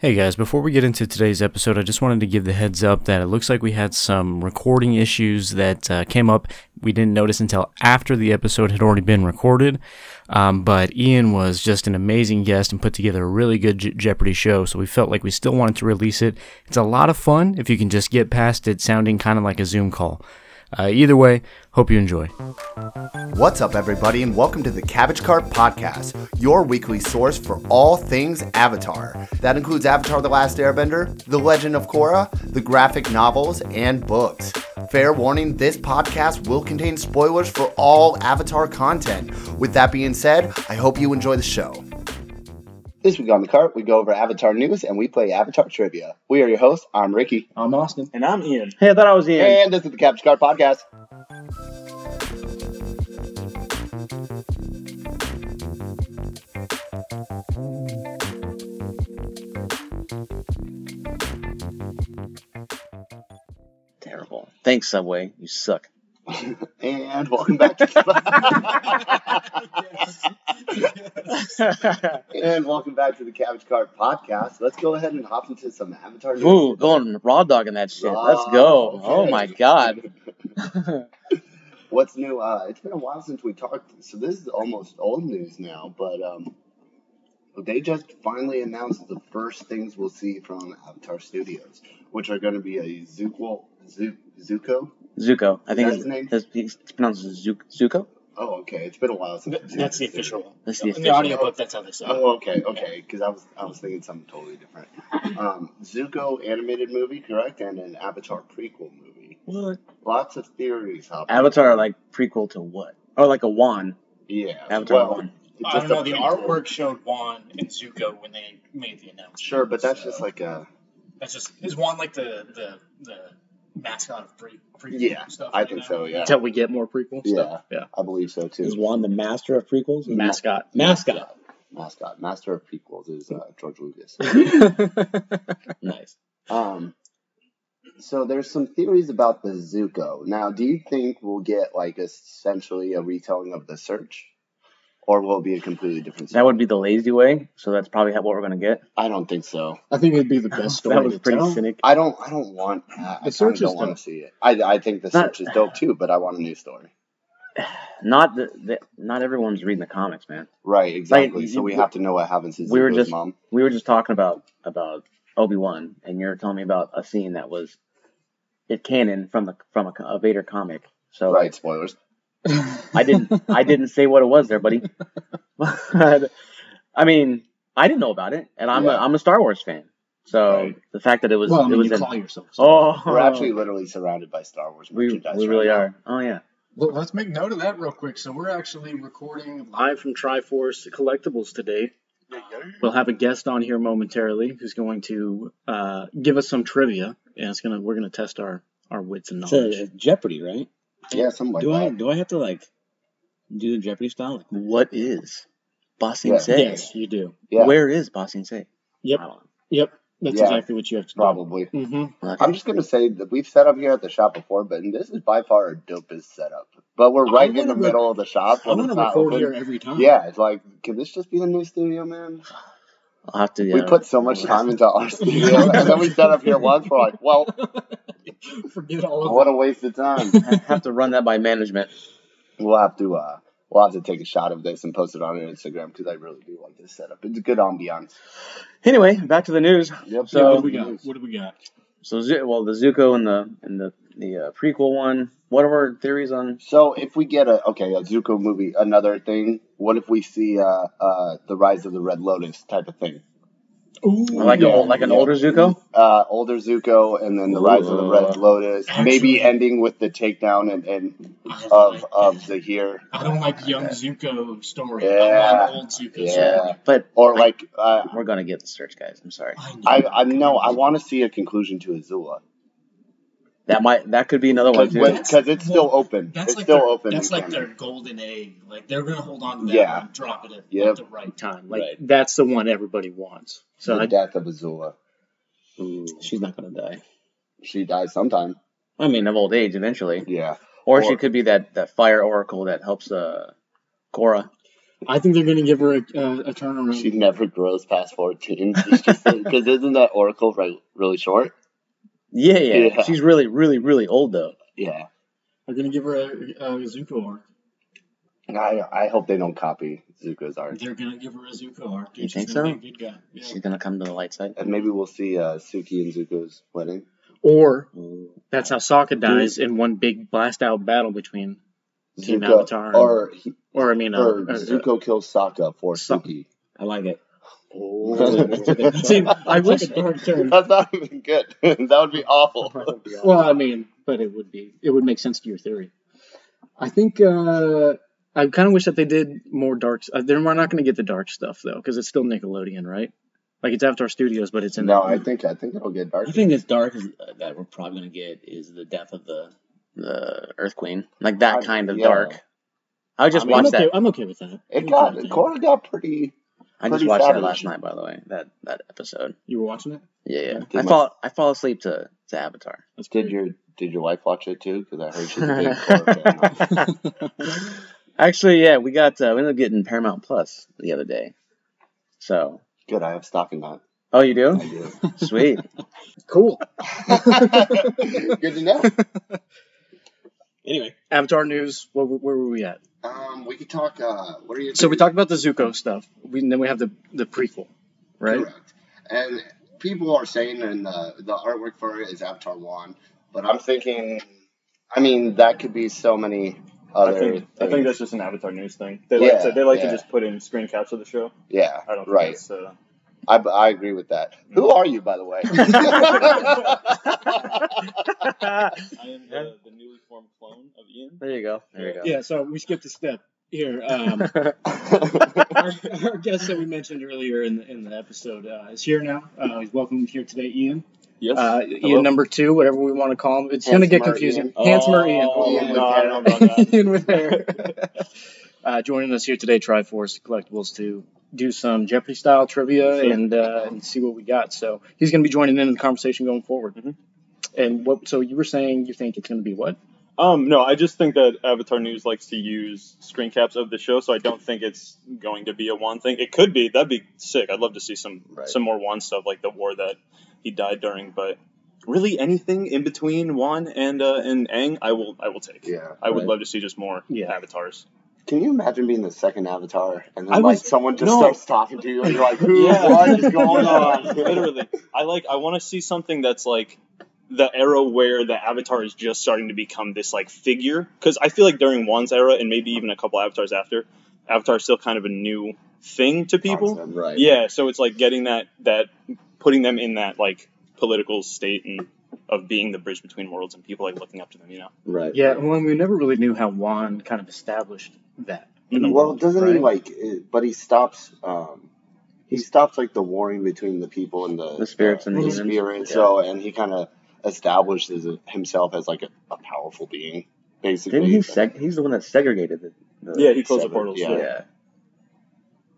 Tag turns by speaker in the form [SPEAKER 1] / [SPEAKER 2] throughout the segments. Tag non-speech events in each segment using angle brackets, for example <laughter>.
[SPEAKER 1] Hey guys, before we get into today's episode, I just wanted to give the heads up that it looks like we had some recording issues that uh, came up. We didn't notice until after the episode had already been recorded. Um, but Ian was just an amazing guest and put together a really good Je- Jeopardy show, so we felt like we still wanted to release it. It's a lot of fun if you can just get past it sounding kind of like a Zoom call. Uh, either way, hope you enjoy.
[SPEAKER 2] What's up, everybody, and welcome to the Cabbage Cart Podcast, your weekly source for all things Avatar. That includes Avatar The Last Airbender, The Legend of Korra, the graphic novels, and books. Fair warning this podcast will contain spoilers for all Avatar content. With that being said, I hope you enjoy the show. This week on the cart, we go over Avatar news and we play Avatar trivia. We are your hosts. I'm Ricky.
[SPEAKER 3] I'm Austin.
[SPEAKER 4] And I'm Ian.
[SPEAKER 3] Hey, I thought I was Ian.
[SPEAKER 2] And this is the Cabbage Cart Podcast.
[SPEAKER 4] Terrible. Thanks, Subway. You
[SPEAKER 3] <laughs>
[SPEAKER 4] suck.
[SPEAKER 2] And welcome back to And welcome back to the Cabbage Cart Podcast. Let's go ahead and hop into some Avatar news.
[SPEAKER 4] Ooh, going raw dogging that shit. Let's go.
[SPEAKER 2] Oh,
[SPEAKER 4] Oh
[SPEAKER 2] okay.
[SPEAKER 4] my god. <laughs>
[SPEAKER 2] What's new? Uh, it's been a while since we talked, so this is almost old news now, but um, they just finally announced the first things we'll see from Avatar Studios, which are going to be a Zuko. Zu- Zuko?
[SPEAKER 4] Zuko. I think
[SPEAKER 2] That's his name?
[SPEAKER 4] it's, it's it's pronounced Zuko. Zuko?
[SPEAKER 2] Oh, okay. It's been a while since. we've seen
[SPEAKER 3] That's the
[SPEAKER 2] this video.
[SPEAKER 3] official one.
[SPEAKER 4] That's the
[SPEAKER 3] In
[SPEAKER 4] official
[SPEAKER 3] the audiobook, that's how they say it.
[SPEAKER 2] Oh, okay, okay. Because I was I was thinking something totally different. Um, Zuko animated movie, correct, and an Avatar prequel movie.
[SPEAKER 4] What?
[SPEAKER 2] Lots of theories. Hopping.
[SPEAKER 4] Avatar like prequel to what? Oh, like a wand.
[SPEAKER 2] Yeah.
[SPEAKER 4] Avatar
[SPEAKER 2] well,
[SPEAKER 4] one.
[SPEAKER 2] it's
[SPEAKER 3] I don't
[SPEAKER 2] just a
[SPEAKER 3] know. The
[SPEAKER 2] prequel.
[SPEAKER 3] artwork showed Juan and Zuko when they made the announcement.
[SPEAKER 2] Sure, but that's
[SPEAKER 3] So,
[SPEAKER 2] just like a
[SPEAKER 3] that's just is Juan like the the the mascot of pre pre
[SPEAKER 2] yeah.
[SPEAKER 3] stuff.
[SPEAKER 2] I
[SPEAKER 3] right
[SPEAKER 2] think
[SPEAKER 3] now?
[SPEAKER 2] so. Yeah.
[SPEAKER 5] until we get more prequel
[SPEAKER 2] Yeah.
[SPEAKER 5] stuff. Yeah.
[SPEAKER 2] I believe so too.
[SPEAKER 4] Is Juan the master of prequels?
[SPEAKER 5] Mascot.
[SPEAKER 4] Mascot.
[SPEAKER 2] Mascot, master of prequels is uh, George
[SPEAKER 5] <laughs>
[SPEAKER 2] Lucas.
[SPEAKER 4] Nice.
[SPEAKER 2] Um, so there's some theories about the Zuko. Now, do you think we'll get like essentially a retelling of the search, or will it be a completely different?
[SPEAKER 4] That would be the lazy way, so that's probably how- what we're gonna get.
[SPEAKER 2] I don't think so.
[SPEAKER 5] I think it'd be the best story
[SPEAKER 4] that was
[SPEAKER 5] to
[SPEAKER 4] pretty
[SPEAKER 5] tell.
[SPEAKER 4] cynic.
[SPEAKER 2] I don't. I don't want. I
[SPEAKER 5] The
[SPEAKER 2] I
[SPEAKER 5] search
[SPEAKER 2] kinda
[SPEAKER 5] is
[SPEAKER 2] don't want
[SPEAKER 5] dope.
[SPEAKER 2] to see it. I, I think the
[SPEAKER 4] Not-
[SPEAKER 2] search is dope too, but I want a new story.
[SPEAKER 4] Not the, the not everyone's reading the comics, man.
[SPEAKER 2] Right. Exactly. so
[SPEAKER 4] you-
[SPEAKER 2] we have to know what happens to Zuko's
[SPEAKER 4] we were just
[SPEAKER 2] mom.
[SPEAKER 4] we were just talking about about Obi Wan, and you're telling me about a scene that was it canon from the from a, a Vader comic. So
[SPEAKER 2] Right. Spoilers.
[SPEAKER 4] I didn't I didn't say what it was
[SPEAKER 2] <laughs>
[SPEAKER 4] there, buddy. But, I mean, I didn't know about it, and I'm
[SPEAKER 2] Yeah.
[SPEAKER 4] a I'm a Star Wars fan. So
[SPEAKER 2] Right.
[SPEAKER 4] the fact that it
[SPEAKER 5] <laughs>
[SPEAKER 4] was
[SPEAKER 5] well, I mean,
[SPEAKER 4] it was
[SPEAKER 5] you
[SPEAKER 4] in
[SPEAKER 5] call yourself.
[SPEAKER 4] oh
[SPEAKER 2] We're actually literally surrounded by Star Wars
[SPEAKER 4] <laughs> we,
[SPEAKER 2] merchandise.
[SPEAKER 4] we
[SPEAKER 2] right
[SPEAKER 4] really
[SPEAKER 2] now.
[SPEAKER 4] are. Oh yeah,
[SPEAKER 3] Well, let's make note of that real quick. So we're actually recording
[SPEAKER 5] live from Triforce Collectibles today. We'll have a guest on here momentarily who's going to uh, give us some trivia, and it's gonna we're gonna test our our wits and knowledge.
[SPEAKER 6] Jeopardy, right?
[SPEAKER 2] Yeah. Something like
[SPEAKER 6] do
[SPEAKER 2] that.
[SPEAKER 6] I do I have to like do the Jeopardy style? Like,
[SPEAKER 4] what is Bossing
[SPEAKER 2] Yeah.
[SPEAKER 4] Say?
[SPEAKER 5] Yes, you do.
[SPEAKER 2] Yeah.
[SPEAKER 4] Where is Bossing Say?
[SPEAKER 5] Yep.
[SPEAKER 4] I don't know.
[SPEAKER 5] Yep, that's
[SPEAKER 2] Yeah.
[SPEAKER 5] exactly what you have to
[SPEAKER 2] Probably.
[SPEAKER 5] do. hmm
[SPEAKER 4] Okay.
[SPEAKER 2] I'm just gonna say that we've set up here at the shop before, but this is by far our dopest setup. But we're
[SPEAKER 5] I
[SPEAKER 2] right in
[SPEAKER 5] wanna
[SPEAKER 2] the
[SPEAKER 5] re-
[SPEAKER 2] middle of the shop.
[SPEAKER 5] I
[SPEAKER 2] when
[SPEAKER 5] want
[SPEAKER 2] it's
[SPEAKER 5] to
[SPEAKER 2] not
[SPEAKER 5] record
[SPEAKER 2] open.
[SPEAKER 5] here every time. <laughs>
[SPEAKER 2] Yeah, it's like, can this just be the new studio, man?
[SPEAKER 4] I'll have to.
[SPEAKER 2] We
[SPEAKER 4] uh, <laughs>
[SPEAKER 2] put so much time into
[SPEAKER 5] <laughs>
[SPEAKER 2] our studio, and then we set up here once. We're like, well,
[SPEAKER 3] forget all of
[SPEAKER 2] what a waste of time.
[SPEAKER 4] I have to run that by management.
[SPEAKER 2] We'll have to, uh, we'll have to take a shot of this and post it on Instagram because I really do like this setup. It's a good ambiance.
[SPEAKER 4] Anyway, back to the news.
[SPEAKER 2] Yep.
[SPEAKER 5] So what
[SPEAKER 4] So-
[SPEAKER 5] do we got? What do we got?
[SPEAKER 4] So, Zu- well, the Zuko and the and the the uh, prequel one. What are our theories on?
[SPEAKER 2] So if we get a okay a Zuko movie, another thing. What if we see uh, uh, the Rise of the Red Lotus type of thing?
[SPEAKER 3] Ooh,
[SPEAKER 4] Like
[SPEAKER 2] Yeah,
[SPEAKER 4] an old, like an
[SPEAKER 2] yeah.
[SPEAKER 4] older Zuko.
[SPEAKER 2] uh, older Zuko and then the Rise of the Red Lotus, maybe
[SPEAKER 3] Actually-
[SPEAKER 2] ending with the takedown and, and
[SPEAKER 3] I don't
[SPEAKER 2] of
[SPEAKER 3] like
[SPEAKER 2] of
[SPEAKER 3] that.
[SPEAKER 2] Zahir,
[SPEAKER 3] I don't like young Zuko story. I
[SPEAKER 2] Yeah.
[SPEAKER 3] want old Zuko
[SPEAKER 2] Yeah.
[SPEAKER 3] story.
[SPEAKER 4] But
[SPEAKER 2] or like uh,
[SPEAKER 4] we're gonna get the search, guys. I'm sorry.
[SPEAKER 3] I, know.
[SPEAKER 2] I I know I want to see a conclusion to Azula
[SPEAKER 4] That might that could be another one too.
[SPEAKER 3] what-
[SPEAKER 2] because it's still open.
[SPEAKER 3] That's
[SPEAKER 2] It's
[SPEAKER 3] like
[SPEAKER 2] still
[SPEAKER 3] their,
[SPEAKER 2] open.
[SPEAKER 3] That's
[SPEAKER 2] in
[SPEAKER 3] like
[SPEAKER 2] canon.
[SPEAKER 3] their golden egg. Like they're gonna hold on to that
[SPEAKER 2] Yeah.
[SPEAKER 3] and drop it at,
[SPEAKER 2] Yep.
[SPEAKER 3] at the right time.
[SPEAKER 5] Time like
[SPEAKER 2] Right.
[SPEAKER 5] that's the one everybody wants. So
[SPEAKER 2] the
[SPEAKER 5] I,
[SPEAKER 2] death of Azula.
[SPEAKER 6] she's not gonna die.
[SPEAKER 2] She dies sometime.
[SPEAKER 4] I mean, of old age eventually,
[SPEAKER 2] Yeah.
[SPEAKER 4] or,
[SPEAKER 2] Or-
[SPEAKER 4] she could be that that fire oracle that helps uh Korra.
[SPEAKER 3] I think they're going to give her a, a, a turnaround.
[SPEAKER 2] She never grows past 14. Because isn't that Oracle right, really short?
[SPEAKER 4] Yeah, yeah,
[SPEAKER 2] Yeah.
[SPEAKER 4] She's really, really, really old though.
[SPEAKER 2] Yeah.
[SPEAKER 3] they're going to give her a, a Zuko arc.
[SPEAKER 2] I, I hope they don't copy Zuko's art.
[SPEAKER 3] They're going to give her a Zuko arc. Dude.
[SPEAKER 4] You think
[SPEAKER 3] She's gonna
[SPEAKER 4] so?
[SPEAKER 3] Be a good guy. Yeah.
[SPEAKER 4] She's gonna come to the light side.
[SPEAKER 2] And maybe we'll see uh, Suki and Zuko's wedding.
[SPEAKER 3] Or
[SPEAKER 6] Ooh.
[SPEAKER 3] that's how Sokka dies in one big blast out battle between, Team
[SPEAKER 2] Zuko-
[SPEAKER 3] Avatar.
[SPEAKER 2] Or, he-
[SPEAKER 3] or I mean, uh,
[SPEAKER 2] or
[SPEAKER 3] uh,
[SPEAKER 2] Zuko kills Sokka for
[SPEAKER 3] Sok-
[SPEAKER 2] Suki.
[SPEAKER 6] I like it.
[SPEAKER 2] Oh. <laughs>
[SPEAKER 3] See, I wish.
[SPEAKER 6] That's a dark turn.
[SPEAKER 2] That's not even good. <laughs> that would be awful.
[SPEAKER 3] Well, I mean, but it would be it would make sense to your theory. I think uh, I kind of wish that they did more dark. Uh, they're we're not going to get the dark stuff though, because it's still Nickelodeon, right? Like it's Avatar Studios, but it's in
[SPEAKER 2] no, I think I think it'll get dark.
[SPEAKER 6] I think as dark as that we're probably gonna get is the death of the Oh,
[SPEAKER 4] The Earth Queen, like that
[SPEAKER 2] I-
[SPEAKER 4] kind of
[SPEAKER 2] yeah.
[SPEAKER 4] dark. I would just
[SPEAKER 2] I mean,
[SPEAKER 3] I'm
[SPEAKER 4] watch
[SPEAKER 3] okay.
[SPEAKER 4] that.
[SPEAKER 3] I'm okay with that.
[SPEAKER 2] It
[SPEAKER 3] I'm
[SPEAKER 2] got
[SPEAKER 3] okay with that.
[SPEAKER 2] Korra got pretty.
[SPEAKER 4] I just
[SPEAKER 2] pretty
[SPEAKER 4] watched
[SPEAKER 2] savage.
[SPEAKER 4] that last night, by the way. That that episode.
[SPEAKER 3] You were watching it.
[SPEAKER 4] Yeah, yeah.
[SPEAKER 2] Did
[SPEAKER 4] I
[SPEAKER 2] my-
[SPEAKER 4] fall I fall asleep to, to Avatar.
[SPEAKER 3] That's
[SPEAKER 2] Did
[SPEAKER 3] great.
[SPEAKER 2] your did your wife watch it too? Because I heard she's a
[SPEAKER 3] <laughs>
[SPEAKER 2] big Korra fan.
[SPEAKER 4] <laughs> Actually, yeah, we got uh, we ended up getting Paramount Plus the other day. So,
[SPEAKER 2] Good, I have stock in
[SPEAKER 3] <laughs>
[SPEAKER 2] that. <laughs>
[SPEAKER 4] oh, you
[SPEAKER 2] I
[SPEAKER 4] do?
[SPEAKER 2] do.
[SPEAKER 4] Sweet.
[SPEAKER 3] cool
[SPEAKER 2] good to
[SPEAKER 3] <laughs>
[SPEAKER 2] know.
[SPEAKER 6] anyway.
[SPEAKER 3] Avatar news? Where, where were we at?
[SPEAKER 2] Um, we could talk. Uh, what are you?
[SPEAKER 3] So we talked about the Zuko stuff. We and then we have the the prequel, right?
[SPEAKER 2] Correct. And people are saying, and the the artwork for it is Avatar One, but I'm thinking, I mean, that could be so many
[SPEAKER 7] I
[SPEAKER 2] other.
[SPEAKER 7] think, I think
[SPEAKER 2] things.
[SPEAKER 7] that's just an Avatar news thing. They
[SPEAKER 2] Yeah,
[SPEAKER 7] like to, they like
[SPEAKER 2] yeah.
[SPEAKER 7] to just put in screen caps of the show.
[SPEAKER 2] yeah,
[SPEAKER 7] I don't think Mm-hmm.
[SPEAKER 2] right.
[SPEAKER 7] it's, uh,
[SPEAKER 2] I, I agree with that. Who are you, by the way?
[SPEAKER 7] I am the, the newly formed clone of
[SPEAKER 2] <laughs>
[SPEAKER 7] Ian.
[SPEAKER 4] There you go. There you go.
[SPEAKER 3] Yeah. So we skipped a step here. <laughs> Um, our, our guest that we mentioned earlier in the, in the episode uh, is here now. Uh, he's welcome here today, Ian.
[SPEAKER 7] Yes.
[SPEAKER 3] Uh,
[SPEAKER 7] Hello.
[SPEAKER 3] Ian number two, whatever we want to call him. It's going to get
[SPEAKER 2] Handsomer
[SPEAKER 3] confusing.
[SPEAKER 7] Ian.
[SPEAKER 3] Handsomer
[SPEAKER 7] <laughs> Oh,
[SPEAKER 2] <laughs> Ian
[SPEAKER 3] Ian.
[SPEAKER 7] no,
[SPEAKER 2] with
[SPEAKER 7] I don't know
[SPEAKER 2] hair.
[SPEAKER 7] about that.
[SPEAKER 3] Ian with hair. <laughs> uh, joining us here today, Triforce Collectibles, to do some Jeopardy style trivia
[SPEAKER 7] Sure.
[SPEAKER 3] and uh, and see what we got. So he's going to be joining in the conversation going forward.
[SPEAKER 7] Mhm.
[SPEAKER 3] And what? So you were saying you think it's going to be what?
[SPEAKER 7] Um, no, I just think that Avatar News likes to use screen caps of the show, so I don't think it's going to be a one thing. It could be. That'd be sick. I'd love to see some
[SPEAKER 2] Right.
[SPEAKER 7] some more Juan stuff, like the war that he died during. But really, anything in between Juan and uh, and Aang, I will I will take.
[SPEAKER 2] yeah.
[SPEAKER 7] I would
[SPEAKER 6] Right.
[SPEAKER 7] love to see just more
[SPEAKER 3] Yeah.
[SPEAKER 7] avatars.
[SPEAKER 2] Can you imagine being the second avatar and then
[SPEAKER 7] I
[SPEAKER 2] like
[SPEAKER 7] was-
[SPEAKER 2] someone just
[SPEAKER 7] no.
[SPEAKER 2] starts talking to you and you're like, who, <laughs>
[SPEAKER 7] Yeah.
[SPEAKER 2] what is going on? <laughs>
[SPEAKER 7] <laughs> Literally, I like. I want to see something that's like the era where the avatar is just starting to become this like figure. Because I feel like during Juan's era, and maybe even a couple avatars after, Avatar is still kind of a new thing to people.
[SPEAKER 2] Concept, Right.
[SPEAKER 7] Yeah, so it's like getting that that putting them in that like political state and of being the bridge between worlds and people like looking up to them. You know.
[SPEAKER 2] Right.
[SPEAKER 3] Yeah, well, we never really knew how Juan kind of established that. in the
[SPEAKER 2] Well,
[SPEAKER 3] world,
[SPEAKER 2] doesn't he
[SPEAKER 3] right?
[SPEAKER 2] like? It, but he stops. Um, he stops like the warring between the people and the
[SPEAKER 4] The spirits and
[SPEAKER 2] the
[SPEAKER 4] demons.
[SPEAKER 2] spirits.
[SPEAKER 4] Yeah.
[SPEAKER 2] So, and he kind of establishes himself as like a, a powerful being, basically.
[SPEAKER 4] Didn't he? Seg- he's the one that segregated the. the
[SPEAKER 7] Yeah, he closed the
[SPEAKER 2] Seven,
[SPEAKER 7] portals.
[SPEAKER 2] yeah.
[SPEAKER 4] Yeah.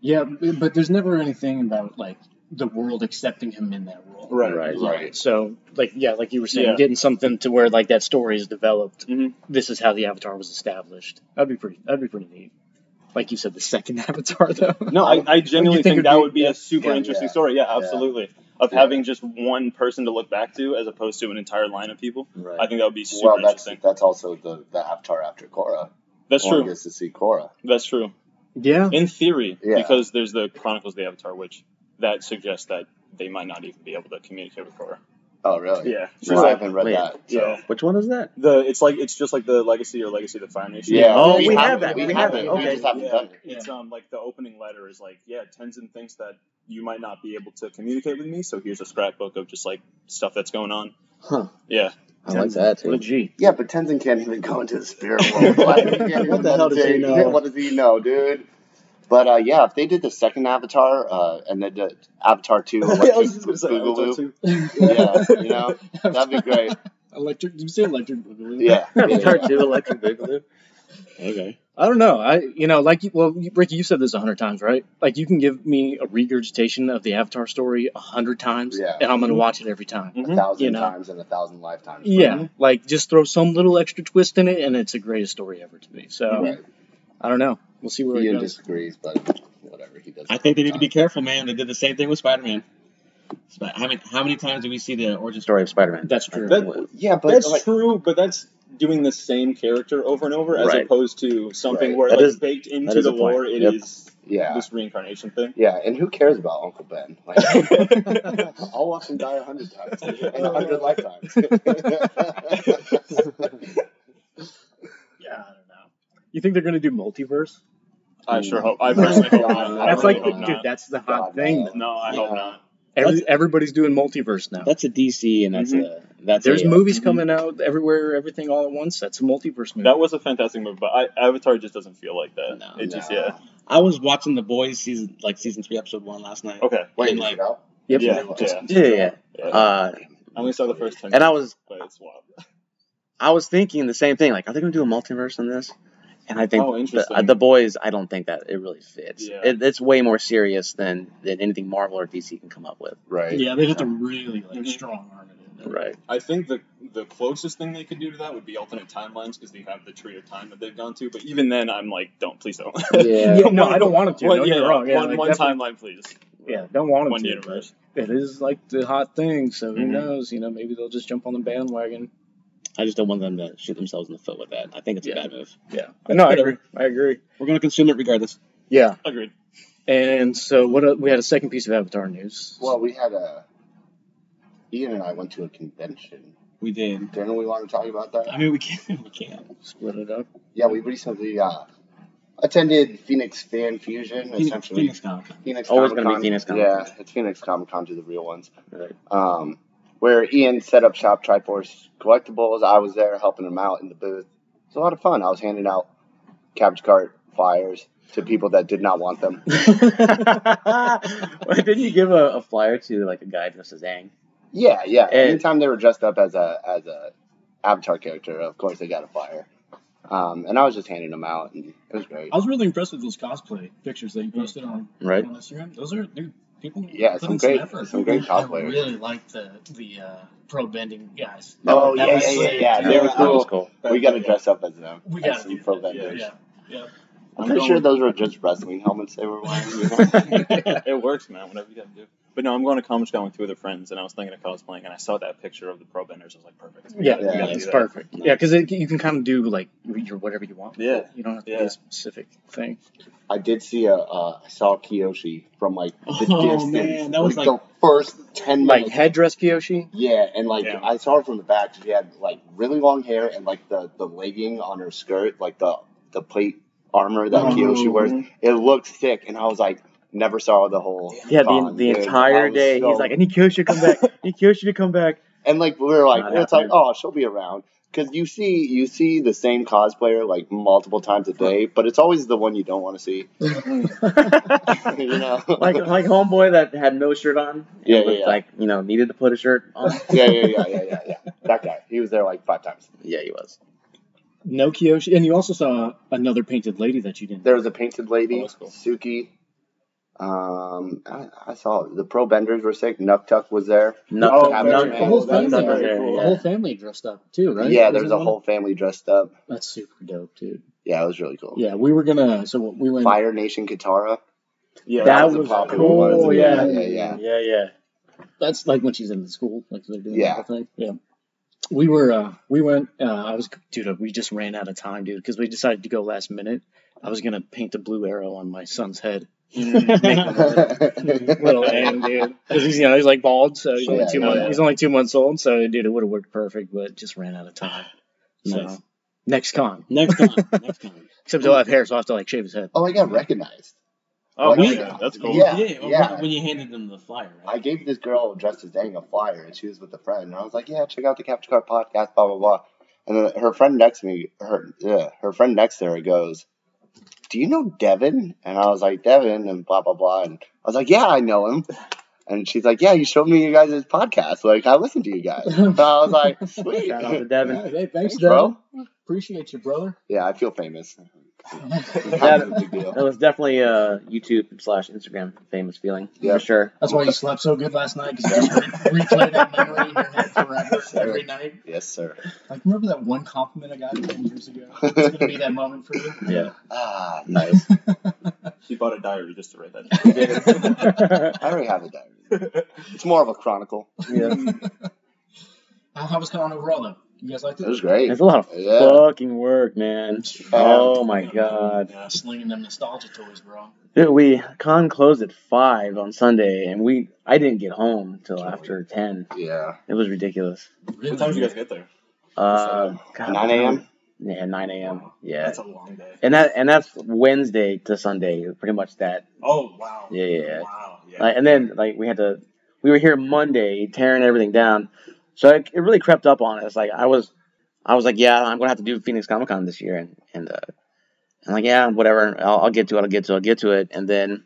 [SPEAKER 3] Yeah, b- but there's never anything about like the world accepting him in that role.
[SPEAKER 7] Right.
[SPEAKER 4] Right.
[SPEAKER 2] Right.
[SPEAKER 3] So, like, yeah, like you were saying,
[SPEAKER 7] Yeah.
[SPEAKER 3] getting something to where like that story is developed.
[SPEAKER 2] Mm-hmm.
[SPEAKER 7] Mhm.
[SPEAKER 3] This is how the Avatar was established. That'd be pretty. That'd be pretty neat. Like you said, the second <laughs> Avatar though.
[SPEAKER 7] No, I, I genuinely
[SPEAKER 3] You think
[SPEAKER 7] think,
[SPEAKER 3] it'd
[SPEAKER 7] that
[SPEAKER 3] be-
[SPEAKER 7] would be
[SPEAKER 3] yeah.
[SPEAKER 7] a super
[SPEAKER 2] Yeah,
[SPEAKER 7] interesting
[SPEAKER 2] yeah.
[SPEAKER 7] story. Yeah, absolutely. Of
[SPEAKER 2] Yeah.
[SPEAKER 7] having just one person to look back to as opposed to an entire line of people.
[SPEAKER 2] Right.
[SPEAKER 7] I think that would be super
[SPEAKER 2] well, that's
[SPEAKER 7] interesting.
[SPEAKER 2] that's also the the avatar after Korra.
[SPEAKER 7] That's
[SPEAKER 2] One
[SPEAKER 7] true.
[SPEAKER 2] Gets to see Korra.
[SPEAKER 7] That's true.
[SPEAKER 3] <laughs> Yeah.
[SPEAKER 7] In theory,
[SPEAKER 2] Yeah.
[SPEAKER 7] because there's the Chronicles of the Avatar, which that suggests that they might not even be able to communicate with Korra.
[SPEAKER 2] Oh, really?
[SPEAKER 7] Yeah.
[SPEAKER 2] So
[SPEAKER 4] Right.
[SPEAKER 2] I haven't read
[SPEAKER 4] Wait.
[SPEAKER 2] that. So.
[SPEAKER 7] Yeah.
[SPEAKER 4] Which one is that?
[SPEAKER 7] The it's like it's just like the Legacy or Legacy of the Fire Nation.
[SPEAKER 2] Yeah.
[SPEAKER 4] Oh,
[SPEAKER 3] we
[SPEAKER 2] haven't-
[SPEAKER 3] have that.
[SPEAKER 2] We
[SPEAKER 3] We have
[SPEAKER 2] haven't.
[SPEAKER 3] it.
[SPEAKER 2] We
[SPEAKER 3] Okay.
[SPEAKER 2] just haven't
[SPEAKER 7] Yeah.
[SPEAKER 2] done it.
[SPEAKER 7] It's um like the opening letter is like, yeah, Tenzin thinks that you might not be able to communicate with me, so here's a scrapbook of just like stuff that's going on.
[SPEAKER 2] Huh.
[SPEAKER 7] Yeah.
[SPEAKER 4] I like that too.
[SPEAKER 3] G.
[SPEAKER 2] Yeah, but Tenzin can't even go into the spirit world. Like, he can't even
[SPEAKER 4] What the hell does he
[SPEAKER 2] meditate.
[SPEAKER 4] know?
[SPEAKER 2] What does he know, dude? But uh, yeah, if they did the second Avatar uh, and then did Avatar Two,
[SPEAKER 7] <laughs> I
[SPEAKER 2] Electric
[SPEAKER 7] was just gonna say,
[SPEAKER 2] Boogaloo,
[SPEAKER 7] Avatar too.
[SPEAKER 2] yeah, you know that'd be great.
[SPEAKER 3] <laughs> Electric. Did you say electric? Boogaloo?
[SPEAKER 2] Yeah,
[SPEAKER 4] Avatar two, Electric Boogaloo.
[SPEAKER 6] Okay.
[SPEAKER 3] I don't know. I you know like you, well, you, Ricky, you said this a hundred times, right? Like you can give me a regurgitation of the Avatar story a hundred times,
[SPEAKER 2] Yeah.
[SPEAKER 3] and I'm gonna watch it every time.
[SPEAKER 2] a thousand
[SPEAKER 3] You know.
[SPEAKER 2] times and a thousand lifetimes.
[SPEAKER 3] Yeah,
[SPEAKER 2] Mm-hmm.
[SPEAKER 3] like just throw some little extra twist in it, and it's the greatest story ever to me. So
[SPEAKER 2] Right.
[SPEAKER 3] I don't know. We'll see where it
[SPEAKER 2] Ian
[SPEAKER 3] goes.
[SPEAKER 2] disagrees, but whatever he does.
[SPEAKER 6] I think they need to be careful, man. They did the same thing with Spider-Man. Sp- How many how many times do we see the origin story?
[SPEAKER 4] Story of Spider-Man.
[SPEAKER 3] That's true.
[SPEAKER 7] That-
[SPEAKER 2] Yeah, but
[SPEAKER 7] that's
[SPEAKER 2] like,
[SPEAKER 7] true, but that's doing the same character over and over as
[SPEAKER 4] Right.
[SPEAKER 7] opposed to something
[SPEAKER 2] Right.
[SPEAKER 7] where
[SPEAKER 4] That
[SPEAKER 7] like
[SPEAKER 4] is-
[SPEAKER 7] baked
[SPEAKER 4] that
[SPEAKER 7] into
[SPEAKER 4] is
[SPEAKER 7] the
[SPEAKER 4] a point.
[SPEAKER 7] lore it is
[SPEAKER 4] Yep.
[SPEAKER 2] yeah,
[SPEAKER 7] this reincarnation thing.
[SPEAKER 2] yeah. And who cares about Uncle Ben? <laughs>
[SPEAKER 7] <laughs>
[SPEAKER 3] <laughs>
[SPEAKER 2] Like, I'll watch him die a hundred times and a hundred lifetimes. <laughs>
[SPEAKER 8] Yeah, I don't know.
[SPEAKER 3] You think they're gonna do multiverse?
[SPEAKER 7] I sure hope. I <laughs>
[SPEAKER 2] No,
[SPEAKER 7] personally hope
[SPEAKER 2] God,
[SPEAKER 7] not. I
[SPEAKER 3] That's
[SPEAKER 7] really
[SPEAKER 3] like,
[SPEAKER 7] hope
[SPEAKER 3] the,
[SPEAKER 7] not.
[SPEAKER 3] dude, that's the hot
[SPEAKER 2] God,
[SPEAKER 3] thing.
[SPEAKER 2] no.
[SPEAKER 7] No, I hope
[SPEAKER 2] Yeah.
[SPEAKER 7] not.
[SPEAKER 3] Every, everybody's doing multiverse now.
[SPEAKER 4] That's a DC, and that's a that's
[SPEAKER 3] There's
[SPEAKER 4] a,
[SPEAKER 3] movies coming out everywhere, everything all at once. That's a multiverse movie.
[SPEAKER 7] That was a fantastic movie, but I, Avatar just doesn't feel like that.
[SPEAKER 4] No,
[SPEAKER 7] it just yeah.
[SPEAKER 6] I was watching The Boys season like season three episode one last night.
[SPEAKER 7] Okay.
[SPEAKER 2] Wait,
[SPEAKER 6] And,
[SPEAKER 2] like,
[SPEAKER 6] like,
[SPEAKER 3] yep.
[SPEAKER 7] Yeah,
[SPEAKER 2] Just-
[SPEAKER 7] yeah,
[SPEAKER 4] Oh, Yeah, yeah.
[SPEAKER 7] yeah.
[SPEAKER 4] yeah. Uh,
[SPEAKER 7] I only saw the first ten.
[SPEAKER 4] and I
[SPEAKER 7] minutes,
[SPEAKER 4] was
[SPEAKER 7] but it's wild.
[SPEAKER 4] I was thinking the same thing. Like, are they going to do a multiverse on this? And I think
[SPEAKER 7] Oh,
[SPEAKER 4] the,
[SPEAKER 7] interesting.
[SPEAKER 4] uh, the boys. I don't think that it really fits.
[SPEAKER 7] Yeah.
[SPEAKER 4] It, it's way more serious than than anything Marvel or DC can come up with.
[SPEAKER 2] right?
[SPEAKER 8] Yeah, they have to really
[SPEAKER 7] Mm-hmm.
[SPEAKER 8] like strong arm it. In
[SPEAKER 4] Right.
[SPEAKER 7] I think the the closest thing they could do to that would be alternate timelines because they have the tree of time that they've gone to. But even then, I'm like, don't please don't.
[SPEAKER 4] Yeah.
[SPEAKER 3] Yeah, no, I don't want 'em to.
[SPEAKER 7] One-
[SPEAKER 3] Don't get me wrong. Yeah,
[SPEAKER 7] one
[SPEAKER 3] like,
[SPEAKER 7] one
[SPEAKER 3] definitely-
[SPEAKER 7] timeline, please.
[SPEAKER 3] Yeah, don't want them
[SPEAKER 7] One
[SPEAKER 3] to.
[SPEAKER 7] universe.
[SPEAKER 3] but It is like the hot thing, so who
[SPEAKER 7] Mhm.
[SPEAKER 3] knows? You know, maybe they'll just jump on the bandwagon.
[SPEAKER 4] I just don't want them to shoot themselves in the foot with that. I think it's
[SPEAKER 3] Yeah.
[SPEAKER 4] a bad move.
[SPEAKER 3] Yeah. No, I
[SPEAKER 4] Whatever.
[SPEAKER 3] agree. I agree.
[SPEAKER 4] We're going to consume it regardless.
[SPEAKER 3] Yeah.
[SPEAKER 7] Agreed.
[SPEAKER 3] And so what? el- we had a second piece of Avatar news.
[SPEAKER 2] Well, we had a Ian and I went to a convention.
[SPEAKER 6] We did.
[SPEAKER 2] Didn't we want to talk about
[SPEAKER 4] Uh,
[SPEAKER 2] that?
[SPEAKER 6] I mean, we can't. <laughs> We can't.
[SPEAKER 3] split it up.
[SPEAKER 2] Yeah, we recently uh, attended Phoenix Fan Fusion,
[SPEAKER 6] Phoenix,
[SPEAKER 2] essentially.
[SPEAKER 6] Phoenix Comic
[SPEAKER 4] <laughs>
[SPEAKER 6] Con.
[SPEAKER 2] Phoenix
[SPEAKER 4] Always
[SPEAKER 2] Comic
[SPEAKER 4] gonna be
[SPEAKER 2] Con.
[SPEAKER 4] Phoenix Comic
[SPEAKER 2] Yeah,
[SPEAKER 4] Con.
[SPEAKER 2] it's Phoenix Comic Con to the real ones.
[SPEAKER 4] Right.
[SPEAKER 2] Um, where Ian set up shop Triforce collectibles. I was there helping him out in the booth. It's a lot of fun. I was handing out cabbage cart flyers to people that did not want them.
[SPEAKER 4] Why didn't you give a, a flyer to like a guy dressed as Aang?
[SPEAKER 2] Yeah, yeah.
[SPEAKER 4] And-
[SPEAKER 2] Anytime they were dressed up as a as a Avatar character, of course they got a flyer. Um, and I was just handing them out, and it was great.
[SPEAKER 8] I
[SPEAKER 3] Oh,
[SPEAKER 8] was really impressed with those cosplay pictures that you posted on,
[SPEAKER 4] Right.
[SPEAKER 8] on Instagram. Those are dude, people.
[SPEAKER 2] Yeah,
[SPEAKER 8] put
[SPEAKER 2] some
[SPEAKER 8] in some
[SPEAKER 2] great-
[SPEAKER 8] effort.
[SPEAKER 2] some great
[SPEAKER 8] I
[SPEAKER 2] cosplayers.
[SPEAKER 8] really like the the uh, pro bending guys.
[SPEAKER 2] Oh,
[SPEAKER 8] That
[SPEAKER 2] yeah,
[SPEAKER 8] was
[SPEAKER 2] yeah, yeah,
[SPEAKER 8] sick,
[SPEAKER 2] yeah.
[SPEAKER 8] dude.
[SPEAKER 2] They were
[SPEAKER 7] Yeah.
[SPEAKER 4] That was
[SPEAKER 2] cool.
[SPEAKER 4] cool.
[SPEAKER 2] We got to dress up as them.
[SPEAKER 8] We
[SPEAKER 2] as
[SPEAKER 8] got
[SPEAKER 2] some pro
[SPEAKER 7] yeah.
[SPEAKER 2] vendors.
[SPEAKER 8] Yeah, yeah.
[SPEAKER 2] I'm
[SPEAKER 7] I'm
[SPEAKER 2] pretty
[SPEAKER 7] going
[SPEAKER 2] sure
[SPEAKER 7] with-
[SPEAKER 2] those were just wrestling helmets they were wearing. you
[SPEAKER 7] <laughs>
[SPEAKER 2] know?
[SPEAKER 7] it works, man. Whatever you gotta do. But no, I'm going to Comic Con with two other friends, and I was thinking of cosplaying, and I saw that picture of the pro benders. I was like, perfect.
[SPEAKER 3] Yeah,
[SPEAKER 2] Yeah,
[SPEAKER 3] yeah,
[SPEAKER 7] yeah,
[SPEAKER 3] it's
[SPEAKER 7] yeah.
[SPEAKER 3] perfect. Yeah, because you can kind of do like your whatever you want.
[SPEAKER 7] Yeah.
[SPEAKER 3] You don't have to do
[SPEAKER 7] Yeah.
[SPEAKER 3] a specific thing.
[SPEAKER 8] <laughs>
[SPEAKER 2] I did see a uh, I saw Kiyoshi from like the
[SPEAKER 6] Oh,
[SPEAKER 2] distance.
[SPEAKER 6] man, that was, like-
[SPEAKER 2] the first ten
[SPEAKER 3] Like
[SPEAKER 2] minutes.
[SPEAKER 3] headdress Kyoshi.
[SPEAKER 2] yeah, and like
[SPEAKER 7] Yeah.
[SPEAKER 2] I saw her from the back. She had like really long hair and like the the legging on her skirt, like the the plate armor that
[SPEAKER 4] Mm-hmm.
[SPEAKER 2] Kiyoshi wears. It looked sick, and I was like, never saw the whole.
[SPEAKER 4] Yeah, the,
[SPEAKER 2] con,
[SPEAKER 4] the
[SPEAKER 2] dude. I
[SPEAKER 4] entire
[SPEAKER 2] was
[SPEAKER 4] day
[SPEAKER 2] so-
[SPEAKER 4] he's like, I need Kyoshi to come back. I need Kyoshi to come
[SPEAKER 2] <laughs>
[SPEAKER 4] back.
[SPEAKER 2] And like we were like,
[SPEAKER 4] Not
[SPEAKER 2] it's like,
[SPEAKER 4] happening.
[SPEAKER 2] oh, she'll be around because you see you see the same cosplayer like multiple times a day, but it's always the one you don't want to see. <laughs> you know,
[SPEAKER 4] like like homeboy that had no shirt on. and
[SPEAKER 2] Yeah, yeah,
[SPEAKER 4] looked
[SPEAKER 2] yeah.
[SPEAKER 4] Like you know needed to put a shirt
[SPEAKER 2] <laughs>
[SPEAKER 4] on.
[SPEAKER 2] <laughs> yeah, yeah, yeah, yeah, yeah, yeah. That guy, he was there like five times.
[SPEAKER 4] yeah, he was.
[SPEAKER 3] No Kyoshi, and you also saw another painted lady that you didn't.
[SPEAKER 2] There was a painted
[SPEAKER 7] Oh,
[SPEAKER 2] lady,
[SPEAKER 7] that's cool.
[SPEAKER 2] Suki. Um, I, I saw the pro benders were sick. Nuck Tuck was there.
[SPEAKER 4] Nut
[SPEAKER 2] Oh,
[SPEAKER 4] Tuck-
[SPEAKER 2] very
[SPEAKER 4] Nut
[SPEAKER 2] cool.
[SPEAKER 4] Tuck-
[SPEAKER 2] Whole
[SPEAKER 4] Nut
[SPEAKER 2] thing's
[SPEAKER 4] Tuck was
[SPEAKER 2] very
[SPEAKER 4] there,
[SPEAKER 2] cool.
[SPEAKER 4] yeah.
[SPEAKER 3] The whole family dressed up too, right?
[SPEAKER 2] Yeah, there was
[SPEAKER 3] Wasn't
[SPEAKER 2] a
[SPEAKER 3] one-
[SPEAKER 2] whole family dressed up.
[SPEAKER 3] That's super dope, dude.
[SPEAKER 2] Yeah, it was really cool.
[SPEAKER 3] Yeah, we were gonna. So we went.
[SPEAKER 2] Fire Nation Katara.
[SPEAKER 7] Yeah,
[SPEAKER 4] That
[SPEAKER 2] a
[SPEAKER 4] was
[SPEAKER 2] popular
[SPEAKER 3] cool,
[SPEAKER 2] one.
[SPEAKER 3] yeah.
[SPEAKER 2] yeah, yeah.
[SPEAKER 4] Yeah, yeah.
[SPEAKER 3] That's like when she's in the school, like they're doing
[SPEAKER 2] Yeah.
[SPEAKER 3] that whole thing. Yeah. We were, uh, we went, uh, I was, dude, we just ran out of time, dude, because we decided to go last minute. I was going to paint a blue arrow on my son's head. Make
[SPEAKER 2] <laughs>
[SPEAKER 3] him <laughs> little Aang, dude. 'Cause he's, you know, he's like bald, so he's only
[SPEAKER 2] Yeah,
[SPEAKER 3] two
[SPEAKER 2] yeah,
[SPEAKER 3] months.
[SPEAKER 2] yeah.
[SPEAKER 3] He's only two months old, so dude, it would have worked perfect, but just ran out of time. So
[SPEAKER 4] Nice.
[SPEAKER 3] next con,
[SPEAKER 6] Next time. Next time.
[SPEAKER 3] <laughs> except he'll have hair, so I will have to like shave his head.
[SPEAKER 2] oh, I got recognized.
[SPEAKER 7] Oh,
[SPEAKER 2] Like,
[SPEAKER 7] we,
[SPEAKER 2] uh,
[SPEAKER 7] that's cool.
[SPEAKER 2] Yeah,
[SPEAKER 6] well,
[SPEAKER 2] yeah.
[SPEAKER 6] When, when you handed them the flyer, right?
[SPEAKER 2] I gave this girl dressed as Dang a flyer, and she was with a friend. And I was like, "Yeah, check out the Capture Card podcast, blah blah blah." And then her friend next to me, her yeah, her friend next to her goes, "Do you know Devin?" And I was like, "Devin," and blah blah blah. And I was like, "Yeah, I know him." And she's like, "Yeah, you showed me you guys' podcast. Like, I listened to you guys."
[SPEAKER 6] <laughs>
[SPEAKER 2] And I was like, "Sweet,
[SPEAKER 4] Shout out to Devin.
[SPEAKER 3] Hey,
[SPEAKER 2] Thanks, bro."
[SPEAKER 3] Appreciate you, brother. <laughs>
[SPEAKER 2] Yeah, I feel famous. Kind of
[SPEAKER 4] Devin.
[SPEAKER 2] a big
[SPEAKER 6] <laughs>
[SPEAKER 2] deal.
[SPEAKER 4] That was definitely uh YouTube slash Instagram famous feeling
[SPEAKER 2] Yeah.
[SPEAKER 4] for sure.
[SPEAKER 8] That's why you slept so good last night because you just re- replayed that memory in your head forever. <laughs>
[SPEAKER 2] Yes, sir.
[SPEAKER 3] every night.
[SPEAKER 2] Yes, sir.
[SPEAKER 3] Like, remember that one compliment I got 10 years ago?
[SPEAKER 8] <laughs>
[SPEAKER 3] It's going to be that moment for you.
[SPEAKER 4] Yeah.
[SPEAKER 2] Ah,
[SPEAKER 3] <laughs>
[SPEAKER 2] nice.
[SPEAKER 7] <laughs> She bought a diary just to write that. down.
[SPEAKER 4] <laughs>
[SPEAKER 2] I already have a diary. It's more of a chronicle.
[SPEAKER 4] Yeah.
[SPEAKER 3] How, how was Con overall, though? You guys liked
[SPEAKER 2] It
[SPEAKER 3] it?
[SPEAKER 2] was great.
[SPEAKER 4] It's a lot of
[SPEAKER 2] Yeah.
[SPEAKER 4] fucking work, man. Oh my god.
[SPEAKER 3] Yeah, slinging them nostalgia toys, bro.
[SPEAKER 4] Dude, we con closed at five on Sunday, and we I didn't get home till after ten.
[SPEAKER 2] Yeah.
[SPEAKER 4] It was ridiculous.
[SPEAKER 3] Really?
[SPEAKER 7] What time did you guys get there?
[SPEAKER 4] Uh, God,
[SPEAKER 2] 9 a.m.?
[SPEAKER 4] Yeah, nine a.m. Yeah,
[SPEAKER 7] That's a long day.
[SPEAKER 4] and that and that's Wednesday to Sunday, pretty much that.
[SPEAKER 7] Oh wow.
[SPEAKER 4] Yeah, yeah. yeah.
[SPEAKER 7] Wow. Yeah.
[SPEAKER 4] Like, and then like we had to, we were here Monday tearing everything down, so it, it really crept up on us. Like I was, I was like, yeah, I'm gonna have to do Phoenix Comic Con this year, and and uh, I'm like, yeah, whatever, I'll, I'll get to it, I'll get to, it, I'll get to it, and then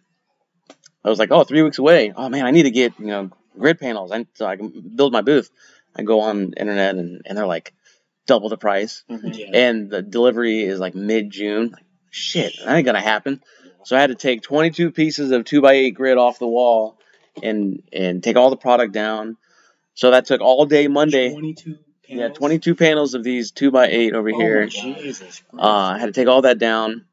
[SPEAKER 4] I was like, oh, three weeks away. Oh man, I need to get you know grid panels, and so I can build my booth. I go on the internet, and and they're like double the price
[SPEAKER 3] Yeah.
[SPEAKER 4] and the delivery is like mid June. Like, shit, that ain't gonna happen. So I had to take 22 pieces of two by eight grid off the wall and and take all the product down. So that took all day Monday.
[SPEAKER 3] 22
[SPEAKER 4] Yeah, 22 panels of these two by eight over
[SPEAKER 3] Oh
[SPEAKER 4] here.
[SPEAKER 3] my God.
[SPEAKER 7] Jesus.
[SPEAKER 4] Uh, I had to take all that down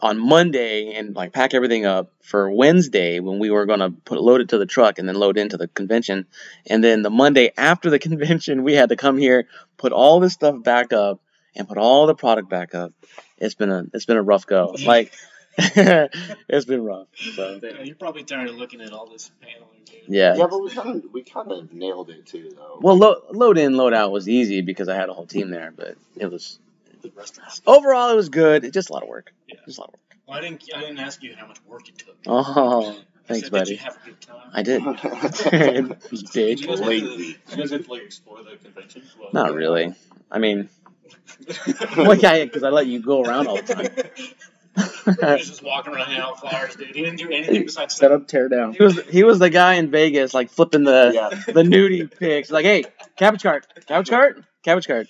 [SPEAKER 4] on Monday and like pack everything up for Wednesday when we were gonna put load it to the truck and then load into the convention. And then the Monday <laughs> after the convention, we had to come here, put all this stuff back up, and put all the product back up. It's been a it's been a rough go. Like <laughs> it's been rough. So
[SPEAKER 8] Yeah, you're probably tired of looking at all this paneling, dude.
[SPEAKER 4] yeah.
[SPEAKER 2] Yeah, but we kind of we kind of nailed it too, though. <laughs>
[SPEAKER 4] Well, lo- load in, load out was easy because I had a whole team there, but it was
[SPEAKER 8] The rest of the stuff.
[SPEAKER 4] overall it was good. It's just a lot of work.
[SPEAKER 8] Yeah.
[SPEAKER 4] Just a lot of work.
[SPEAKER 8] Well, I didn't. I didn't ask you how much work it took.
[SPEAKER 4] Oh,
[SPEAKER 8] I said,
[SPEAKER 4] thanks,
[SPEAKER 8] Did
[SPEAKER 4] buddy.
[SPEAKER 8] you have a good time?
[SPEAKER 2] <laughs>
[SPEAKER 4] I did. <laughs>
[SPEAKER 7] Did
[SPEAKER 4] Dick.
[SPEAKER 7] you guys get to,
[SPEAKER 2] Lazy.
[SPEAKER 7] did you guys get to like explore the convention? Well,
[SPEAKER 4] Not
[SPEAKER 7] <laughs>
[SPEAKER 4] really. I mean, well, yeah, because I let you go around all
[SPEAKER 7] <laughs>
[SPEAKER 4] the time.
[SPEAKER 8] he
[SPEAKER 3] <laughs>
[SPEAKER 8] was just walking around handing out flyers, dude. He didn't do anything besides
[SPEAKER 3] Set up, tear down.
[SPEAKER 4] He was he was the guy in Vegas, like flipping the
[SPEAKER 2] yeah.
[SPEAKER 4] the nudie pics, like, hey, cabbage cart, cabbage cart, cabbage cart.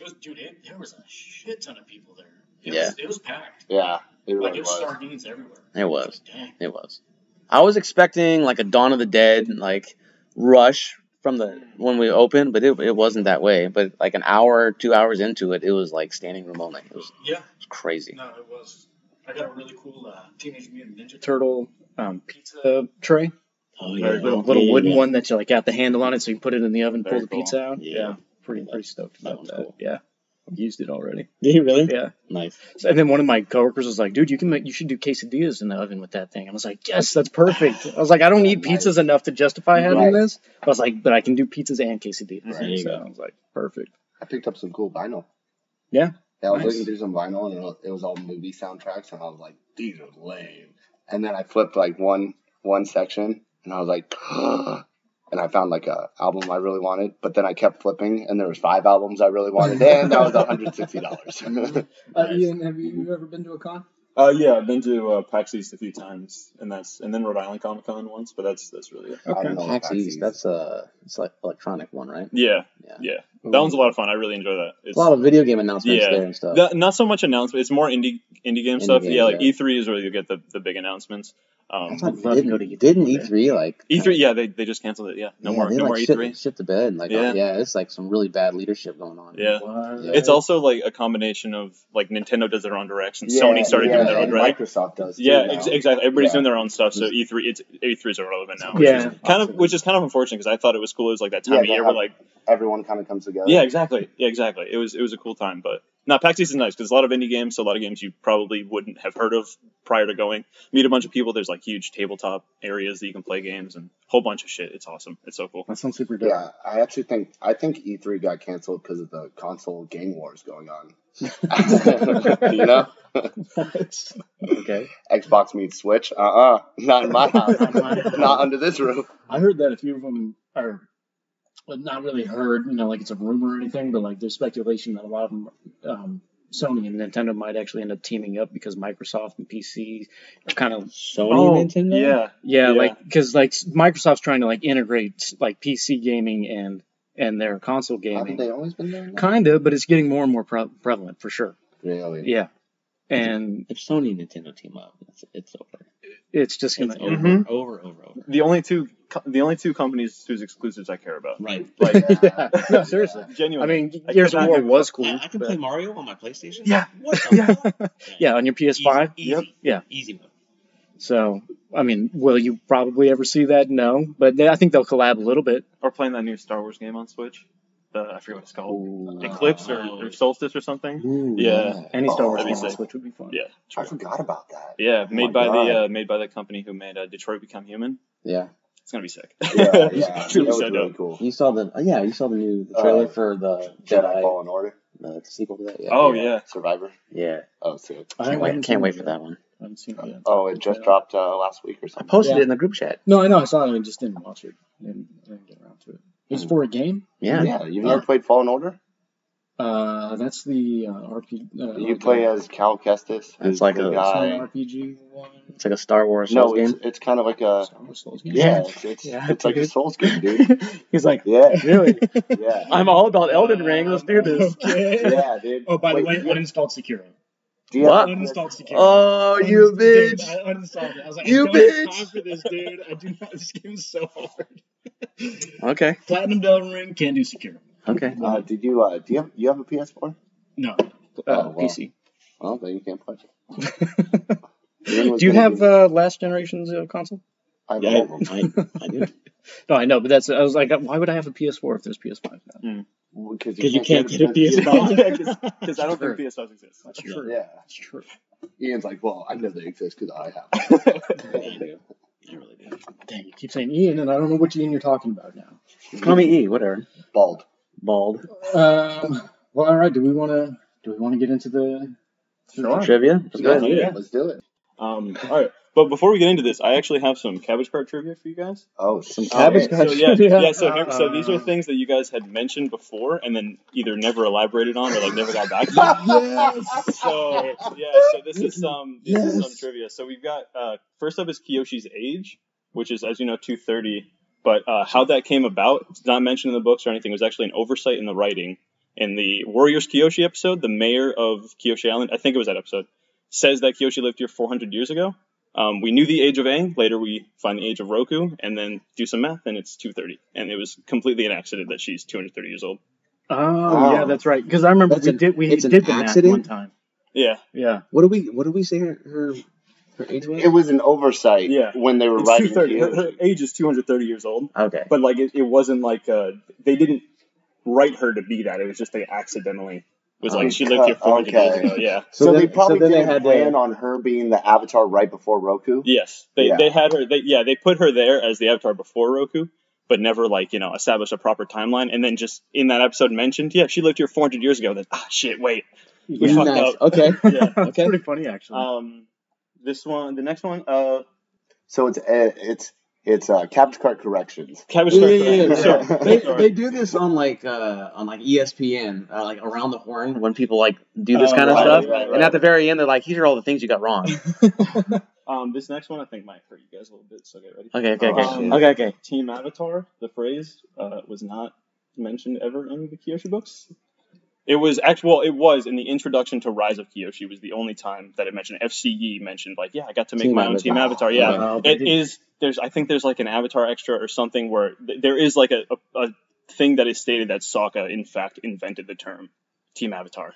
[SPEAKER 8] It was, dude, it, there was a shit ton of people there. It
[SPEAKER 4] Yeah.
[SPEAKER 8] was, it was packed.
[SPEAKER 2] Yeah. It
[SPEAKER 8] Like
[SPEAKER 2] really
[SPEAKER 8] it was
[SPEAKER 2] was.
[SPEAKER 8] sardines everywhere.
[SPEAKER 4] It was,
[SPEAKER 8] Dang.
[SPEAKER 4] it was. I was expecting like a Dawn of the Dead like rush from the when we opened, but it, it wasn't that way. But like an hour, two hours into it, it was like standing room only. It was,
[SPEAKER 8] Yeah.
[SPEAKER 4] it was crazy.
[SPEAKER 8] No, it was. I got a really cool uh, Teenage Mutant Ninja Turtle.
[SPEAKER 3] Turtle um, pizza tray.
[SPEAKER 4] Oh
[SPEAKER 3] Or
[SPEAKER 4] yeah,
[SPEAKER 3] little, little wooden
[SPEAKER 4] Yeah.
[SPEAKER 3] one that you like got the handle on it so you put it in the oven,
[SPEAKER 7] Very
[SPEAKER 3] pull the
[SPEAKER 7] cool.
[SPEAKER 3] pizza out.
[SPEAKER 4] Yeah.
[SPEAKER 3] Pretty, pretty stoked
[SPEAKER 4] That
[SPEAKER 3] about
[SPEAKER 4] one's
[SPEAKER 3] that.
[SPEAKER 4] cool.
[SPEAKER 3] Yeah. I've used it already.
[SPEAKER 4] Did he really?
[SPEAKER 3] Yeah.
[SPEAKER 4] Nice.
[SPEAKER 3] So- And then one of my coworkers was like, "Dude, you can make, you should do quesadillas in the oven with that thing." I was like, "Yes, that's perfect." I was like, "I don't eat pizzas enough to justify having
[SPEAKER 2] Right.
[SPEAKER 3] this." I was like, "But I can do pizzas and quesadillas."
[SPEAKER 2] Right.
[SPEAKER 3] Right.
[SPEAKER 2] There
[SPEAKER 4] you
[SPEAKER 3] so
[SPEAKER 4] go.
[SPEAKER 3] I was like, "Perfect."
[SPEAKER 2] I picked up some cool vinyl.
[SPEAKER 3] Yeah?
[SPEAKER 2] Yeah, I was
[SPEAKER 3] Nice.
[SPEAKER 2] looking through some vinyl and it was, it was all movie soundtracks, and I was like, these are lame. And then I flipped like one one section, and I was like, <gasps> and I found like a album I really wanted. But then I kept flipping, and there was five albums I really
[SPEAKER 4] <laughs>
[SPEAKER 2] wanted, and that was one hundred sixty dollars. <laughs>
[SPEAKER 3] Uh, Ian, have you ever been to a con?
[SPEAKER 7] Uh, yeah, I've been to uh, PAX East a few times, and that's and then Rhode Island Comic Con once, but that's that's really it.
[SPEAKER 2] I don't know what
[SPEAKER 4] PAX East,
[SPEAKER 2] Paxis-
[SPEAKER 4] that's a it's like electronic one, right?
[SPEAKER 7] Yeah,
[SPEAKER 4] Yeah.
[SPEAKER 7] yeah. That one's a lot of fun. I really enjoy that. It's
[SPEAKER 4] A lot of video game announcements
[SPEAKER 7] Yeah.
[SPEAKER 4] there and stuff.
[SPEAKER 7] that, not so much announcement. It's more indie indie game
[SPEAKER 4] Indie
[SPEAKER 7] stuff.
[SPEAKER 4] games,
[SPEAKER 7] yeah, like
[SPEAKER 4] yeah.
[SPEAKER 7] E3 is where you get the, the big announcements. Um,
[SPEAKER 4] I thought
[SPEAKER 3] I'd love to go to
[SPEAKER 4] didn't, didn't
[SPEAKER 6] E
[SPEAKER 4] E3 like
[SPEAKER 7] E3, yeah, they, they just canceled it. Yeah, E no
[SPEAKER 4] yeah,
[SPEAKER 7] more
[SPEAKER 4] They,
[SPEAKER 7] no
[SPEAKER 4] like,
[SPEAKER 7] more E
[SPEAKER 4] shit,
[SPEAKER 7] E3.
[SPEAKER 4] Shit the bed. Like
[SPEAKER 7] Yeah.
[SPEAKER 4] yeah. it's like some really bad leadership going on.
[SPEAKER 7] Yeah.
[SPEAKER 3] What?
[SPEAKER 4] Yeah.
[SPEAKER 7] It's also like a combination of like Nintendo does their own directs and
[SPEAKER 2] Yeah,
[SPEAKER 7] Sony started
[SPEAKER 2] yeah,
[SPEAKER 7] doing their own
[SPEAKER 2] and
[SPEAKER 7] direct.
[SPEAKER 2] Microsoft does. too
[SPEAKER 7] Yeah,
[SPEAKER 2] now.
[SPEAKER 7] ex- exactly. Everybody's
[SPEAKER 2] Yeah.
[SPEAKER 7] doing their own stuff, so E3 it's E3s are relevant now. Which
[SPEAKER 3] Yeah.
[SPEAKER 7] is kind of which is kind of unfortunate because I thought it was cool. It was like that time
[SPEAKER 2] Yeah,
[SPEAKER 7] of
[SPEAKER 2] they
[SPEAKER 7] year
[SPEAKER 2] have-
[SPEAKER 7] where like
[SPEAKER 2] Everyone kind of comes together.
[SPEAKER 7] yeah, exactly, yeah, exactly. It was it was a cool time, but now PAX East is nice because a lot of indie games, so a lot of games you probably wouldn't have heard of prior to going. Meet a bunch of people. There's like huge tabletop areas that you can play games and a whole bunch of shit. It's awesome. It's so cool.
[SPEAKER 3] That sounds super dope.
[SPEAKER 2] Yeah, I actually think I think E3 got canceled because of the console gang wars going on. <laughs> you know,
[SPEAKER 3] okay.
[SPEAKER 2] Xbox meets Switch. Uh uh not in my house. not under this roof.
[SPEAKER 3] I heard that a few of them are well, not really heard, you know, like it's a rumor or anything, but like there's speculation that a lot of them, um, Sony and Nintendo might actually end up teaming up because Microsoft and PC are kind of
[SPEAKER 4] Sony Nintendo.
[SPEAKER 7] Oh, yeah,
[SPEAKER 3] yeah,
[SPEAKER 7] Yeah.
[SPEAKER 3] like because like Microsoft's trying to like integrate like PC gaming and and their console gaming,
[SPEAKER 2] Haven't they always been doing that?
[SPEAKER 3] kind of, but it's getting more and more pre- prevalent for sure.
[SPEAKER 2] Really?
[SPEAKER 3] Yeah, and
[SPEAKER 6] If Sony and Nintendo team up, it's, it's over.
[SPEAKER 3] it's just
[SPEAKER 6] It's
[SPEAKER 3] gonna.
[SPEAKER 6] over,
[SPEAKER 7] Mhm.
[SPEAKER 6] over, over, over.
[SPEAKER 7] The only two, co- the only two companies whose exclusives I care about.
[SPEAKER 6] Right.
[SPEAKER 7] Like
[SPEAKER 1] <laughs>
[SPEAKER 3] yeah, <laughs> no, seriously. I
[SPEAKER 7] <laughs> genuinely.
[SPEAKER 3] mean, Gears of
[SPEAKER 7] could not
[SPEAKER 3] War
[SPEAKER 7] give a
[SPEAKER 3] <laughs> was cool.
[SPEAKER 6] I, I can
[SPEAKER 3] but-
[SPEAKER 6] play Mario on my PlayStation.
[SPEAKER 7] Yeah.
[SPEAKER 3] <laughs>
[SPEAKER 6] What the
[SPEAKER 7] Yeah.
[SPEAKER 6] fuck?
[SPEAKER 3] yeah, on your PS5.
[SPEAKER 6] Easy, easy,
[SPEAKER 3] Yeah.
[SPEAKER 6] Easy mode.
[SPEAKER 3] So, I mean, will you probably ever see that? No, but they, I think they'll collab a little bit.
[SPEAKER 7] or playing that new Star Wars game on Switch. The, I forget what it's called. Eclipse or, or Solstice or something. yeah.
[SPEAKER 3] Any Star
[SPEAKER 2] Oh,
[SPEAKER 3] Wars
[SPEAKER 2] that'd
[SPEAKER 3] game
[SPEAKER 2] be
[SPEAKER 3] on
[SPEAKER 7] sick.
[SPEAKER 3] Switch would be fun.
[SPEAKER 7] Yeah.
[SPEAKER 2] I forgot about
[SPEAKER 7] <laughs>
[SPEAKER 2] that.
[SPEAKER 7] Yeah,
[SPEAKER 2] Oh my
[SPEAKER 7] made by the
[SPEAKER 2] God.
[SPEAKER 7] uh, made by the company who made uh, Detroit Become Human.
[SPEAKER 4] Yeah.
[SPEAKER 7] It's gonna be sick. <laughs>
[SPEAKER 2] Yeah, yeah.
[SPEAKER 7] It's
[SPEAKER 2] that
[SPEAKER 7] gonna be
[SPEAKER 2] was
[SPEAKER 7] so
[SPEAKER 2] really
[SPEAKER 7] dope.
[SPEAKER 2] cool.
[SPEAKER 4] You saw the oh, yeah, you saw the new the trailer
[SPEAKER 2] Uh,
[SPEAKER 4] for the
[SPEAKER 2] Jedi
[SPEAKER 4] Jedi,
[SPEAKER 2] Fallen Order,
[SPEAKER 4] the sequel to that. Yeah.
[SPEAKER 2] <laughs>
[SPEAKER 7] Oh yeah,
[SPEAKER 2] Survivor.
[SPEAKER 4] Yeah.
[SPEAKER 2] Oh, sick.
[SPEAKER 3] I
[SPEAKER 4] Can't wait,
[SPEAKER 3] haven't
[SPEAKER 4] can't
[SPEAKER 3] seen
[SPEAKER 4] wait
[SPEAKER 3] it
[SPEAKER 4] for
[SPEAKER 3] yet.
[SPEAKER 4] that one.
[SPEAKER 3] I haven't seen it yet.
[SPEAKER 2] Oh, it just dropped uh, last week or
[SPEAKER 4] I
[SPEAKER 2] something.
[SPEAKER 4] posted
[SPEAKER 3] Yeah.
[SPEAKER 4] it in the group chat.
[SPEAKER 3] No, I know. I saw it. I just didn't watch it. Didn't, didn't get around to it. It was for a game.
[SPEAKER 4] Yeah.
[SPEAKER 2] Yeah, you've never played Fallen Order?
[SPEAKER 3] Uh, that's the uh, RPG. Uh,
[SPEAKER 2] You play as Cal Kestis, who's
[SPEAKER 4] It's like
[SPEAKER 2] the
[SPEAKER 4] a-
[SPEAKER 2] guy.
[SPEAKER 3] some RPG one.
[SPEAKER 4] It's like a Star Wars
[SPEAKER 2] No,
[SPEAKER 4] Souls
[SPEAKER 2] it's,
[SPEAKER 4] game.
[SPEAKER 2] it's kind of like a
[SPEAKER 3] Star Wars Souls game.
[SPEAKER 2] Uh, yeah, it's it's,
[SPEAKER 3] Yeah,
[SPEAKER 2] it's like a
[SPEAKER 3] dude.
[SPEAKER 2] Souls
[SPEAKER 7] <laughs>
[SPEAKER 2] game,
[SPEAKER 4] <laughs>
[SPEAKER 2] dude.
[SPEAKER 4] He's like,
[SPEAKER 2] Yeah,
[SPEAKER 4] really?
[SPEAKER 2] yeah,
[SPEAKER 4] <laughs> I'm all about Elden Ring. Let's do this.
[SPEAKER 3] Okay.
[SPEAKER 2] yeah, dude.
[SPEAKER 8] Oh, by the
[SPEAKER 2] Wait,
[SPEAKER 8] way,
[SPEAKER 2] do you-
[SPEAKER 8] uninstalled Sekiro.
[SPEAKER 2] do you
[SPEAKER 4] What?
[SPEAKER 2] have-
[SPEAKER 8] Uninstalled Sekiro.
[SPEAKER 4] Oh, <laughs> you
[SPEAKER 8] Dude,
[SPEAKER 4] bitch!
[SPEAKER 8] I uninstalled it. I was like,
[SPEAKER 4] You
[SPEAKER 8] I don't have
[SPEAKER 4] bitch.
[SPEAKER 8] time for this, dude. I do not. This game is so hard.
[SPEAKER 4] Okay.
[SPEAKER 8] Platinum Del Ring can't do Sekiro.
[SPEAKER 4] Okay.
[SPEAKER 2] uh, did you uh, do you have, you have a PS4?
[SPEAKER 8] No.
[SPEAKER 3] Uh,
[SPEAKER 2] Oh, wow.
[SPEAKER 3] PC.
[SPEAKER 2] Well, then you can't play. it. Everyone was
[SPEAKER 3] Do you
[SPEAKER 2] gonna
[SPEAKER 3] have
[SPEAKER 2] give-
[SPEAKER 3] uh, last generation's uh, console?
[SPEAKER 2] I have
[SPEAKER 6] Yeah, <laughs>
[SPEAKER 2] all of them.
[SPEAKER 6] I,
[SPEAKER 4] <laughs>
[SPEAKER 6] I do.
[SPEAKER 3] No, I know, but that's. I was like, why would I have a PS4 if there's PS5 now?
[SPEAKER 2] Because
[SPEAKER 6] Because you can't get a <laughs> PS5.
[SPEAKER 7] because I don't think PS5 exists.
[SPEAKER 3] That's true.
[SPEAKER 2] Yeah,
[SPEAKER 3] That's true.
[SPEAKER 2] Ian's like, well, I know they exist because I have. them."
[SPEAKER 6] I <laughs> do. I really do.
[SPEAKER 3] Dang, you keep saying Ian, and I don't know which Ian you're talking about now.
[SPEAKER 4] Call me E. Whatever.
[SPEAKER 2] Bald.
[SPEAKER 4] Bald.
[SPEAKER 3] Um, well, all right. Do we want to? Do we want to get into the?
[SPEAKER 7] Sure.
[SPEAKER 4] Trivia. Let's go
[SPEAKER 2] Yeah,
[SPEAKER 4] ahead.
[SPEAKER 7] Yeah.
[SPEAKER 2] let's do it.
[SPEAKER 7] <laughs> Um, all right, but before we get into this, I actually have some cabbage cart trivia for you guys.
[SPEAKER 2] Oh, some
[SPEAKER 4] cabbage
[SPEAKER 7] So
[SPEAKER 4] Gotcha.
[SPEAKER 7] yeah,
[SPEAKER 3] Yeah.
[SPEAKER 7] yeah. so, here- so these are things that you guys had mentioned before, and then either never elaborated on or like never got back. to. So <laughs> yeah, so this is some this is some trivia. So we've got uh, first up is Kiyoshi's age, which is as you know two thirty. But uh, how that came about, it's not mentioned in the books or anything. It was actually an oversight in the writing. In the Warriors Kiyoshi episode, the mayor of Kiyoshi Island, I think it was that episode, says that Kiyoshi lived here 400 years ago. Um, we knew the age of Aang. Later, we find the age of Roku, and then do some math, and it's 230. And it was completely an accident that she's 230 years old.
[SPEAKER 3] Oh, yeah,
[SPEAKER 2] Oh.
[SPEAKER 3] that's right. Because I remember
[SPEAKER 4] That's
[SPEAKER 3] we
[SPEAKER 4] an-
[SPEAKER 3] did we
[SPEAKER 4] it's an
[SPEAKER 3] did the math
[SPEAKER 4] accident?
[SPEAKER 3] one time.
[SPEAKER 7] Yeah,
[SPEAKER 3] Yeah.
[SPEAKER 4] What do we? What do we say her her, her age was?
[SPEAKER 2] It was an oversight.
[SPEAKER 7] Yeah.
[SPEAKER 2] When they were
[SPEAKER 7] it's
[SPEAKER 2] writing
[SPEAKER 7] 230. Her,
[SPEAKER 2] Kyoshi.
[SPEAKER 7] her age is 230 years old.
[SPEAKER 4] Okay.
[SPEAKER 7] but like it, it wasn't like uh they didn't write her to be that it was just they accidentally was
[SPEAKER 4] Oh,
[SPEAKER 7] like she lived here 400 years
[SPEAKER 2] Okay.
[SPEAKER 4] <laughs>
[SPEAKER 7] ago yeah
[SPEAKER 2] So,
[SPEAKER 4] So
[SPEAKER 2] they
[SPEAKER 4] then-
[SPEAKER 2] probably
[SPEAKER 4] so then they
[SPEAKER 2] didn't
[SPEAKER 4] had uh, to-
[SPEAKER 2] plan on her being the avatar right before Roku.
[SPEAKER 7] yes they,
[SPEAKER 2] Yeah.
[SPEAKER 7] they had her they yeah they put her there as the avatar before roku but never like you know established a proper timeline and then just in that episode mentioned yeah she lived here 400 years ago then ah shit wait we
[SPEAKER 3] Yeah.
[SPEAKER 7] fucked
[SPEAKER 4] Nice.
[SPEAKER 7] up
[SPEAKER 4] Okay.
[SPEAKER 7] yeah
[SPEAKER 3] That's
[SPEAKER 4] Okay.
[SPEAKER 3] pretty funny actually.
[SPEAKER 7] um this one the next one uh
[SPEAKER 2] So it's uh, it's it's uh, Captain Card corrections.
[SPEAKER 7] cabbage
[SPEAKER 4] Yeah,
[SPEAKER 7] Cart
[SPEAKER 4] yeah, yeah,
[SPEAKER 2] yeah.
[SPEAKER 7] Correct. Sorry,
[SPEAKER 4] They,
[SPEAKER 7] <laughs> sorry.
[SPEAKER 4] they do this on like uh, on like ESPN, uh, like around the horn when people like do this
[SPEAKER 7] Oh,
[SPEAKER 4] kind of
[SPEAKER 7] right,
[SPEAKER 4] stuff.
[SPEAKER 7] right,
[SPEAKER 4] And
[SPEAKER 7] right.
[SPEAKER 4] at the very end, they're like, "Here are all the things you got <laughs> wrong."
[SPEAKER 7] um this next one i think might hurt you guys a little bit so get ready
[SPEAKER 4] Okay, okay, okay,
[SPEAKER 7] Um,
[SPEAKER 4] okay, okay.
[SPEAKER 7] Team Avatar, the phrase, uh, was not mentioned ever in the Kyoshi books. It was actually, well, it was in the introduction to Rise of Kyoshi was the only time that it mentioned FCE mentioned like, yeah, I got to make
[SPEAKER 4] Team
[SPEAKER 7] my own team Avatar. Yeah,
[SPEAKER 3] Uh, <laughs>
[SPEAKER 4] Wow, they
[SPEAKER 7] it
[SPEAKER 4] did-
[SPEAKER 7] is. There's, I think there's like an Avatar extra or something where th- there is like a, a, a thing that is stated that Sokka in fact invented the term Team Avatar.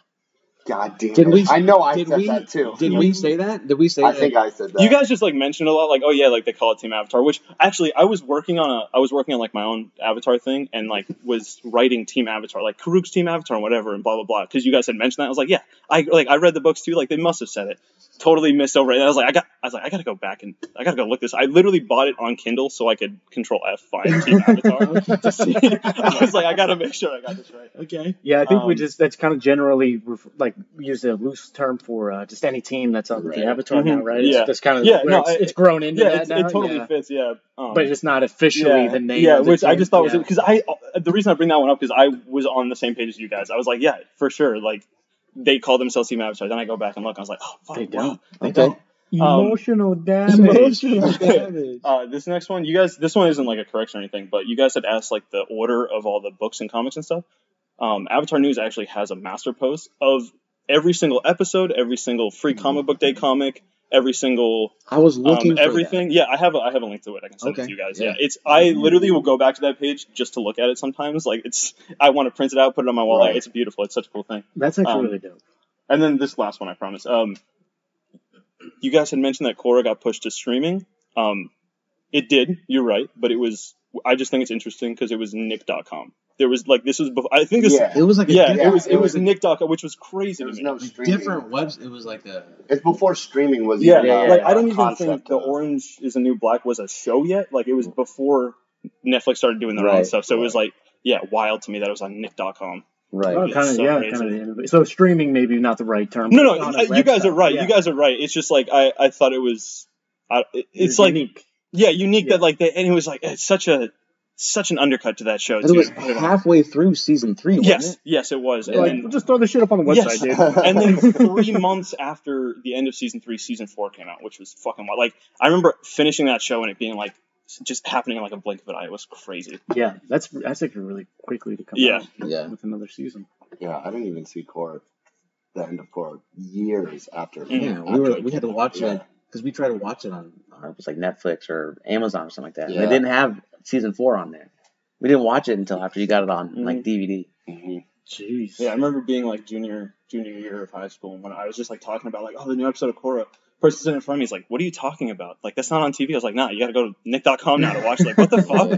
[SPEAKER 2] God damn
[SPEAKER 4] Did
[SPEAKER 2] it!
[SPEAKER 4] we-
[SPEAKER 2] I know I
[SPEAKER 4] did
[SPEAKER 2] said
[SPEAKER 4] we-
[SPEAKER 2] that too.
[SPEAKER 4] Did we say that? Did we say
[SPEAKER 2] I
[SPEAKER 4] that?
[SPEAKER 2] think I said that.
[SPEAKER 7] You guys just like mentioned a lot, like oh yeah, like they call it Team Avatar. Which actually, I was working on a, I was working on like my own Avatar thing, and like was writing Team Avatar, like Karuk's Team Avatar and whatever, and blah blah blah. Because you guys had mentioned that, I was like, yeah, I like I read the books too, like they must have said it. Totally missed over it. And I was like, I got, I was like, I gotta go back and I gotta go look this. I literally bought it on Kindle so I could Control F find Team Avatar to see. <laughs> I was like, I gotta make sure I got this right.
[SPEAKER 6] Okay.
[SPEAKER 3] yeah, I think we
[SPEAKER 7] um,
[SPEAKER 3] just that's kind of generally ref- like use a loose term for uh, just any team that's on
[SPEAKER 4] Right.
[SPEAKER 3] the avatar now,
[SPEAKER 7] Mhm.
[SPEAKER 3] right?
[SPEAKER 7] Yeah.
[SPEAKER 3] It's just kind of
[SPEAKER 7] Yeah,
[SPEAKER 3] where
[SPEAKER 7] no,
[SPEAKER 3] it's,
[SPEAKER 7] I-
[SPEAKER 3] it's grown into
[SPEAKER 7] Yeah,
[SPEAKER 3] that
[SPEAKER 7] it's,
[SPEAKER 3] now.
[SPEAKER 7] it totally
[SPEAKER 3] yeah.
[SPEAKER 7] fits. Yeah, um,
[SPEAKER 3] but it's not officially the name.
[SPEAKER 7] Yeah,
[SPEAKER 3] of the
[SPEAKER 7] which I
[SPEAKER 3] team.
[SPEAKER 7] just thought
[SPEAKER 3] Yeah.
[SPEAKER 7] was because I uh, the reason I bring that one up because I was on the same page as you guys. I was like, yeah, for sure. Like they call themselves Team Avatar. Then I go back and look. I was like, oh, fuck,
[SPEAKER 3] They
[SPEAKER 7] wow.
[SPEAKER 3] don't.
[SPEAKER 7] They
[SPEAKER 4] Okay.
[SPEAKER 7] don't. Um,
[SPEAKER 3] emotional damage.
[SPEAKER 7] <laughs>
[SPEAKER 4] Emotional
[SPEAKER 7] damage. Uh, this next one, you guys. This one isn't like a correction or anything, but you guys had asked like the order of all the books and comics and stuff. Um, Avatar News actually has a master post of every single episode, every single
[SPEAKER 3] Mm-hmm.
[SPEAKER 7] free comic book day comic, every single
[SPEAKER 4] I was looking
[SPEAKER 7] um,
[SPEAKER 4] for that.
[SPEAKER 7] everything. Yeah, I have a, I have a link to it. I can send it
[SPEAKER 4] Okay,
[SPEAKER 7] to you guys.
[SPEAKER 4] yeah.
[SPEAKER 7] Yeah. it's I literally will go back to that page just to look at it sometimes. Like it's I want to print it out, put it on my wall. Like,
[SPEAKER 2] Right.
[SPEAKER 7] It's beautiful. It's such a cool thing.
[SPEAKER 3] That's actually
[SPEAKER 7] Um,
[SPEAKER 3] really dope.
[SPEAKER 7] And then this last one, I promise. Um, you guys had mentioned that Korra got pushed to streaming. Um, it did. You're right, but it was. I just think it's interesting because it was Nick.com. There was like this was. Before, I think this. Yeah.
[SPEAKER 2] yeah.
[SPEAKER 4] It was like a
[SPEAKER 2] Yeah,
[SPEAKER 7] it was. It,
[SPEAKER 2] it
[SPEAKER 7] was,
[SPEAKER 2] was-
[SPEAKER 7] Nick.com, which was crazy.
[SPEAKER 2] There
[SPEAKER 7] to
[SPEAKER 2] was
[SPEAKER 7] me.
[SPEAKER 2] no
[SPEAKER 9] Like,
[SPEAKER 2] streaming.
[SPEAKER 9] different webs. It was like a
[SPEAKER 2] It's before streaming was
[SPEAKER 7] yeah,
[SPEAKER 2] even a-
[SPEAKER 7] like
[SPEAKER 2] a
[SPEAKER 7] I don't even
[SPEAKER 2] concept
[SPEAKER 7] think the
[SPEAKER 2] of-
[SPEAKER 7] Orange is the New Black was a show yet. Like it was before Netflix started doing their own
[SPEAKER 4] Right,
[SPEAKER 7] stuff. So it was like, yeah, wild to me that it was on Nick.com.
[SPEAKER 4] right.
[SPEAKER 3] Oh,
[SPEAKER 7] it's
[SPEAKER 3] kind of,
[SPEAKER 7] so
[SPEAKER 3] yeah,
[SPEAKER 7] crazy.
[SPEAKER 3] kind of. So streaming, maybe not the right term.
[SPEAKER 7] No,
[SPEAKER 3] but
[SPEAKER 7] no,
[SPEAKER 3] it's on
[SPEAKER 7] uh,
[SPEAKER 3] a
[SPEAKER 7] you guys
[SPEAKER 3] website.
[SPEAKER 7] are right.
[SPEAKER 3] Yeah.
[SPEAKER 7] You guys are right. It's just like I, I thought it was. I, it- it's
[SPEAKER 3] It's
[SPEAKER 7] like
[SPEAKER 3] unique.
[SPEAKER 7] yeah, unique
[SPEAKER 3] Yeah.
[SPEAKER 7] that like they, and it was like it's such a such an undercut to that show.
[SPEAKER 4] And it
[SPEAKER 7] too.
[SPEAKER 4] was halfway through season three, wasn't
[SPEAKER 7] yes,
[SPEAKER 4] it?
[SPEAKER 7] yes, it was. And
[SPEAKER 3] Like,
[SPEAKER 7] then
[SPEAKER 3] just throw this shit up on the
[SPEAKER 7] Yes.
[SPEAKER 3] website,
[SPEAKER 2] <laughs>
[SPEAKER 7] <laughs>
[SPEAKER 3] dude.
[SPEAKER 7] and then three months after the end of season three, season four came out, which was fucking wild. Like I remember finishing that show and it being like just happening in like a blink of an eye. It was crazy.
[SPEAKER 3] Yeah, that's that's actually really quickly to come
[SPEAKER 7] Yeah.
[SPEAKER 3] out
[SPEAKER 4] Yeah.
[SPEAKER 3] with another season.
[SPEAKER 2] Yeah, I didn't even see Korra, the end of Korra, years after.
[SPEAKER 7] Mm-hmm.
[SPEAKER 4] Yeah, we
[SPEAKER 2] after
[SPEAKER 4] were
[SPEAKER 2] it
[SPEAKER 4] we had to
[SPEAKER 2] came out.
[SPEAKER 4] watch
[SPEAKER 2] Yeah.
[SPEAKER 4] it because we tried to watch it on uh, it was like Netflix or Amazon or something like that. And
[SPEAKER 2] Yeah.
[SPEAKER 4] they didn't have season four on there. We didn't watch it until after you got it on like DVD.
[SPEAKER 2] Mhm.
[SPEAKER 3] Jeez.
[SPEAKER 7] Yeah, I remember being like junior junior year of high school and when I was just like talking about like oh the new episode of Korra. Person sitting in front of me is like, "What are you talking about? Like that's not on TV." I was like, "Nah, you got to go to Nick.com now to watch." it." Like, what the <laughs> fuck?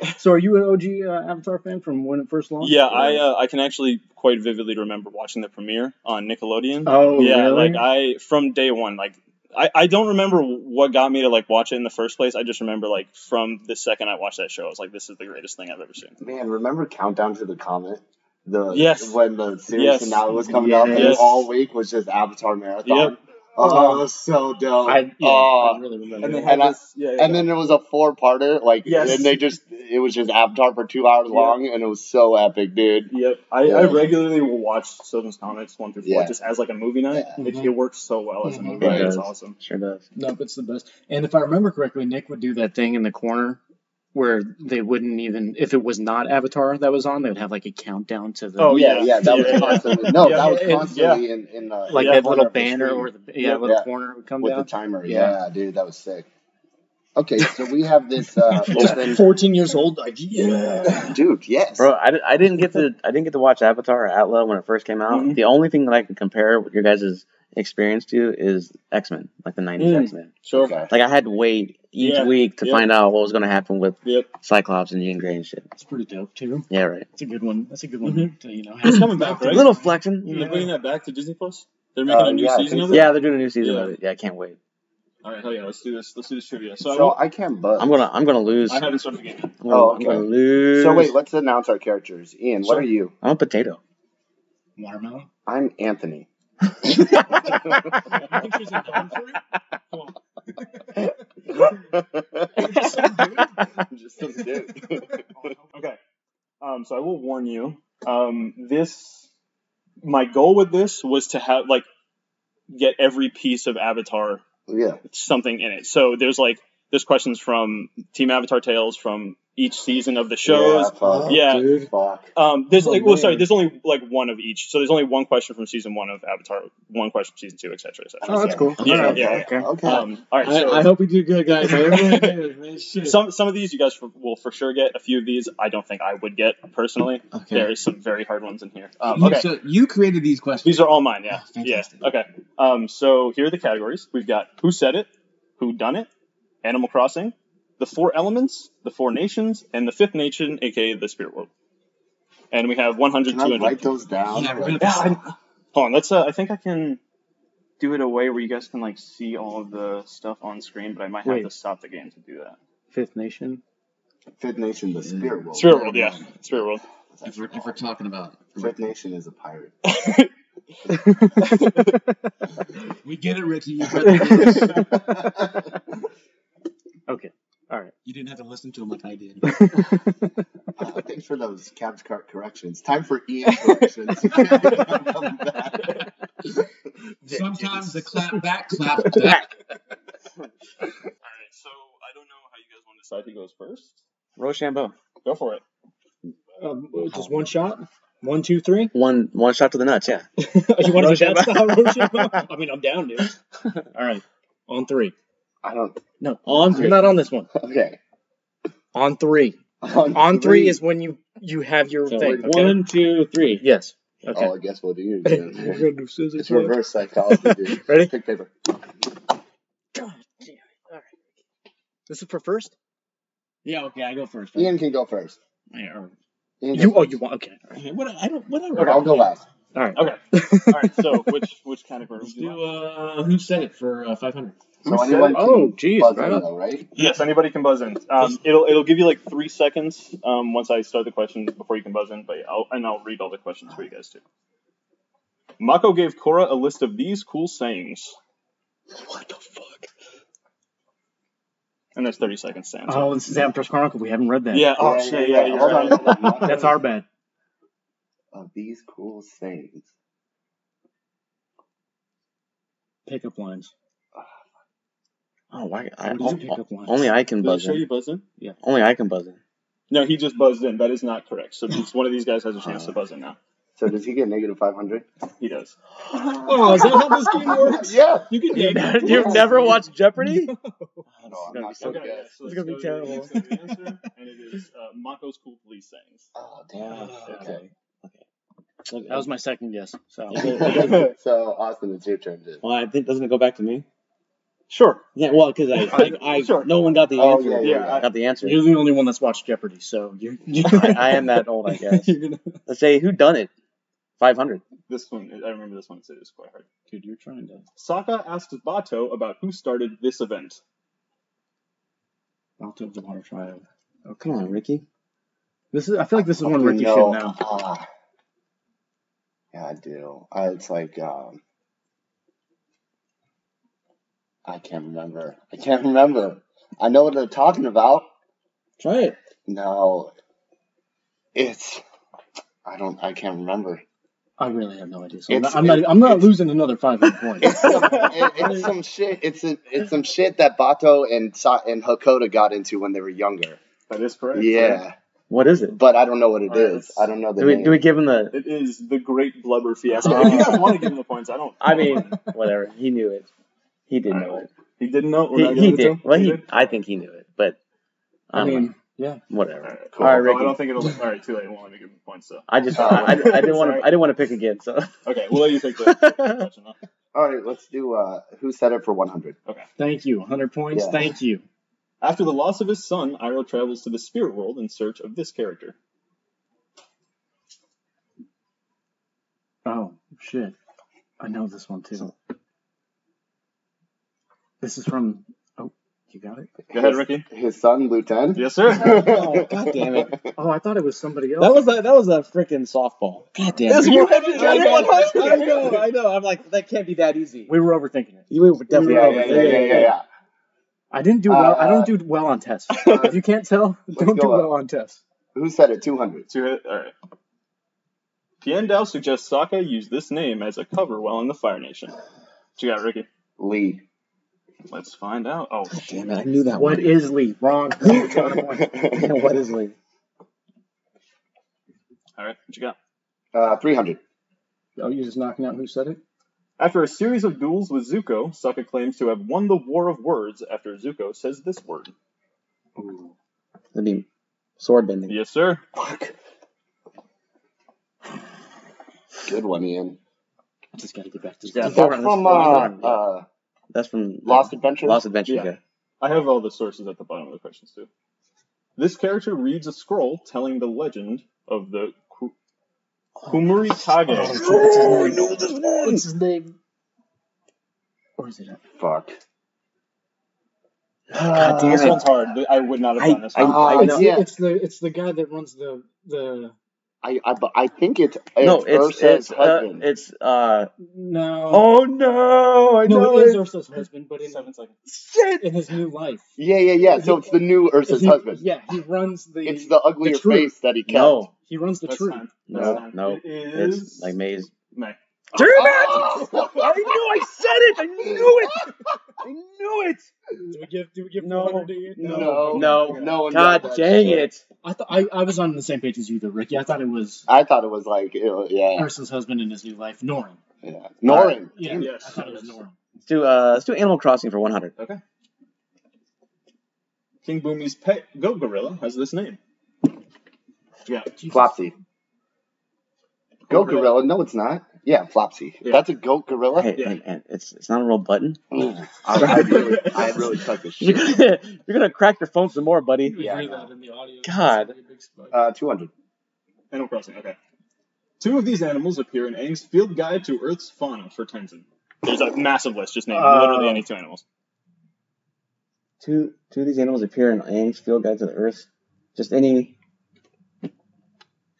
[SPEAKER 4] Right.
[SPEAKER 3] So are you an OG uh, Avatar fan from when it first launched?
[SPEAKER 7] yeah,
[SPEAKER 3] or-
[SPEAKER 7] I uh, I can actually quite vividly remember watching the premiere on Nickelodeon.
[SPEAKER 3] Oh,
[SPEAKER 7] yeah,
[SPEAKER 3] really?
[SPEAKER 7] like I from day one, like I, I don't remember what got me to like watch it in the first place. I just remember like from the second I watched that show, I was like, this is the greatest thing I've ever seen.
[SPEAKER 2] Man, remember Countdown to the Comet? The
[SPEAKER 7] Yes.
[SPEAKER 2] when the series
[SPEAKER 7] Yes.
[SPEAKER 2] finale was coming
[SPEAKER 3] Yes.
[SPEAKER 2] up, and
[SPEAKER 7] Yes.
[SPEAKER 2] all week was just Avatar marathon.
[SPEAKER 7] Yep.
[SPEAKER 2] Oh, it was so dope.
[SPEAKER 3] I, yeah,
[SPEAKER 2] oh.
[SPEAKER 3] I really remember.
[SPEAKER 2] and
[SPEAKER 3] that.
[SPEAKER 2] they had this,
[SPEAKER 7] yeah,
[SPEAKER 2] and then it was a four parter. Like,
[SPEAKER 7] Yes.
[SPEAKER 2] and they just it was just Avatar for two hours
[SPEAKER 7] Yeah.
[SPEAKER 2] long, and it was so epic, dude.
[SPEAKER 7] Yep, I,
[SPEAKER 2] Yeah.
[SPEAKER 7] I regularly will watch Sylvan's comics one through four
[SPEAKER 2] Yeah.
[SPEAKER 7] just as like a movie night.
[SPEAKER 2] Yeah. Mm-hmm.
[SPEAKER 7] It, it works so well as a
[SPEAKER 3] Mhm.
[SPEAKER 7] movie.
[SPEAKER 2] It
[SPEAKER 7] night. It's
[SPEAKER 4] does.
[SPEAKER 7] awesome.
[SPEAKER 4] Sure does.
[SPEAKER 3] Nope, it's the best. And if I remember correctly, Nick would do that thing in the corner where they wouldn't even if it was not Avatar that was on, they would have like a countdown to the
[SPEAKER 7] Oh,
[SPEAKER 2] yeah,
[SPEAKER 7] yeah.
[SPEAKER 2] yeah, that
[SPEAKER 7] Yeah.
[SPEAKER 2] was constantly no,
[SPEAKER 7] Yeah.
[SPEAKER 2] that was
[SPEAKER 3] And- and-
[SPEAKER 2] constantly in in the
[SPEAKER 3] like
[SPEAKER 2] in
[SPEAKER 3] that
[SPEAKER 2] the
[SPEAKER 3] little
[SPEAKER 2] corner of the
[SPEAKER 3] banner
[SPEAKER 2] screen
[SPEAKER 3] or the yeah, little
[SPEAKER 2] Yeah.
[SPEAKER 3] corner would come
[SPEAKER 2] with
[SPEAKER 3] down.
[SPEAKER 2] the timer.
[SPEAKER 3] Yeah.
[SPEAKER 2] Yeah. dude, that was sick. Okay, so we have this uh, <laughs> open,
[SPEAKER 3] 14 years old, like
[SPEAKER 7] <laughs>
[SPEAKER 3] yeah.
[SPEAKER 2] dude. Yes,
[SPEAKER 4] Bro, I, di- I didn't get to I didn't get to watch Avatar or Outlaw when it first came out.
[SPEAKER 7] Mhm.
[SPEAKER 4] The only thing that I can compare what your guys' experience to is X Men, like the '90s
[SPEAKER 7] Mm.
[SPEAKER 4] X Men.
[SPEAKER 7] Sure.
[SPEAKER 2] Okay.
[SPEAKER 4] Like I had to wait each
[SPEAKER 7] Yeah.
[SPEAKER 4] week to
[SPEAKER 7] Yep.
[SPEAKER 4] find out what was going to happen with
[SPEAKER 7] Yep.
[SPEAKER 4] Cyclops and Jean Grey and shit.
[SPEAKER 3] It's pretty dope too.
[SPEAKER 4] Yeah, right.
[SPEAKER 3] That's a good one. That's a good one to you know.
[SPEAKER 7] It's coming back, right?
[SPEAKER 4] Little flexing. you
[SPEAKER 7] They're
[SPEAKER 4] know.
[SPEAKER 7] bringing that back to Disney Plus. They're making
[SPEAKER 2] Uh,
[SPEAKER 7] a new
[SPEAKER 2] yeah, I
[SPEAKER 7] season
[SPEAKER 2] think
[SPEAKER 7] of it.
[SPEAKER 2] so.
[SPEAKER 4] Yeah, they're doing a new season
[SPEAKER 7] Yeah.
[SPEAKER 4] of it. Yeah, I can't wait.
[SPEAKER 7] All right, hell yeah, let's do this. Let's do this trivia. So, I
[SPEAKER 2] So
[SPEAKER 7] won't-
[SPEAKER 2] I can't buzz.
[SPEAKER 4] I'm gonna I'm gonna lose.
[SPEAKER 7] I, haven't started the game. yet.
[SPEAKER 4] I'm gonna,
[SPEAKER 2] Oh,
[SPEAKER 4] I'm gonna
[SPEAKER 2] okay.
[SPEAKER 4] lose.
[SPEAKER 2] So wait, let's announce our characters. Ian, what
[SPEAKER 4] Sure.
[SPEAKER 2] are you?
[SPEAKER 4] I'm a potato.
[SPEAKER 3] Watermelon.
[SPEAKER 2] I'm
[SPEAKER 3] <laughs>
[SPEAKER 2] Anthony. <laughs>
[SPEAKER 7] You think she's in going for it? Come on.
[SPEAKER 2] I'm just some dude.
[SPEAKER 3] <laughs>
[SPEAKER 7] Okay. Um, so I will warn you. Um, this, my goal with this was to have like get every piece of Avatar
[SPEAKER 2] yeah.
[SPEAKER 7] something in it. So there's like there's questions from Team Avatar Tales from each season of the shows.
[SPEAKER 2] Yeah. Oh, Fuck.
[SPEAKER 7] Yeah.
[SPEAKER 4] dude.
[SPEAKER 2] Fuck.
[SPEAKER 7] Um, there's
[SPEAKER 4] Oh,
[SPEAKER 7] like well, sorry,
[SPEAKER 4] man.
[SPEAKER 7] there's only like one of each. So there's only one question from season one of Avatar, one question from season two, et cetera, et cetera.
[SPEAKER 3] Oh, that's cool.
[SPEAKER 7] Yeah,
[SPEAKER 3] Alright,
[SPEAKER 7] yeah,
[SPEAKER 3] okay.
[SPEAKER 2] Okay.
[SPEAKER 7] Um, all right.
[SPEAKER 9] I,
[SPEAKER 7] So
[SPEAKER 9] I hope we do good, guys. I
[SPEAKER 3] <laughs>
[SPEAKER 9] really do, man. Shit.
[SPEAKER 7] some some of these you guys will for sure get. A few of these I don't think I would get personally.
[SPEAKER 9] Okay.
[SPEAKER 7] There is some very hard ones in here. Um,
[SPEAKER 9] You-
[SPEAKER 7] okay.
[SPEAKER 9] So you created these questions.
[SPEAKER 7] These are all mine, yeah.
[SPEAKER 9] Oh,
[SPEAKER 7] yeah.
[SPEAKER 9] fantastic.
[SPEAKER 7] Okay. Um, so here are the categories. We've got who said it, who done it, Animal Crossing, the four elements, the four nations, and the fifth nation, aka the spirit world. And we have 100,
[SPEAKER 2] Can I
[SPEAKER 7] 200.
[SPEAKER 2] write those down?
[SPEAKER 9] Yeah, we're gonna-
[SPEAKER 7] Yeah, I- hold on. Let's. Uh, I think I can do it a way where you guys can like see all of the stuff on screen, but I might have
[SPEAKER 3] Wait.
[SPEAKER 7] to stop the game to do that.
[SPEAKER 3] Fifth Nation.
[SPEAKER 2] Fifth Nation, the spirit world.
[SPEAKER 7] Mm. Spirit world, yeah. Spirit world.
[SPEAKER 9] If we're, if we're talking about,
[SPEAKER 2] Fifth Nation is a
[SPEAKER 7] <laughs>
[SPEAKER 2] pirate. <laughs>
[SPEAKER 9] we get it, Ricky. <laughs> You, read the books.
[SPEAKER 3] Okay. All right.
[SPEAKER 9] you didn't have to listen to him like I did.
[SPEAKER 2] Uh, thanks for those Cabs Cart corrections. Time for Ian corrections.
[SPEAKER 7] <laughs>
[SPEAKER 2] <laughs> Welcome back.
[SPEAKER 9] Sometimes the
[SPEAKER 3] <laughs>
[SPEAKER 9] clap back, clap back.
[SPEAKER 7] All right. So I don't know how you guys want to decide who goes first.
[SPEAKER 4] Rochambeau.
[SPEAKER 7] Go for it.
[SPEAKER 3] Um, just one shot. One, two, three.
[SPEAKER 4] One one shot to the nuts. Yeah.
[SPEAKER 3] <laughs> you want to do that
[SPEAKER 4] Rochambeau.
[SPEAKER 3] style? Rochambeau? <laughs> I mean, I'm down, dude. All right. On three.
[SPEAKER 2] I don't.
[SPEAKER 3] No, on three. I'm not on this one.
[SPEAKER 2] Okay.
[SPEAKER 3] On three. On three is when you you have your
[SPEAKER 4] So
[SPEAKER 3] thing.
[SPEAKER 4] like
[SPEAKER 3] okay?
[SPEAKER 4] one, two, three.
[SPEAKER 3] Yes. Okay.
[SPEAKER 2] Oh, I guess we'll do
[SPEAKER 7] <laughs>
[SPEAKER 2] you.
[SPEAKER 3] <laughs> We're
[SPEAKER 2] Dude.
[SPEAKER 3] gonna do scissors
[SPEAKER 2] it's
[SPEAKER 3] work.
[SPEAKER 2] reverse psychology, dude.
[SPEAKER 3] <laughs> Ready?
[SPEAKER 2] Pick paper.
[SPEAKER 3] God damn it. All right. This is for first.
[SPEAKER 6] Yeah, okay, I go first. Right?
[SPEAKER 2] Ian can go first.
[SPEAKER 6] Yeah, or-
[SPEAKER 2] Ian
[SPEAKER 3] You
[SPEAKER 2] go
[SPEAKER 3] oh
[SPEAKER 2] first.
[SPEAKER 3] you want okay.
[SPEAKER 6] okay, what, I don't, whatever.
[SPEAKER 2] Okay, I'll go last.
[SPEAKER 3] All right.
[SPEAKER 6] Okay.
[SPEAKER 3] All
[SPEAKER 7] All right, so which which category?
[SPEAKER 6] Let's
[SPEAKER 7] do you want?
[SPEAKER 6] do uh, who said it for uh, 500?
[SPEAKER 2] So anyone can
[SPEAKER 3] Oh, jeez,
[SPEAKER 2] buzz
[SPEAKER 3] right
[SPEAKER 2] in
[SPEAKER 3] up.
[SPEAKER 2] though, right?
[SPEAKER 7] Yes, anybody can buzz in. Um, it'll it'll give you like three seconds um, once I start the questions before you can buzz in, but I'll, and I'll read all the questions for you guys too. Mako gave Cora a list of these cool sayings. What the fuck? And there's 30 seconds to answer.
[SPEAKER 3] Oh, this is Avatar's Chronicle. We haven't read that.
[SPEAKER 7] yeah, oh shit, yeah, you're
[SPEAKER 2] Hold
[SPEAKER 7] right.
[SPEAKER 2] on, hold on.
[SPEAKER 3] <laughs> That's our bad.
[SPEAKER 2] Of Uh, these cool things.
[SPEAKER 3] Pickup lines.
[SPEAKER 4] Oh, why? I,
[SPEAKER 3] What is
[SPEAKER 4] on-
[SPEAKER 3] pickup lines?
[SPEAKER 4] only I can
[SPEAKER 7] Did I
[SPEAKER 4] buzz
[SPEAKER 7] show you
[SPEAKER 4] in.
[SPEAKER 7] buzz in?
[SPEAKER 4] Only I can buzz in.
[SPEAKER 7] No, he just buzzed in. That is not correct. So just one of these guys has a chance to buzz in now.
[SPEAKER 2] So does he get negative 500?
[SPEAKER 7] He does.
[SPEAKER 3] <laughs> Oh, is that how this
[SPEAKER 2] <laughs>
[SPEAKER 3] game works?
[SPEAKER 2] Yeah.
[SPEAKER 3] You can do that.
[SPEAKER 4] You've never watched <laughs> Jeopardy?
[SPEAKER 2] No, I'm
[SPEAKER 4] gonna
[SPEAKER 2] not
[SPEAKER 4] be
[SPEAKER 2] so
[SPEAKER 4] so
[SPEAKER 2] good.
[SPEAKER 7] Okay, yeah, so
[SPEAKER 3] It's
[SPEAKER 7] let's
[SPEAKER 3] gonna be
[SPEAKER 7] go to the
[SPEAKER 3] terrible.
[SPEAKER 7] next category answer, and it is uh, Mako's cool police sayings.
[SPEAKER 2] Oh, damn.
[SPEAKER 4] okay. Okay.
[SPEAKER 3] That was my second guess. So
[SPEAKER 2] Okay. <laughs> so, Austin, it's your turn, dude.
[SPEAKER 4] Well, I think doesn't it go back to me?
[SPEAKER 7] Sure.
[SPEAKER 4] Yeah, well, because
[SPEAKER 3] <laughs>
[SPEAKER 4] I, I, I
[SPEAKER 7] Sure.
[SPEAKER 4] no one got the
[SPEAKER 2] Oh,
[SPEAKER 4] answer.
[SPEAKER 2] yeah,
[SPEAKER 7] yeah, yeah.
[SPEAKER 4] I got the answer.
[SPEAKER 3] you're the only one that's watched Jeopardy, so you're.
[SPEAKER 4] <laughs> I, I am that old,
[SPEAKER 3] <laughs>
[SPEAKER 4] I guess.
[SPEAKER 3] you're gonna,
[SPEAKER 4] Let's say who done it? Five hundred.
[SPEAKER 7] This one, I remember this one. It is quite hard.
[SPEAKER 3] dude, you're trying to.
[SPEAKER 7] Sokka asked Bato about who started this event.
[SPEAKER 3] Mount of the Water Trial.
[SPEAKER 4] Oh, come on, Ricky.
[SPEAKER 3] This is. I feel like this is one
[SPEAKER 2] Fucking
[SPEAKER 3] Ricky
[SPEAKER 2] Oh, no.
[SPEAKER 3] should know.
[SPEAKER 2] Ah. yeah, I do. I, it's like, um, I can't remember. I can't remember. I know what they're talking about.
[SPEAKER 4] Try it.
[SPEAKER 2] No, it's. I don't. I can't remember.
[SPEAKER 3] I really have no idea. So I'm
[SPEAKER 2] It's-
[SPEAKER 3] not. I'm not,
[SPEAKER 2] it-
[SPEAKER 3] I'm not
[SPEAKER 2] it's-
[SPEAKER 3] losing another 500 points.
[SPEAKER 2] <laughs> It's some, it, it's some shit. It's a, it's some shit that Bato and Sa- and Hakoda got into when they were younger.
[SPEAKER 7] That is correct.
[SPEAKER 2] Yeah,
[SPEAKER 4] What is it?
[SPEAKER 2] but I don't know what it
[SPEAKER 7] All right,
[SPEAKER 2] is.
[SPEAKER 7] let's-
[SPEAKER 2] I don't know the
[SPEAKER 4] Do we
[SPEAKER 2] name.
[SPEAKER 4] do we give him the?
[SPEAKER 7] It is the Great Blubber Fiasco. if you guys want to give him the points, I don't.
[SPEAKER 4] I mean, whatever. He knew it. He did
[SPEAKER 7] All
[SPEAKER 4] know
[SPEAKER 7] right.
[SPEAKER 4] it.
[SPEAKER 7] he didn't know. We're not
[SPEAKER 4] He, he
[SPEAKER 7] giving it to him?
[SPEAKER 4] did. Well,
[SPEAKER 7] He
[SPEAKER 4] he.
[SPEAKER 7] did?
[SPEAKER 4] I think he knew it, but I,
[SPEAKER 3] I
[SPEAKER 4] don't
[SPEAKER 3] mean,
[SPEAKER 4] know.
[SPEAKER 3] yeah.
[SPEAKER 7] All
[SPEAKER 4] whatever.
[SPEAKER 7] right,
[SPEAKER 4] All right, Ricky.
[SPEAKER 7] Oh, I don't think it'll. All right, too late. Won't let me give him points. So
[SPEAKER 4] I just.
[SPEAKER 2] Oh.
[SPEAKER 4] I, I, I didn't want to.
[SPEAKER 7] Sorry.
[SPEAKER 4] I didn't want to pick again. So.
[SPEAKER 7] okay, we'll let you take
[SPEAKER 4] <laughs>
[SPEAKER 7] the the question. Though.
[SPEAKER 2] All right, let's do. Uh, who set it for one hundred?
[SPEAKER 3] Thank you. 100 points.
[SPEAKER 2] Yeah.
[SPEAKER 3] Thank you.
[SPEAKER 7] After the loss of his son, Iroh travels to the spirit world in search of this character.
[SPEAKER 3] Oh shit! I know this one too. This is from. Oh, you got it.
[SPEAKER 7] Go ahead, Ricky.
[SPEAKER 2] His son, Lieutenant. <laughs>
[SPEAKER 7] Yes, sir.
[SPEAKER 4] <laughs> oh, God damn it!
[SPEAKER 3] Oh, I thought it was somebody else.
[SPEAKER 4] That was a that was a freaking softball. God damn it!
[SPEAKER 7] You had to
[SPEAKER 4] I
[SPEAKER 7] get
[SPEAKER 4] know,
[SPEAKER 7] 100.
[SPEAKER 4] I know, I know. I'm like that can't be that easy.
[SPEAKER 3] we were overthinking it.
[SPEAKER 4] You were definitely
[SPEAKER 2] Yeah, yeah, yeah, yeah, yeah. yeah.
[SPEAKER 3] I didn't do well. I
[SPEAKER 2] Uh,
[SPEAKER 3] don't do well on tests. if you can't tell, don't do
[SPEAKER 2] go up.
[SPEAKER 3] well on tests.
[SPEAKER 2] Who said it? Two hundred.
[SPEAKER 7] Two hit. All right. Pien Dao suggests Sokka use this name as a cover while in the Fire Nation. What you got, Ricky?
[SPEAKER 2] Lee.
[SPEAKER 7] Let's find out. Oh,
[SPEAKER 4] God damn it! I knew that
[SPEAKER 3] What
[SPEAKER 4] one.
[SPEAKER 3] is Lee? Wrong.
[SPEAKER 4] what is Lee?
[SPEAKER 7] all right. What you got?
[SPEAKER 2] Uh, three hundred.
[SPEAKER 3] oh, you're just knocking out who said it?
[SPEAKER 7] After a series of duels with Zuko, Sokka claims to have won the War of Words after Zuko says this word.
[SPEAKER 4] That'd be sword bending.
[SPEAKER 7] Yes, sir.
[SPEAKER 2] Fuck. Good one, Ian.
[SPEAKER 3] I just gotta get back to
[SPEAKER 4] Yeah.
[SPEAKER 2] Is that
[SPEAKER 4] Four on this
[SPEAKER 2] from uh,
[SPEAKER 4] one.
[SPEAKER 2] uh,
[SPEAKER 4] That's from
[SPEAKER 2] Lost Adventure?
[SPEAKER 4] Lost Adventure.
[SPEAKER 7] Yeah.
[SPEAKER 4] Yeah.
[SPEAKER 7] I have all the sources at the bottom of the questions, too. This character reads a scroll telling the legend of the Ku- Kumuri Kage.
[SPEAKER 2] Oh, I know this one.
[SPEAKER 3] What's his name? Or is it?
[SPEAKER 2] Fuck.
[SPEAKER 4] God damn
[SPEAKER 7] This
[SPEAKER 4] it!
[SPEAKER 7] one's hard. I would not have
[SPEAKER 4] I-
[SPEAKER 7] done this one.
[SPEAKER 4] I
[SPEAKER 3] it's,
[SPEAKER 4] know.
[SPEAKER 2] Oh,
[SPEAKER 3] the,
[SPEAKER 2] yeah.
[SPEAKER 3] it's the it's the guy that runs the the
[SPEAKER 2] I, I, but I think it's, it's
[SPEAKER 4] No, it's
[SPEAKER 2] Ursa's
[SPEAKER 4] it's uh,
[SPEAKER 2] husband.
[SPEAKER 4] it's uh.
[SPEAKER 3] no.
[SPEAKER 4] Oh no! I
[SPEAKER 3] no,
[SPEAKER 4] know
[SPEAKER 3] it is
[SPEAKER 4] it.
[SPEAKER 3] Ursa's husband, but in,
[SPEAKER 4] Shit!
[SPEAKER 3] in his new life.
[SPEAKER 2] yeah, yeah, yeah. So it's the new Ursa's
[SPEAKER 3] He-
[SPEAKER 2] husband.
[SPEAKER 3] Yeah, he runs the.
[SPEAKER 2] It's the uglier
[SPEAKER 3] truth.
[SPEAKER 2] face that he kept.
[SPEAKER 4] No,
[SPEAKER 3] he runs the
[SPEAKER 7] That's
[SPEAKER 3] tree.
[SPEAKER 7] not- that's
[SPEAKER 4] no,
[SPEAKER 7] not-
[SPEAKER 4] no.
[SPEAKER 7] It is...
[SPEAKER 4] It's like maze.
[SPEAKER 7] May.
[SPEAKER 4] Damn it!
[SPEAKER 2] Oh!
[SPEAKER 4] I knew I said it. I knew it.
[SPEAKER 2] I knew it.
[SPEAKER 3] Do we give? Do we give
[SPEAKER 2] No,
[SPEAKER 3] 400 to you?
[SPEAKER 2] <laughs> No,
[SPEAKER 4] Oh, No.
[SPEAKER 2] no one got
[SPEAKER 4] God
[SPEAKER 2] that
[SPEAKER 4] dang
[SPEAKER 2] shit.
[SPEAKER 4] it.
[SPEAKER 3] I thought I, I was on the same page as you though, Ricky. I thought it was
[SPEAKER 2] I thought it was like, it was- yeah,
[SPEAKER 3] Carson's husband and his new wife, Norm.
[SPEAKER 2] yeah. Norin.
[SPEAKER 3] Yeah,
[SPEAKER 7] Yes.
[SPEAKER 3] I thought it was Norm.
[SPEAKER 4] Let's do uh, let's do Animal Crossing for 100.
[SPEAKER 7] King Boomy's pet go gorilla has this name. Yeah.
[SPEAKER 2] Flopsy. Goat gorilla. No, it's not. Yeah, Flopsy.
[SPEAKER 7] Yeah.
[SPEAKER 2] That's a goat gorilla.
[SPEAKER 4] Hey,
[SPEAKER 7] Yeah.
[SPEAKER 4] and, and it's it's not a real button. <laughs>
[SPEAKER 2] I, <laughs> I really, I really suck this
[SPEAKER 4] You're
[SPEAKER 2] shit.
[SPEAKER 4] gonna you're gonna crack your phone some more, buddy.
[SPEAKER 2] Yeah,
[SPEAKER 3] hear
[SPEAKER 2] no.
[SPEAKER 3] that in the audio.
[SPEAKER 4] God.
[SPEAKER 3] It's a big spike.
[SPEAKER 2] Uh, two hundred.
[SPEAKER 7] Animal Crossing. Okay. Two of these animals appear in Aang's Field Guide to Earth's Fauna for Tenzin. There's a massive list. Just name literally
[SPEAKER 4] Uh,
[SPEAKER 7] any two animals.
[SPEAKER 4] Two two of these animals appear in Aang's Field Guide to the Earth. Just any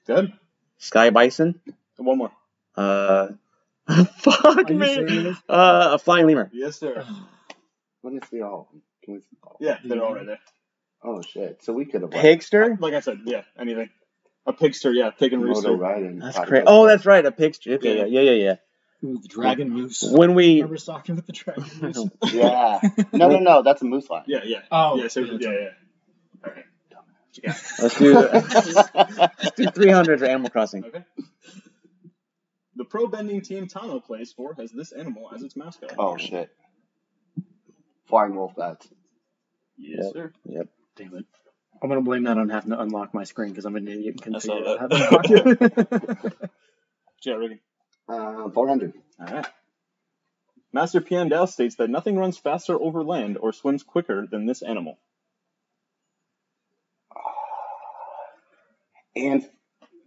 [SPEAKER 7] Good.
[SPEAKER 4] sky bison.
[SPEAKER 7] And one more.
[SPEAKER 4] Uh, <laughs> fuck
[SPEAKER 3] Are you
[SPEAKER 4] me.
[SPEAKER 3] serious?
[SPEAKER 4] Uh, a flying lemur.
[SPEAKER 7] Yes, sir.
[SPEAKER 4] Oh,
[SPEAKER 2] Let me see all. of them. Can we see all? of them?
[SPEAKER 7] Yeah, they're all right there.
[SPEAKER 2] Oh shit! So we could have won.
[SPEAKER 4] Pigster.
[SPEAKER 7] Like I said, yeah, anything. A pigster, yeah, taking
[SPEAKER 2] Moto
[SPEAKER 7] rooster.
[SPEAKER 2] riding.
[SPEAKER 4] That's crazy. Oh, that's right, a pigster. Okay, yeah, yeah, yeah, yeah.
[SPEAKER 3] Ooh, the dragon moose.
[SPEAKER 4] When we
[SPEAKER 3] Remember talking with
[SPEAKER 2] <laughs>
[SPEAKER 3] the dragon moose?
[SPEAKER 2] Oh. Yeah. No, no, no. That's a moose <laughs> line.
[SPEAKER 7] Yeah, yeah.
[SPEAKER 3] Oh,
[SPEAKER 7] yeah, so, yeah,
[SPEAKER 3] yeah,
[SPEAKER 7] yeah,
[SPEAKER 4] let's <laughs> do let's do 300 for Animal Crossing.
[SPEAKER 7] Okay. The pro bending team Tano plays for has this animal as its mascot.
[SPEAKER 2] oh shit. Flying wolf bats.
[SPEAKER 7] Yes,
[SPEAKER 4] Yep.
[SPEAKER 7] sir.
[SPEAKER 4] Yep.
[SPEAKER 3] Damn it. I'm gonna blame that on having to unlock my screen because I'm an idiot and couldn't
[SPEAKER 7] I
[SPEAKER 3] figure
[SPEAKER 7] saw
[SPEAKER 3] out how
[SPEAKER 7] that.
[SPEAKER 3] to unlock
[SPEAKER 2] <laughs>
[SPEAKER 3] it. <laughs>
[SPEAKER 7] Yeah, Regan.
[SPEAKER 2] Uh, four hundred.
[SPEAKER 7] All right. Master Piandel states that nothing runs faster over land or swims quicker than this animal.
[SPEAKER 2] And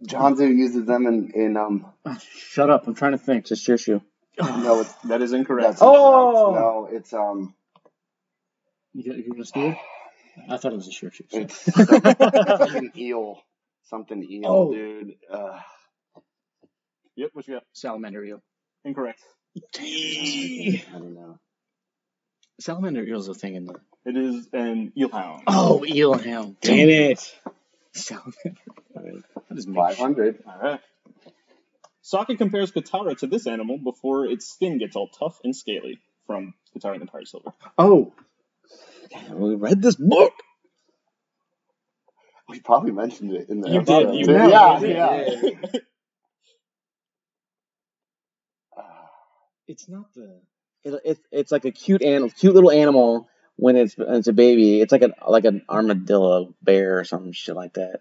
[SPEAKER 2] Johnzu uses them in in um.
[SPEAKER 3] Shut up! I'm trying to think.
[SPEAKER 4] Just your shoe.
[SPEAKER 2] No, it's
[SPEAKER 7] That is incorrect.
[SPEAKER 2] that's
[SPEAKER 4] Oh!
[SPEAKER 2] no, it's um.
[SPEAKER 3] You got you gonna steal? I thought it was a sheer shoe.
[SPEAKER 2] It's something,
[SPEAKER 3] <laughs>
[SPEAKER 2] something eel. Something eel,
[SPEAKER 3] Oh.
[SPEAKER 2] dude. Uh,
[SPEAKER 7] Yep, what you got?
[SPEAKER 3] Salamander eel.
[SPEAKER 7] Incorrect.
[SPEAKER 2] I don't know.
[SPEAKER 3] Salamander eel's a thing in the.
[SPEAKER 7] It is an eelhound.
[SPEAKER 3] Oh, eel hound.
[SPEAKER 4] Damn it.
[SPEAKER 3] Salamander. That is
[SPEAKER 2] Five
[SPEAKER 3] make-
[SPEAKER 2] hundred.
[SPEAKER 7] All right. Sokka compares Katara to this animal before its skin gets all tough and scaly from Katara and the Pirate Silver.
[SPEAKER 3] Oh,
[SPEAKER 4] We read this
[SPEAKER 7] <laughs>
[SPEAKER 4] book.
[SPEAKER 2] We probably mentioned it in the
[SPEAKER 7] You
[SPEAKER 2] episode.
[SPEAKER 7] did, you
[SPEAKER 2] too.
[SPEAKER 7] did,
[SPEAKER 2] yeah,
[SPEAKER 7] you did,
[SPEAKER 2] yeah. Uh,
[SPEAKER 3] it's not the.
[SPEAKER 4] It, it's it's like a cute animal, cute little animal when it's it's a baby. It's like an like an armadillo bear or some shit like that.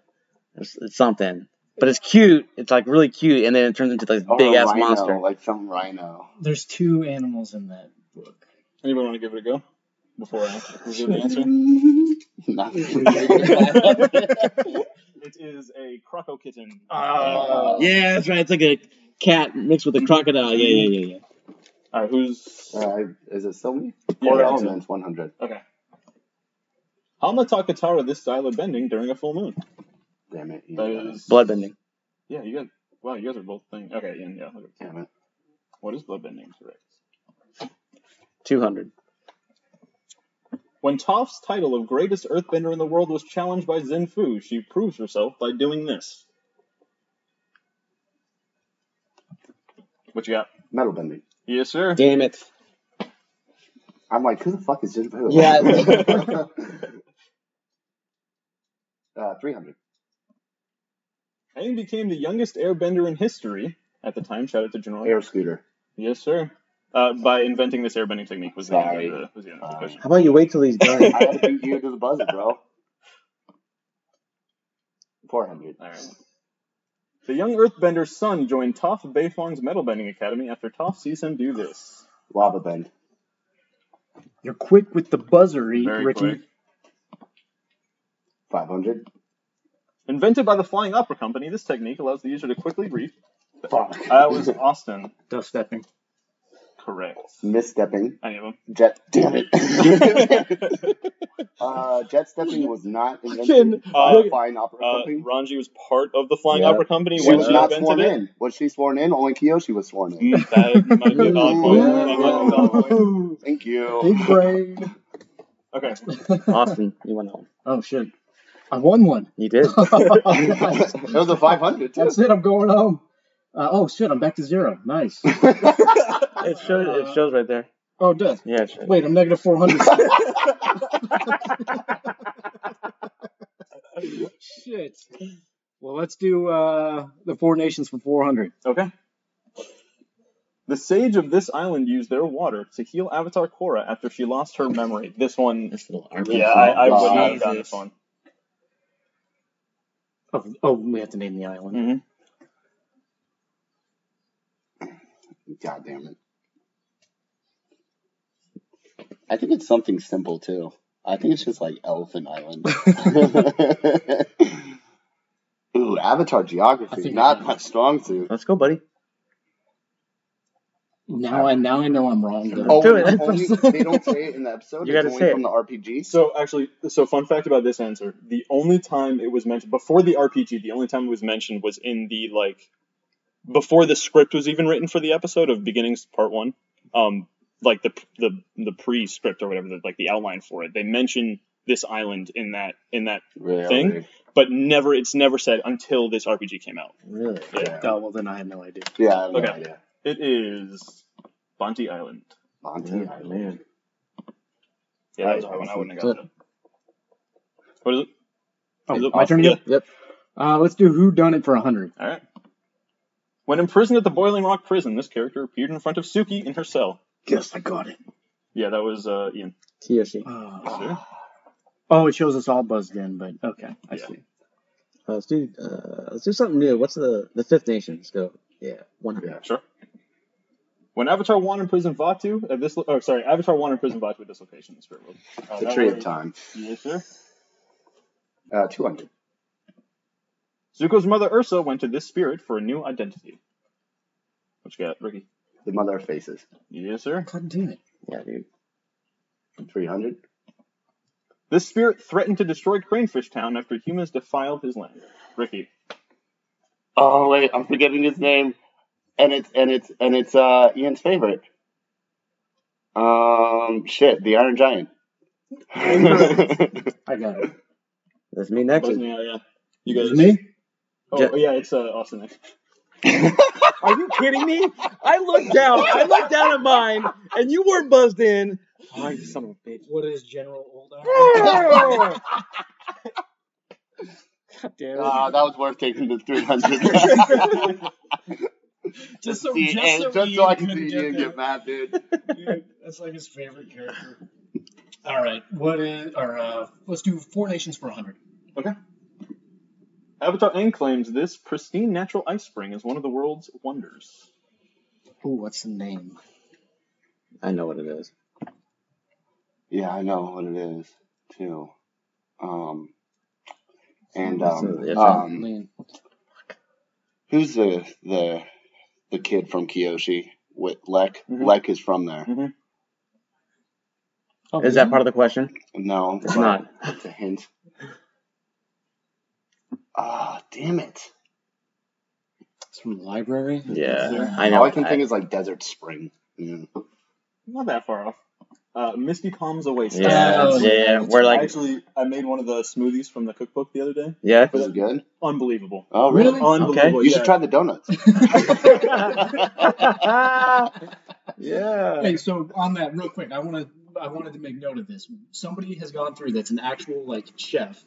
[SPEAKER 4] It's, it's something, but it's cute. It's like really cute, and then it turns into this
[SPEAKER 2] Or a
[SPEAKER 4] big ass
[SPEAKER 2] rhino,
[SPEAKER 4] monster.
[SPEAKER 2] like some rhino.
[SPEAKER 3] There's two animals in that book.
[SPEAKER 7] Anybody want to give it a go before I reveal the answer?
[SPEAKER 3] Mm-hmm.
[SPEAKER 2] Nothing.
[SPEAKER 7] <laughs> It is a croco kitten.
[SPEAKER 2] Uh,
[SPEAKER 4] Yeah, that's right. It's like a cat mixed with a crocodile. Yeah, yeah, yeah, yeah.
[SPEAKER 7] All right, who's
[SPEAKER 2] uh, is it still me?
[SPEAKER 7] Yeah,
[SPEAKER 2] Four
[SPEAKER 7] I think so.
[SPEAKER 2] elements, one hundred.
[SPEAKER 7] okay? Alma taught Katara this style of bending during a full moon.
[SPEAKER 2] Damn it. you
[SPEAKER 7] That
[SPEAKER 2] got it.
[SPEAKER 7] is
[SPEAKER 4] Bloodbending.
[SPEAKER 7] Yeah, you guys. Wow, you guys are both thing. Okay, yeah, yeah. okay.
[SPEAKER 2] Damn it.
[SPEAKER 7] What is bloodbending? Correct.
[SPEAKER 4] Two hundred.
[SPEAKER 7] When Toph's title of greatest earthbender in the world was challenged by Zen Fu, she proves herself by doing this. What you got?
[SPEAKER 2] Metal bending.
[SPEAKER 7] Yes, sir.
[SPEAKER 4] Damn it.
[SPEAKER 2] I'm like, who the fuck is Jim Pooh?
[SPEAKER 4] Yeah.
[SPEAKER 2] <laughs> uh, three hundred.
[SPEAKER 7] Aang became the youngest airbender in history at the time. Shout out to General.
[SPEAKER 2] Air scooter.
[SPEAKER 7] Yes, sir. Uh, by inventing this airbending technique was the end of the, was the, end of the
[SPEAKER 2] Sorry.
[SPEAKER 7] question.
[SPEAKER 4] How about you wait till he's done?
[SPEAKER 2] I had to beat you to the buzzer, bro. Four hundred.
[SPEAKER 7] All right. The young Earthbender's son joined Toph Beifong's metal bending academy after Toph sees him do this.
[SPEAKER 2] Lava bend.
[SPEAKER 3] You're quick with the buzzery,
[SPEAKER 7] Very
[SPEAKER 3] Ricky.
[SPEAKER 7] quick.
[SPEAKER 2] Five hundred.
[SPEAKER 7] Invented by the Flying Opera Company, this technique allows the user to quickly reach.
[SPEAKER 2] Fuck. <laughs>
[SPEAKER 7] That was Austin.
[SPEAKER 3] Dust stepping.
[SPEAKER 7] Correct.
[SPEAKER 2] misstepping.
[SPEAKER 7] Any of them?
[SPEAKER 2] Jet. Damn it.
[SPEAKER 7] <laughs>
[SPEAKER 2] uh, jet stepping was not invented
[SPEAKER 7] Fucking,
[SPEAKER 2] by
[SPEAKER 7] uh,
[SPEAKER 2] a fine opera
[SPEAKER 7] Uh,
[SPEAKER 2] company.
[SPEAKER 7] Ranji was part of the Flying
[SPEAKER 4] Yeah.
[SPEAKER 7] Opera Company
[SPEAKER 2] She
[SPEAKER 7] when
[SPEAKER 2] was
[SPEAKER 7] she
[SPEAKER 2] not
[SPEAKER 7] invented
[SPEAKER 2] sworn
[SPEAKER 7] it.
[SPEAKER 2] in. Was she sworn in? Only Kiyoshi was sworn in.
[SPEAKER 7] Mm, that
[SPEAKER 2] <laughs>
[SPEAKER 7] might be a valid point. That might be a valid point.
[SPEAKER 3] Ooh,
[SPEAKER 2] Thank you.
[SPEAKER 3] big brain.
[SPEAKER 7] Okay.
[SPEAKER 4] <laughs> Austin, you went home.
[SPEAKER 3] Oh shit! I
[SPEAKER 4] <laughs>
[SPEAKER 3] won one. <laughs>
[SPEAKER 4] You did.
[SPEAKER 3] Nice.
[SPEAKER 2] <laughs> it was a 500 too.
[SPEAKER 3] That's it. I'm going home. Uh, oh shit! I'm back to zero. Nice.
[SPEAKER 4] It shows. It shows right there.
[SPEAKER 3] Oh, death.
[SPEAKER 4] Yeah, sure.
[SPEAKER 3] Wait, I'm negative 400. Shit. Well, let's do uh, the Four Nations for 400.
[SPEAKER 7] Okay. The sage of this island used their water to heal Avatar Korra after she lost her memory. This one,
[SPEAKER 6] This little RPG.
[SPEAKER 7] <laughs> yeah, I, I would not have
[SPEAKER 6] Jesus.
[SPEAKER 7] gotten this one.
[SPEAKER 3] Oh, oh, we have to name the island.
[SPEAKER 4] Mm-hmm.
[SPEAKER 7] Mhm.
[SPEAKER 2] God damn it. I think it's something simple too. I think it's just like Elephant
[SPEAKER 4] <laughs>
[SPEAKER 2] Island. <laughs> Ooh, Avatar
[SPEAKER 3] I
[SPEAKER 2] geography,
[SPEAKER 3] think I
[SPEAKER 2] not
[SPEAKER 3] know.
[SPEAKER 2] my strong suit.
[SPEAKER 4] Let's go, buddy.
[SPEAKER 3] Now I now I know I'm wrong. Though.
[SPEAKER 2] Oh,
[SPEAKER 4] <laughs> Do
[SPEAKER 2] and
[SPEAKER 4] it.
[SPEAKER 2] it's only, they don't say it in the episode.
[SPEAKER 4] You
[SPEAKER 2] it's
[SPEAKER 4] gotta
[SPEAKER 2] only
[SPEAKER 4] say it.
[SPEAKER 2] from the RPG.
[SPEAKER 7] So actually, so fun fact about this answer: the only time it was mentioned before the RPG, the only time it was mentioned was in the like before the script was even written for the episode of Beginnings Part One. Um, like the the the pre-script or whatever, the, like the outline for it, they mention this island in that in that,
[SPEAKER 2] Really?
[SPEAKER 7] Thing? but never it's never said until this RPG came out.
[SPEAKER 4] Really?
[SPEAKER 2] Yeah.
[SPEAKER 3] Oh, well, then I have no idea.
[SPEAKER 2] Yeah, I have no
[SPEAKER 7] Okay.
[SPEAKER 2] idea.
[SPEAKER 7] It is Bonte Island.
[SPEAKER 2] Monty
[SPEAKER 4] Yeah,
[SPEAKER 2] Island.
[SPEAKER 4] man.
[SPEAKER 7] Yeah, that was a hard one. I wouldn't have gotten it. What is it?
[SPEAKER 3] Oh,
[SPEAKER 7] Is it
[SPEAKER 3] my turn.
[SPEAKER 7] possible?
[SPEAKER 3] again? Yep. Uh, let's do Who Done It for 100.
[SPEAKER 7] All right. When imprisoned at the Boiling Rock prison, this character appeared in front of Suki in her cell.
[SPEAKER 3] Yes, I got it.
[SPEAKER 7] Yeah, that was uh, Ian.
[SPEAKER 4] TFC.
[SPEAKER 3] Oh, oh, it shows us all buzzed in, but okay, I
[SPEAKER 7] Yeah.
[SPEAKER 3] see.
[SPEAKER 4] Uh, let's do uh, let's do something new. What's the the Fifth Nation? Let's go. Yeah, one hundred.
[SPEAKER 7] Sure. When Avatar One imprisoned Vatu at this, lo- oh sorry, Avatar One imprisoned Vatu at this location in Spirit World. Uh,
[SPEAKER 2] The
[SPEAKER 7] that
[SPEAKER 2] Tree of
[SPEAKER 7] was-
[SPEAKER 2] Time.
[SPEAKER 7] Yes, sir.
[SPEAKER 2] Uh, 200.
[SPEAKER 7] Zuko's mother Ursa went to this spirit for a new identity. What you got, Ricky?
[SPEAKER 2] The Mother of Faces.
[SPEAKER 7] Yes, sir.
[SPEAKER 3] God damn it.
[SPEAKER 4] Yeah, dude.
[SPEAKER 2] 300.
[SPEAKER 7] This spirit threatened to destroy Cranefish Town after humans defiled his land. Ricky.
[SPEAKER 2] Oh wait, I'm forgetting his name. And it's and it's and it's uh Ian's favorite. Um shit, the Iron Giant.
[SPEAKER 3] I got it.
[SPEAKER 4] That's me next.
[SPEAKER 7] Wasn't it? yeah. You
[SPEAKER 3] Is
[SPEAKER 7] guys.
[SPEAKER 3] it me?
[SPEAKER 7] Oh, yeah, it's uh, Austin. next.
[SPEAKER 4] Are you kidding me? I looked down. I looked down at mine, and you weren't buzzed in.
[SPEAKER 7] Oh, you son of a bitch.
[SPEAKER 3] What is General Old
[SPEAKER 4] God damn it.
[SPEAKER 2] Ah, that was worth taking the 300.
[SPEAKER 9] <laughs> Just so,
[SPEAKER 2] See,
[SPEAKER 9] just
[SPEAKER 2] and
[SPEAKER 9] so,
[SPEAKER 2] just so I
[SPEAKER 9] Ian
[SPEAKER 2] can
[SPEAKER 9] couldn't
[SPEAKER 2] see
[SPEAKER 9] get
[SPEAKER 2] Ian
[SPEAKER 9] that.
[SPEAKER 2] get mad, dude.
[SPEAKER 9] Dude, that's like his favorite character. All right, what is or uh, let's do Four Nations for 100.
[SPEAKER 7] Avatar Aang claims this pristine natural ice spring is one of the world's wonders.
[SPEAKER 3] Ooh, what's the name?
[SPEAKER 4] I know what it is.
[SPEAKER 2] Yeah, I know what it is too. Um and
[SPEAKER 4] That's
[SPEAKER 2] um,
[SPEAKER 4] a- that's a-
[SPEAKER 2] um
[SPEAKER 3] Lane.
[SPEAKER 2] who's the the the kid from Kyoshi with Lek?
[SPEAKER 7] Mhm.
[SPEAKER 2] Lek is from there.
[SPEAKER 3] Oh,
[SPEAKER 4] Is that part of the question?
[SPEAKER 2] No,
[SPEAKER 4] It's
[SPEAKER 2] but
[SPEAKER 4] not.
[SPEAKER 2] It's a hint. Ah, damn it.
[SPEAKER 3] It's from the library?
[SPEAKER 4] Yeah, I know.
[SPEAKER 2] All I can think is like Desert Spring. Yeah.
[SPEAKER 7] Not that far off. Uh, Misty Palms Away.
[SPEAKER 4] yeah,
[SPEAKER 9] Oh,
[SPEAKER 4] yeah,
[SPEAKER 9] yeah,
[SPEAKER 4] We're
[SPEAKER 7] I
[SPEAKER 4] like,
[SPEAKER 7] actually, I made one of the smoothies from the cookbook the other day.
[SPEAKER 2] <laughs>
[SPEAKER 4] yeah.
[SPEAKER 2] Was it good?
[SPEAKER 7] Unbelievable.
[SPEAKER 2] Oh, really?
[SPEAKER 9] Really?
[SPEAKER 7] Unbelievable.
[SPEAKER 2] You
[SPEAKER 7] yeah.
[SPEAKER 2] should try the donuts.
[SPEAKER 7] <laughs>
[SPEAKER 4] yeah.
[SPEAKER 9] Hey, so on that, real quick, I want to I wanted to make note of this. Somebody has gone through that's an actual like chef,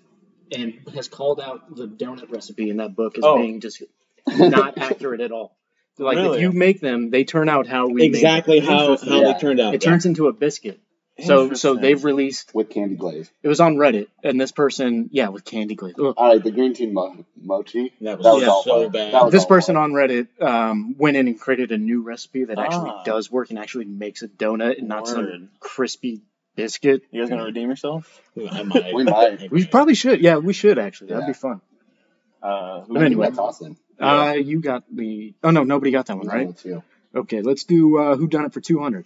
[SPEAKER 9] and has called out the donut recipe in that book as
[SPEAKER 7] Oh.
[SPEAKER 9] being just
[SPEAKER 2] <laughs>
[SPEAKER 9] not accurate at all.
[SPEAKER 3] So, Like,
[SPEAKER 7] Really?
[SPEAKER 3] if you make them, they turn out how we
[SPEAKER 6] Exactly how
[SPEAKER 7] Interesting.
[SPEAKER 6] how
[SPEAKER 2] Yeah.
[SPEAKER 6] they turned out.
[SPEAKER 3] Make them. It turns into a biscuit. So, so
[SPEAKER 7] Interesting.
[SPEAKER 3] they've released.
[SPEAKER 2] With candy glaze.
[SPEAKER 3] It was on Reddit, and this person, yeah, with candy glaze. Ugh.
[SPEAKER 2] All right, the green tea mo- mochi.
[SPEAKER 6] That was,
[SPEAKER 2] That was
[SPEAKER 3] Yeah.
[SPEAKER 2] all
[SPEAKER 6] so
[SPEAKER 2] fire.
[SPEAKER 6] bad.
[SPEAKER 2] That was
[SPEAKER 3] This
[SPEAKER 2] all
[SPEAKER 3] person
[SPEAKER 2] fire.
[SPEAKER 3] on Reddit um, went in and created a new recipe that actually
[SPEAKER 7] Ah.
[SPEAKER 3] does work and actually makes a donut and not
[SPEAKER 7] Word.
[SPEAKER 3] some crispy biscuit.
[SPEAKER 7] You guys gonna redeem yourself?
[SPEAKER 6] Ooh, I might.
[SPEAKER 2] We might.
[SPEAKER 6] I
[SPEAKER 3] We probably should. Yeah, we should actually. That'd be
[SPEAKER 2] Yeah.
[SPEAKER 3] fun.
[SPEAKER 7] Uh, who-
[SPEAKER 3] But anyway.
[SPEAKER 2] that's awesome.
[SPEAKER 3] Uh, you got the. Oh no, nobody got that one, right?
[SPEAKER 2] No, it's you.
[SPEAKER 3] Okay, let's do uh, who done it for two hundred.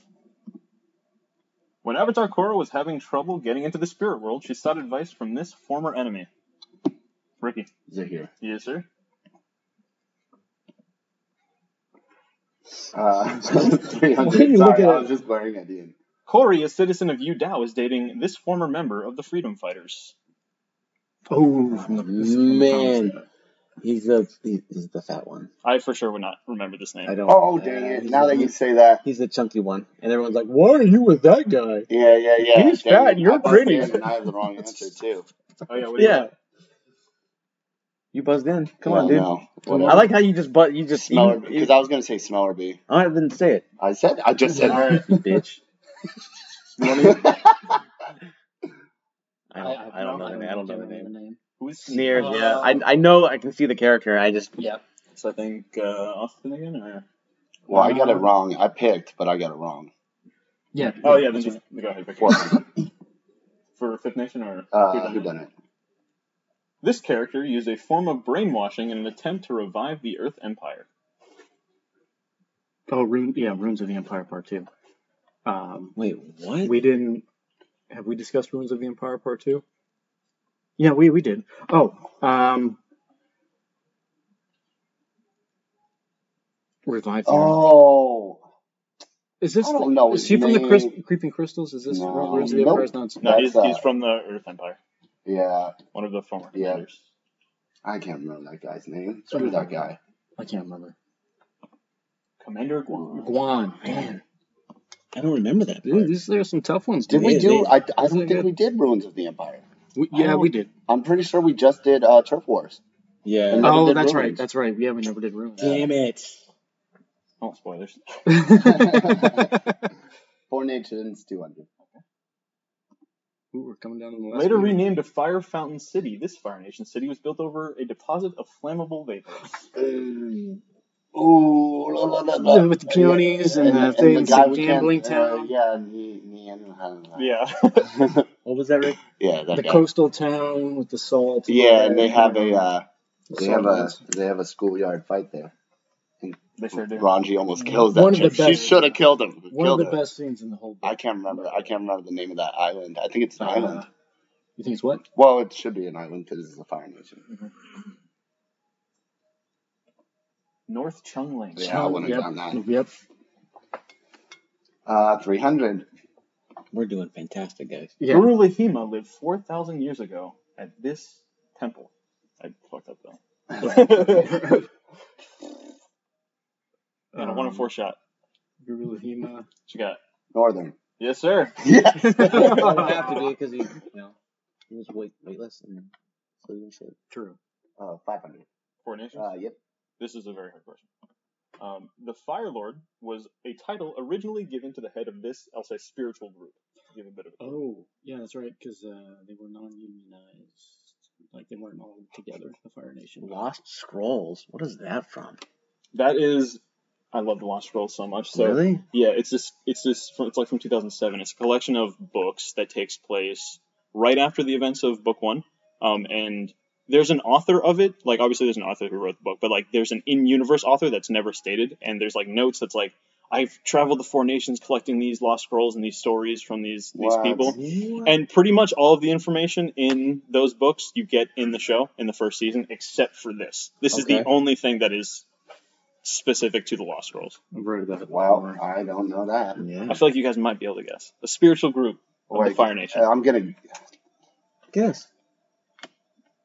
[SPEAKER 7] When Avatar Korra was having trouble getting into the spirit world, she sought advice from this former enemy. Ricky.
[SPEAKER 2] Zahir.
[SPEAKER 7] Yes, sir.
[SPEAKER 2] Uh, <laughs> 300.
[SPEAKER 3] Why are
[SPEAKER 2] Sorry,
[SPEAKER 3] you looking
[SPEAKER 2] I
[SPEAKER 3] at-
[SPEAKER 2] was just glaring at Ian.
[SPEAKER 7] Corey, a citizen of Yu Dao, is dating this former member of the Freedom Fighters.
[SPEAKER 3] Oh I'm not-
[SPEAKER 6] Man.
[SPEAKER 4] He's the he, he's the fat one.
[SPEAKER 7] I for sure would not remember this name.
[SPEAKER 4] I don't.
[SPEAKER 2] Oh,
[SPEAKER 4] uh,
[SPEAKER 2] dang it.
[SPEAKER 4] he's
[SPEAKER 2] Now
[SPEAKER 4] the-
[SPEAKER 2] that you say that.
[SPEAKER 4] he's the chunky one, and everyone's like, "Why are you with that guy?"
[SPEAKER 2] Yeah, yeah, yeah.
[SPEAKER 3] He's
[SPEAKER 2] Dang
[SPEAKER 3] fat
[SPEAKER 2] it.
[SPEAKER 3] and you're
[SPEAKER 2] I thought
[SPEAKER 3] pretty.
[SPEAKER 2] Dan and I have the wrong answer, too.
[SPEAKER 7] Oh yeah, what is
[SPEAKER 4] Yeah. You buzzed in. <laughs> Come
[SPEAKER 2] Yeah,
[SPEAKER 4] on, dude.
[SPEAKER 2] No,
[SPEAKER 4] I like how you just but you just you,
[SPEAKER 2] Smeller, because
[SPEAKER 4] you,
[SPEAKER 2] I was going to say Smeller B.
[SPEAKER 4] I didn't say it.
[SPEAKER 2] I said, I just said, <laughs>
[SPEAKER 4] You bitch. I
[SPEAKER 9] I-
[SPEAKER 4] don't, I,
[SPEAKER 9] I-
[SPEAKER 4] don't
[SPEAKER 9] no,
[SPEAKER 4] know the name. I don't know the name.
[SPEAKER 9] remember the name.
[SPEAKER 7] Who's
[SPEAKER 4] Near,
[SPEAKER 9] Uh,
[SPEAKER 4] yeah. I, I know I can see the character. I just
[SPEAKER 9] Yeah.
[SPEAKER 7] So I think uh, Austin again, or
[SPEAKER 2] well, I got it wrong. I picked, but I got it wrong.
[SPEAKER 9] Yeah.
[SPEAKER 7] oh yeah, then
[SPEAKER 9] that's
[SPEAKER 7] just go ahead.
[SPEAKER 2] <laughs>
[SPEAKER 7] Victor.
[SPEAKER 2] What?
[SPEAKER 7] For Fifth Nation or
[SPEAKER 2] Uh,
[SPEAKER 7] Whodunit?
[SPEAKER 2] who done it?
[SPEAKER 7] This character used a form of brainwashing in an attempt to revive the Earth Empire.
[SPEAKER 3] Oh, Rune, yeah, Runes of the Empire Part Two. Um,
[SPEAKER 4] wait. What?
[SPEAKER 3] we didn't. Have we discussed Runes of the Empire Part Two? Yeah, we we did. Oh, um, Revive the Earth.
[SPEAKER 2] Oh,
[SPEAKER 3] Is this?
[SPEAKER 2] I don't know
[SPEAKER 3] Is
[SPEAKER 2] his
[SPEAKER 3] she from the Chris,
[SPEAKER 2] name.
[SPEAKER 3] Creeping Crystals? Is this
[SPEAKER 2] No,
[SPEAKER 3] Runes of the
[SPEAKER 2] nope.
[SPEAKER 3] Empire's nonsense?
[SPEAKER 7] No, he's,
[SPEAKER 2] That's, uh,
[SPEAKER 7] he's from the Earth Empire,
[SPEAKER 2] yeah.
[SPEAKER 7] one of the former
[SPEAKER 2] Yeah.
[SPEAKER 7] commanders.
[SPEAKER 2] I can't remember that guy's name. Screw that guy.
[SPEAKER 3] I can't remember.
[SPEAKER 7] Commander Guan.
[SPEAKER 3] Guan. Man,
[SPEAKER 4] I don't remember that.
[SPEAKER 3] dude,
[SPEAKER 4] Part.
[SPEAKER 3] these are some tough ones.
[SPEAKER 2] Did
[SPEAKER 3] dude.
[SPEAKER 2] we do? I, I
[SPEAKER 3] Isn't
[SPEAKER 2] don't
[SPEAKER 3] it
[SPEAKER 2] think
[SPEAKER 3] good?
[SPEAKER 2] we did Ruins of the Empire.
[SPEAKER 3] We-
[SPEAKER 7] I
[SPEAKER 3] yeah,
[SPEAKER 7] don't-
[SPEAKER 3] we did.
[SPEAKER 2] I'm pretty sure we just did uh, Turf Wars.
[SPEAKER 4] Yeah.
[SPEAKER 2] Never
[SPEAKER 3] Oh,
[SPEAKER 2] did
[SPEAKER 3] that's right.
[SPEAKER 2] Ruins.
[SPEAKER 3] That's right. Yeah, we never did Runes.
[SPEAKER 2] <laughs>
[SPEAKER 4] Damn it.
[SPEAKER 7] Oh, spoilers.
[SPEAKER 2] Four Nations 200.
[SPEAKER 3] <laughs> Ooh, we're coming down to the last.
[SPEAKER 7] Later
[SPEAKER 3] few.
[SPEAKER 7] renamed to Fire Fountain City, this Fire Nation city was built over a deposit of flammable vapors.
[SPEAKER 2] Ooh, Uh, la, la, la, la.
[SPEAKER 3] With the peonies and the things,
[SPEAKER 2] guy
[SPEAKER 3] the
[SPEAKER 2] we can't-
[SPEAKER 3] gambling
[SPEAKER 2] uh,
[SPEAKER 3] town.
[SPEAKER 2] yeah, Ni- Nian-
[SPEAKER 7] <laughs> Yeah.
[SPEAKER 2] <laughs>
[SPEAKER 4] What was that, Rick?
[SPEAKER 2] yeah, that
[SPEAKER 3] the
[SPEAKER 2] guy.
[SPEAKER 3] coastal town with the salt.
[SPEAKER 2] Yeah, and they
[SPEAKER 3] everywhere,
[SPEAKER 2] have a uh,
[SPEAKER 3] the
[SPEAKER 2] they have a
[SPEAKER 3] salt
[SPEAKER 2] they have a schoolyard fight there.
[SPEAKER 7] they sure do.
[SPEAKER 2] Ranji almost kills that
[SPEAKER 3] One of the
[SPEAKER 2] chick. She
[SPEAKER 3] best-
[SPEAKER 2] should have killed him.
[SPEAKER 3] One
[SPEAKER 2] killed
[SPEAKER 3] of
[SPEAKER 2] her.
[SPEAKER 3] the best scenes in the whole book.
[SPEAKER 2] I can't remember. I can't remember the name of that island. I think it's an
[SPEAKER 3] Uh,
[SPEAKER 2] island.
[SPEAKER 3] You think it's what?
[SPEAKER 2] Well, it should be an island because it's a fire nation.
[SPEAKER 7] North Chungling.
[SPEAKER 2] Yeah, I wouldn't
[SPEAKER 3] yep.
[SPEAKER 2] have done that.
[SPEAKER 3] Yep.
[SPEAKER 2] Uh, three hundred.
[SPEAKER 4] We're doing fantastic, guys.
[SPEAKER 3] Yeah.
[SPEAKER 7] Guru Lahima lived 4,000 years ago at this temple. I fucked up though. And a uh, one in
[SPEAKER 3] Um,
[SPEAKER 7] four shot.
[SPEAKER 3] Guru Lahima.
[SPEAKER 7] What you got?
[SPEAKER 2] <laughs> Northern. <laughs>
[SPEAKER 7] Yes,
[SPEAKER 3] <laughs>
[SPEAKER 7] sir.
[SPEAKER 2] Yes.
[SPEAKER 4] You have to do because he, you know, he was weight, weightless and flew and shit.
[SPEAKER 3] True.
[SPEAKER 2] Uh, Five hundred.
[SPEAKER 7] Four nations.
[SPEAKER 2] Uh, yep.
[SPEAKER 7] This is a very hard question. Um, the Fire Lord was a title originally given to the head of this, I'll say, spiritual group. Give a bit of a
[SPEAKER 3] Oh, yeah, that's right. Because uh, they were non-unionized. Like they weren't all together. The Fire Nation.
[SPEAKER 4] Lost Scrolls. What is that from?
[SPEAKER 7] That is, I loved Watch Scroll so much. So
[SPEAKER 4] really?
[SPEAKER 7] yeah, it's this, it's this, from, it's like from 2007. It's a collection of books that takes place right after the events of Book One. Um, and there's an author of it. Like obviously, there's an author who wrote the book, but like there's an in-universe author that's never stated. And there's like notes that's like, I've traveled the four nations collecting these lost scrolls and these stories from these these
[SPEAKER 2] Wow.
[SPEAKER 7] people.
[SPEAKER 4] What?
[SPEAKER 7] And pretty much all of the information in those books you get in the show in the first season, except for this. This is the
[SPEAKER 4] Okay.
[SPEAKER 7] only thing that is specific to the Lost Scrolls.
[SPEAKER 3] I've read about it.
[SPEAKER 2] Well,
[SPEAKER 3] before.
[SPEAKER 2] I don't know that.
[SPEAKER 4] yeah.
[SPEAKER 7] I feel like you guys might be able to guess. A spiritual group of the
[SPEAKER 2] Wait,
[SPEAKER 7] Fire Nation.
[SPEAKER 2] I'm gonna
[SPEAKER 4] Guess.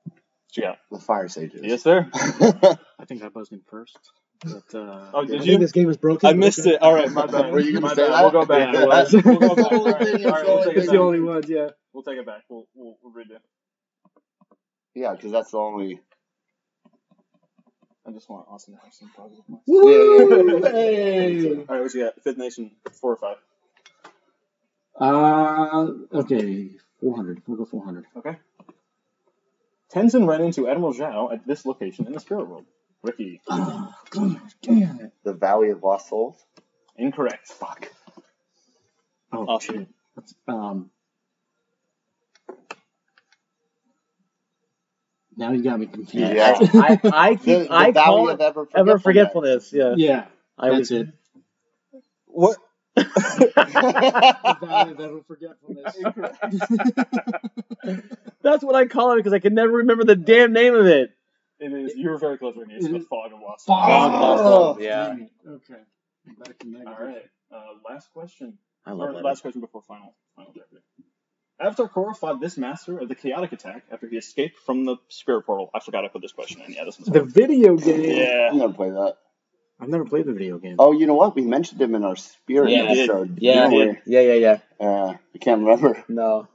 [SPEAKER 7] What you got?
[SPEAKER 2] the fire sages. <laughs>
[SPEAKER 7] Yes, sir.
[SPEAKER 3] I think I buzzed in first. But uh,
[SPEAKER 7] Oh, did
[SPEAKER 4] I
[SPEAKER 7] you?
[SPEAKER 4] think this game is broken.
[SPEAKER 7] I missed it. All right, my
[SPEAKER 2] <laughs>
[SPEAKER 7] bad.
[SPEAKER 2] Were you gonna
[SPEAKER 7] my
[SPEAKER 2] say
[SPEAKER 7] bad.
[SPEAKER 2] that?
[SPEAKER 7] We'll
[SPEAKER 2] <laughs>
[SPEAKER 7] go back.
[SPEAKER 3] Yeah, I was.
[SPEAKER 7] We'll go
[SPEAKER 2] It's the
[SPEAKER 7] back. All
[SPEAKER 2] only
[SPEAKER 7] right,
[SPEAKER 2] thing, it's
[SPEAKER 7] all right,
[SPEAKER 2] the
[SPEAKER 7] we'll
[SPEAKER 2] only
[SPEAKER 7] take
[SPEAKER 3] that's
[SPEAKER 7] it
[SPEAKER 2] thing.
[SPEAKER 3] the
[SPEAKER 7] back.
[SPEAKER 3] only one. Yeah.
[SPEAKER 7] We'll take it back. We'll, we'll, we'll redo.
[SPEAKER 2] yeah, because that's the
[SPEAKER 4] <laughs>
[SPEAKER 2] only.
[SPEAKER 7] I just want Austin to have some positive points.
[SPEAKER 2] Woo!
[SPEAKER 7] <laughs> All right, what you got? Fifth Nation, four or five.
[SPEAKER 3] Uh, okay. <clears throat> 400. We'll go 400.
[SPEAKER 7] Okay. Tenzin ran into Admiral Zhao at this location in the spirit world. Ricky,
[SPEAKER 3] Oh, God damn it.
[SPEAKER 2] The Valley of Lost Souls.
[SPEAKER 7] incorrect. Fuck.
[SPEAKER 3] Oh,
[SPEAKER 7] Awesome.
[SPEAKER 3] shit. That's, um, now you got me confused.
[SPEAKER 2] Yeah.
[SPEAKER 4] I, I keep,
[SPEAKER 2] The, the
[SPEAKER 4] I
[SPEAKER 2] Valley
[SPEAKER 4] call
[SPEAKER 2] of
[SPEAKER 4] it
[SPEAKER 2] Ever Forgetfulness. <laughs>
[SPEAKER 4] ever forgetfulness. <laughs> Yeah.
[SPEAKER 3] Yeah,
[SPEAKER 4] I was. <laughs>
[SPEAKER 3] that's it.
[SPEAKER 7] What?
[SPEAKER 3] The value of ever <laughs> forgetfulness.
[SPEAKER 4] That's what I call it because I can never remember the damn name of it.
[SPEAKER 7] <laughs> It is. You were very close, Ricky. It's
[SPEAKER 3] It
[SPEAKER 7] the
[SPEAKER 3] is-
[SPEAKER 7] fog of Wasp.
[SPEAKER 2] Oh,
[SPEAKER 4] yeah.
[SPEAKER 3] Dang it. Okay. I'm Back in that
[SPEAKER 7] All
[SPEAKER 3] group.
[SPEAKER 7] right. Uh, last question.
[SPEAKER 4] I
[SPEAKER 7] Or
[SPEAKER 4] love that.
[SPEAKER 7] last question before final. Final jeopardy. Avatar Korra fought this master of the chaotic attack after he escaped from the spirit portal. I forgot I put this question in. Yeah, this one's
[SPEAKER 3] The video game.
[SPEAKER 7] Yeah.
[SPEAKER 2] I'm gonna play that.
[SPEAKER 3] I've never played the video game.
[SPEAKER 2] Oh, you know what? We mentioned him in our spirit
[SPEAKER 4] Yeah.
[SPEAKER 2] episode.
[SPEAKER 4] Yeah,
[SPEAKER 2] didn't
[SPEAKER 4] yeah, yeah, yeah.
[SPEAKER 2] we? Uh, I can't remember.
[SPEAKER 4] No,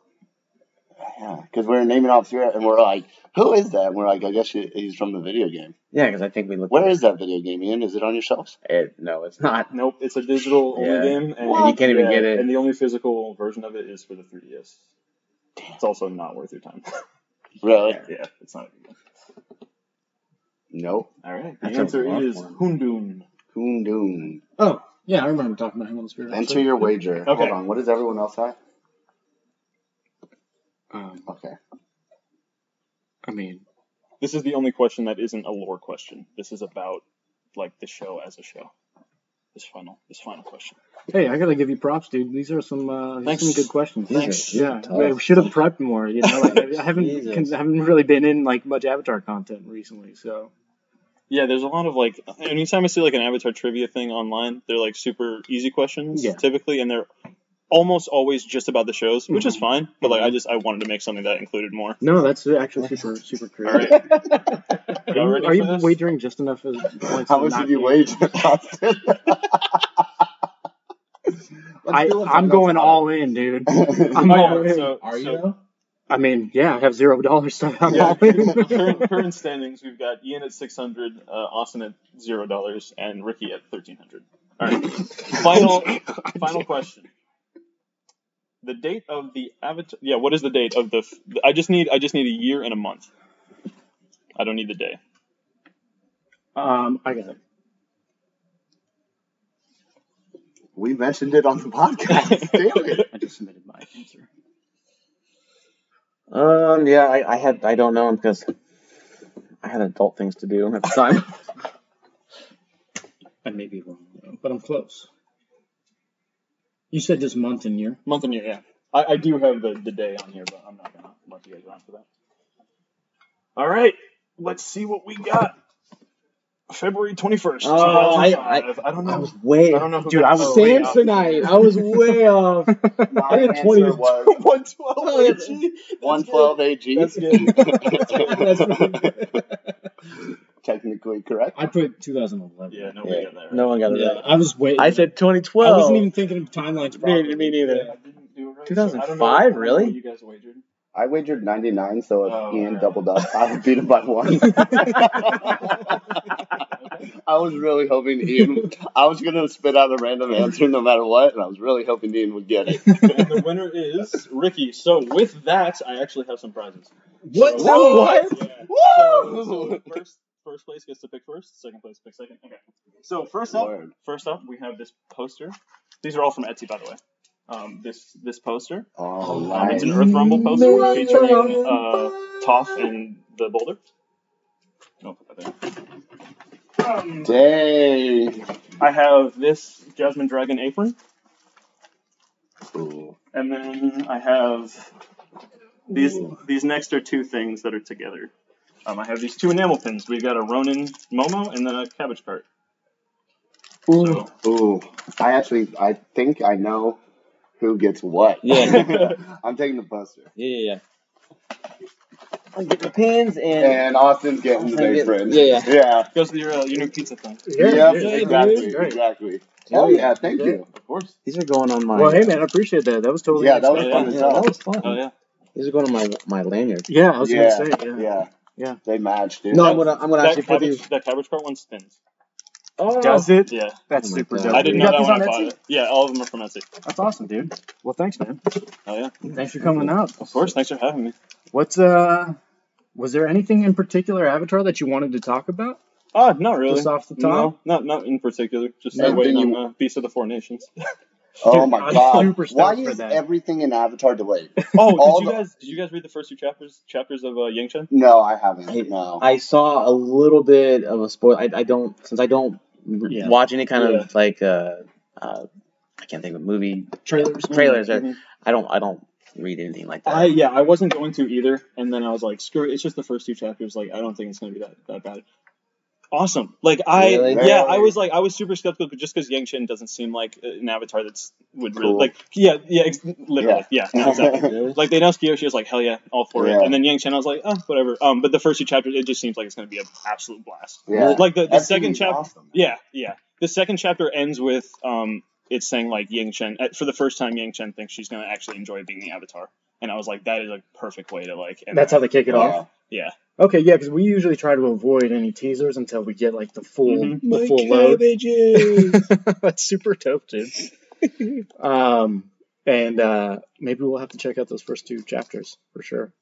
[SPEAKER 2] Yeah, because we were naming off spirit, and we're like, "Who is that?" And we're like, "I guess he- he's from the video game."
[SPEAKER 4] yeah, because I think we looked.
[SPEAKER 2] Where is that video game, Ian? Is it on your shelves?
[SPEAKER 4] It, no, it's not.
[SPEAKER 7] Nope, it's a digital only
[SPEAKER 4] Yeah.
[SPEAKER 7] game, and
[SPEAKER 4] And you can't even
[SPEAKER 7] yeah,
[SPEAKER 4] get it.
[SPEAKER 7] And the only physical version of it is for the 3DS. It's also not worth your time. <laughs>
[SPEAKER 2] Really?
[SPEAKER 7] yeah, it's not. a good one.
[SPEAKER 2] Nope.
[SPEAKER 7] All right. The
[SPEAKER 4] That's a
[SPEAKER 7] answer
[SPEAKER 4] rough
[SPEAKER 7] is
[SPEAKER 4] one.
[SPEAKER 7] Hundun.
[SPEAKER 2] Kundoon.
[SPEAKER 9] Oh, yeah, I remember talking about him on the spirit.
[SPEAKER 2] Enter
[SPEAKER 9] episode.
[SPEAKER 2] your wager.
[SPEAKER 7] Okay.
[SPEAKER 2] Hold on. What does everyone else have?
[SPEAKER 3] Um,
[SPEAKER 2] Okay.
[SPEAKER 3] I mean,
[SPEAKER 7] This is the only question that isn't a lore question. This is about like the show as a show. This final, this final question.
[SPEAKER 3] hey, I gotta give you props, dude. These are some uh, these are some
[SPEAKER 7] Thanks.
[SPEAKER 3] good questions. These are-
[SPEAKER 7] Thanks.
[SPEAKER 3] Yeah,
[SPEAKER 4] Tough.
[SPEAKER 3] I should have prepped more. You know, like,
[SPEAKER 4] <laughs>
[SPEAKER 3] I haven't
[SPEAKER 4] Jesus.
[SPEAKER 3] con- I haven't really been in like much Avatar content recently, so
[SPEAKER 7] Yeah, there's a lot of like. Anytime I see like an Avatar trivia thing online, they're like super easy questions
[SPEAKER 3] Yeah.
[SPEAKER 7] typically, and they're almost always just about the shows, which is fine. But like, I just I wanted to make something that included more.
[SPEAKER 3] no, that's actually super super
[SPEAKER 7] All
[SPEAKER 3] creative.
[SPEAKER 7] right.
[SPEAKER 3] Are
[SPEAKER 7] Y'all
[SPEAKER 3] you,
[SPEAKER 7] ready
[SPEAKER 3] are
[SPEAKER 7] for
[SPEAKER 3] you
[SPEAKER 7] this?
[SPEAKER 3] wagering just enough as points?
[SPEAKER 2] How
[SPEAKER 3] to
[SPEAKER 2] much
[SPEAKER 3] not
[SPEAKER 2] did you <laughs>
[SPEAKER 3] get-
[SPEAKER 2] wager, Austin?
[SPEAKER 3] I, I'm going all in, dude.
[SPEAKER 2] in.
[SPEAKER 3] I'm
[SPEAKER 7] Oh,
[SPEAKER 3] all
[SPEAKER 7] yeah,
[SPEAKER 3] in.
[SPEAKER 7] so,
[SPEAKER 9] Are you
[SPEAKER 7] so-
[SPEAKER 9] though?
[SPEAKER 3] I mean, yeah, I have zero dollars, so I'm
[SPEAKER 7] Yeah.
[SPEAKER 3] all in. <laughs>
[SPEAKER 7] <laughs> current, current standings, we've got Ian at 600, uh, Austin at zero dollars, and Ricky at 1300. All right,
[SPEAKER 2] <laughs>
[SPEAKER 7] final final question. The date of the avatar. Yeah, what is the date of the? F- I just need I just need a year and a month. I don't need the day.
[SPEAKER 3] um, I got it.
[SPEAKER 2] we mentioned it on the
[SPEAKER 3] <laughs>
[SPEAKER 2] podcast. Damn it.
[SPEAKER 3] I just submitted my answer.
[SPEAKER 4] Um, yeah, I, I had I don't know him because I had adult things to do at the time.
[SPEAKER 3] I may be wrong, though, but I'm close. You said just month and year.
[SPEAKER 7] <laughs> Month and year. Yeah, I, I do have the, the day on here, but I'm not gonna let you guys run for that. All right, let's see what we got. February 21st,
[SPEAKER 4] Oh, I-
[SPEAKER 7] 2005. I, don't know.
[SPEAKER 4] I was way
[SPEAKER 7] I don't know who
[SPEAKER 3] Dude,
[SPEAKER 7] got
[SPEAKER 3] I
[SPEAKER 7] this
[SPEAKER 3] was-
[SPEAKER 7] way up.
[SPEAKER 4] <laughs> Samsonite. I was way off.
[SPEAKER 3] <laughs>
[SPEAKER 2] My
[SPEAKER 4] had
[SPEAKER 2] answer
[SPEAKER 4] 20
[SPEAKER 2] was
[SPEAKER 7] 112 AG.
[SPEAKER 2] 112 AG.
[SPEAKER 7] That's good.
[SPEAKER 2] Technically correct.
[SPEAKER 9] I put 2011.
[SPEAKER 7] Yeah, nobody
[SPEAKER 4] Yeah,
[SPEAKER 7] got that right.
[SPEAKER 4] no one got it
[SPEAKER 9] Yeah,
[SPEAKER 4] right.
[SPEAKER 9] I was waiting.
[SPEAKER 4] I said
[SPEAKER 9] I
[SPEAKER 4] 2012.
[SPEAKER 9] wasn't even thinking of timelines.
[SPEAKER 4] <laughs> Me-
[SPEAKER 9] properly.
[SPEAKER 4] me neither.
[SPEAKER 9] Yeah.
[SPEAKER 7] I didn't do it right,
[SPEAKER 4] 2005,
[SPEAKER 7] I don't know
[SPEAKER 4] really?
[SPEAKER 7] what You guys wagered.
[SPEAKER 2] I wagered 99, so if
[SPEAKER 7] Oh,
[SPEAKER 2] Ian
[SPEAKER 7] yeah.
[SPEAKER 2] doubled up, I would beat him by one. I was really hoping Ian. I was gonna spit out a random answer no matter what, and I was really hoping Ian would get it.
[SPEAKER 7] and the winner is Ricky. So with that, I actually have some prizes.
[SPEAKER 9] What?
[SPEAKER 7] So-
[SPEAKER 2] Whoa, what?
[SPEAKER 7] Yeah. So, so
[SPEAKER 2] <laughs> Woo!
[SPEAKER 7] first, first place gets to pick first. Second place picks second. Okay. So first up,
[SPEAKER 2] Word.
[SPEAKER 7] first up, we have this poster. These are all from Etsy, by the way. Um, this this poster.
[SPEAKER 2] Oh,
[SPEAKER 7] Um,
[SPEAKER 2] nice.
[SPEAKER 7] it's an Earth Rumble poster featuring uh, Toph and the Boulder. I'll put that there. Um,
[SPEAKER 2] Dang.
[SPEAKER 7] I have this Jasmine Dragon apron,
[SPEAKER 2] Ooh.
[SPEAKER 7] and then I have these. These next are two things that are together. Um, I have these two enamel pins. We've got a Ronin Momo and then a cabbage cart.
[SPEAKER 2] Ooh. Ooh. I actually, I think I know who gets what.
[SPEAKER 4] Yeah.
[SPEAKER 2] <laughs> I'm taking the poster.
[SPEAKER 4] Yeah, yeah, yeah. I'm getting the pins and.
[SPEAKER 2] And Austin's getting the
[SPEAKER 4] Yeah,
[SPEAKER 2] day friend.
[SPEAKER 4] yeah.
[SPEAKER 2] Yeah.
[SPEAKER 7] Goes to your uh, your new pizza thing.
[SPEAKER 2] Yeah,
[SPEAKER 3] dude,
[SPEAKER 2] exactly.
[SPEAKER 3] dude, great.
[SPEAKER 2] Exactly. Hell Oh, yeah, thank you.
[SPEAKER 7] Of course.
[SPEAKER 4] Oh, These are going on my.
[SPEAKER 3] Well, hey man, I appreciate that. That was totally.
[SPEAKER 2] Yeah, that was
[SPEAKER 7] Yeah,
[SPEAKER 2] fun as
[SPEAKER 4] yeah, that
[SPEAKER 2] hell.
[SPEAKER 4] was fun.
[SPEAKER 7] Oh yeah.
[SPEAKER 4] These are going on my my lanyard.
[SPEAKER 3] Yeah, I was
[SPEAKER 2] Yeah,
[SPEAKER 3] gonna say. Yeah.
[SPEAKER 2] Yeah.
[SPEAKER 3] Yeah.
[SPEAKER 2] They match, dude.
[SPEAKER 4] No, I'm gonna I'm gonna
[SPEAKER 7] That
[SPEAKER 4] actually put
[SPEAKER 7] cabbage,
[SPEAKER 4] these.
[SPEAKER 7] that cabbage cart one spins.
[SPEAKER 4] Oh,
[SPEAKER 3] Does it?
[SPEAKER 7] Yeah.
[SPEAKER 3] That's
[SPEAKER 4] Oh my
[SPEAKER 3] super
[SPEAKER 4] God.
[SPEAKER 3] dope.
[SPEAKER 7] I didn't
[SPEAKER 3] you got
[SPEAKER 7] know that
[SPEAKER 3] these
[SPEAKER 7] when
[SPEAKER 3] on
[SPEAKER 7] I bought
[SPEAKER 3] Etsy?
[SPEAKER 7] it. Yeah, all of them are from Etsy.
[SPEAKER 3] That's awesome, dude. Well, thanks, man.
[SPEAKER 7] Oh yeah.
[SPEAKER 3] Thanks for coming out.
[SPEAKER 7] Of course. Thanks for having me.
[SPEAKER 3] What's uh? Was there anything in particular Avatar that you wanted to talk about?
[SPEAKER 7] Oh, not really.
[SPEAKER 3] Just off the top?
[SPEAKER 7] No, not not in particular. Just
[SPEAKER 2] Man,
[SPEAKER 7] started waiting
[SPEAKER 2] then you-
[SPEAKER 7] on uh, Beast of the
[SPEAKER 3] <laughs>
[SPEAKER 7] Four Nations.
[SPEAKER 2] Oh
[SPEAKER 3] Dude,
[SPEAKER 2] my
[SPEAKER 3] I'm
[SPEAKER 2] god.
[SPEAKER 3] super stoked
[SPEAKER 2] Why
[SPEAKER 3] for
[SPEAKER 2] is
[SPEAKER 3] that.
[SPEAKER 2] everything in Avatar delayed? All
[SPEAKER 7] Oh, did you
[SPEAKER 2] the-
[SPEAKER 7] guys did you guys read the first two chapters chapters of uh, Yang Chen?
[SPEAKER 2] No, I haven't.
[SPEAKER 4] I-
[SPEAKER 2] no.
[SPEAKER 4] I saw a little bit of a spoil. I, I don't since I don't
[SPEAKER 3] Yeah.
[SPEAKER 4] watch any kind
[SPEAKER 7] Yeah.
[SPEAKER 4] of like uh, uh I can't think of a movie
[SPEAKER 3] Trailers.
[SPEAKER 4] trailers. or-
[SPEAKER 7] Mhm.
[SPEAKER 4] I don't I don't read anything like that.
[SPEAKER 7] I
[SPEAKER 4] <laughs>
[SPEAKER 7] yeah, I wasn't going to either, and then I was like, screw it. It's just the first two chapters. Like, I don't think it's gonna be that that bad. awesome. Like I,
[SPEAKER 4] Really?
[SPEAKER 7] yeah, I
[SPEAKER 2] Really?
[SPEAKER 7] was like, I was super skeptical just because Yang Chen doesn't seem like an avatar that's would really
[SPEAKER 2] Cool.
[SPEAKER 7] like, yeah, yeah, ex- literally, yeah,
[SPEAKER 2] <laughs>
[SPEAKER 7] no, exactly.
[SPEAKER 4] Really?
[SPEAKER 7] Like they announced Kyoshi, I was like, hell yeah, all for
[SPEAKER 2] Yeah.
[SPEAKER 7] it. And then Yang Chen, I was like, oh, whatever. Um, but the first two chapters, it just seems like it's gonna be an absolute blast.
[SPEAKER 2] Yeah.
[SPEAKER 7] Like the, the
[SPEAKER 2] That's
[SPEAKER 7] second
[SPEAKER 2] gonna be
[SPEAKER 7] chapter,
[SPEAKER 2] awesome.
[SPEAKER 7] yeah, yeah. The second chapter ends with um, it's saying like Yang Chen uh, for the first time. Yang Chen thinks she's gonna actually enjoy being the Avatar, and I was like, that is a perfect way to like. end
[SPEAKER 3] That's
[SPEAKER 7] that.
[SPEAKER 3] how they kick it off.
[SPEAKER 7] Yeah.
[SPEAKER 3] Okay, yeah, because we usually try to avoid any teasers until we get like the full
[SPEAKER 7] Mhm.
[SPEAKER 3] the full load.
[SPEAKER 7] <laughs>
[SPEAKER 3] That's super dope, dude. um, and uh, maybe we'll have to check out those first two chapters for sure.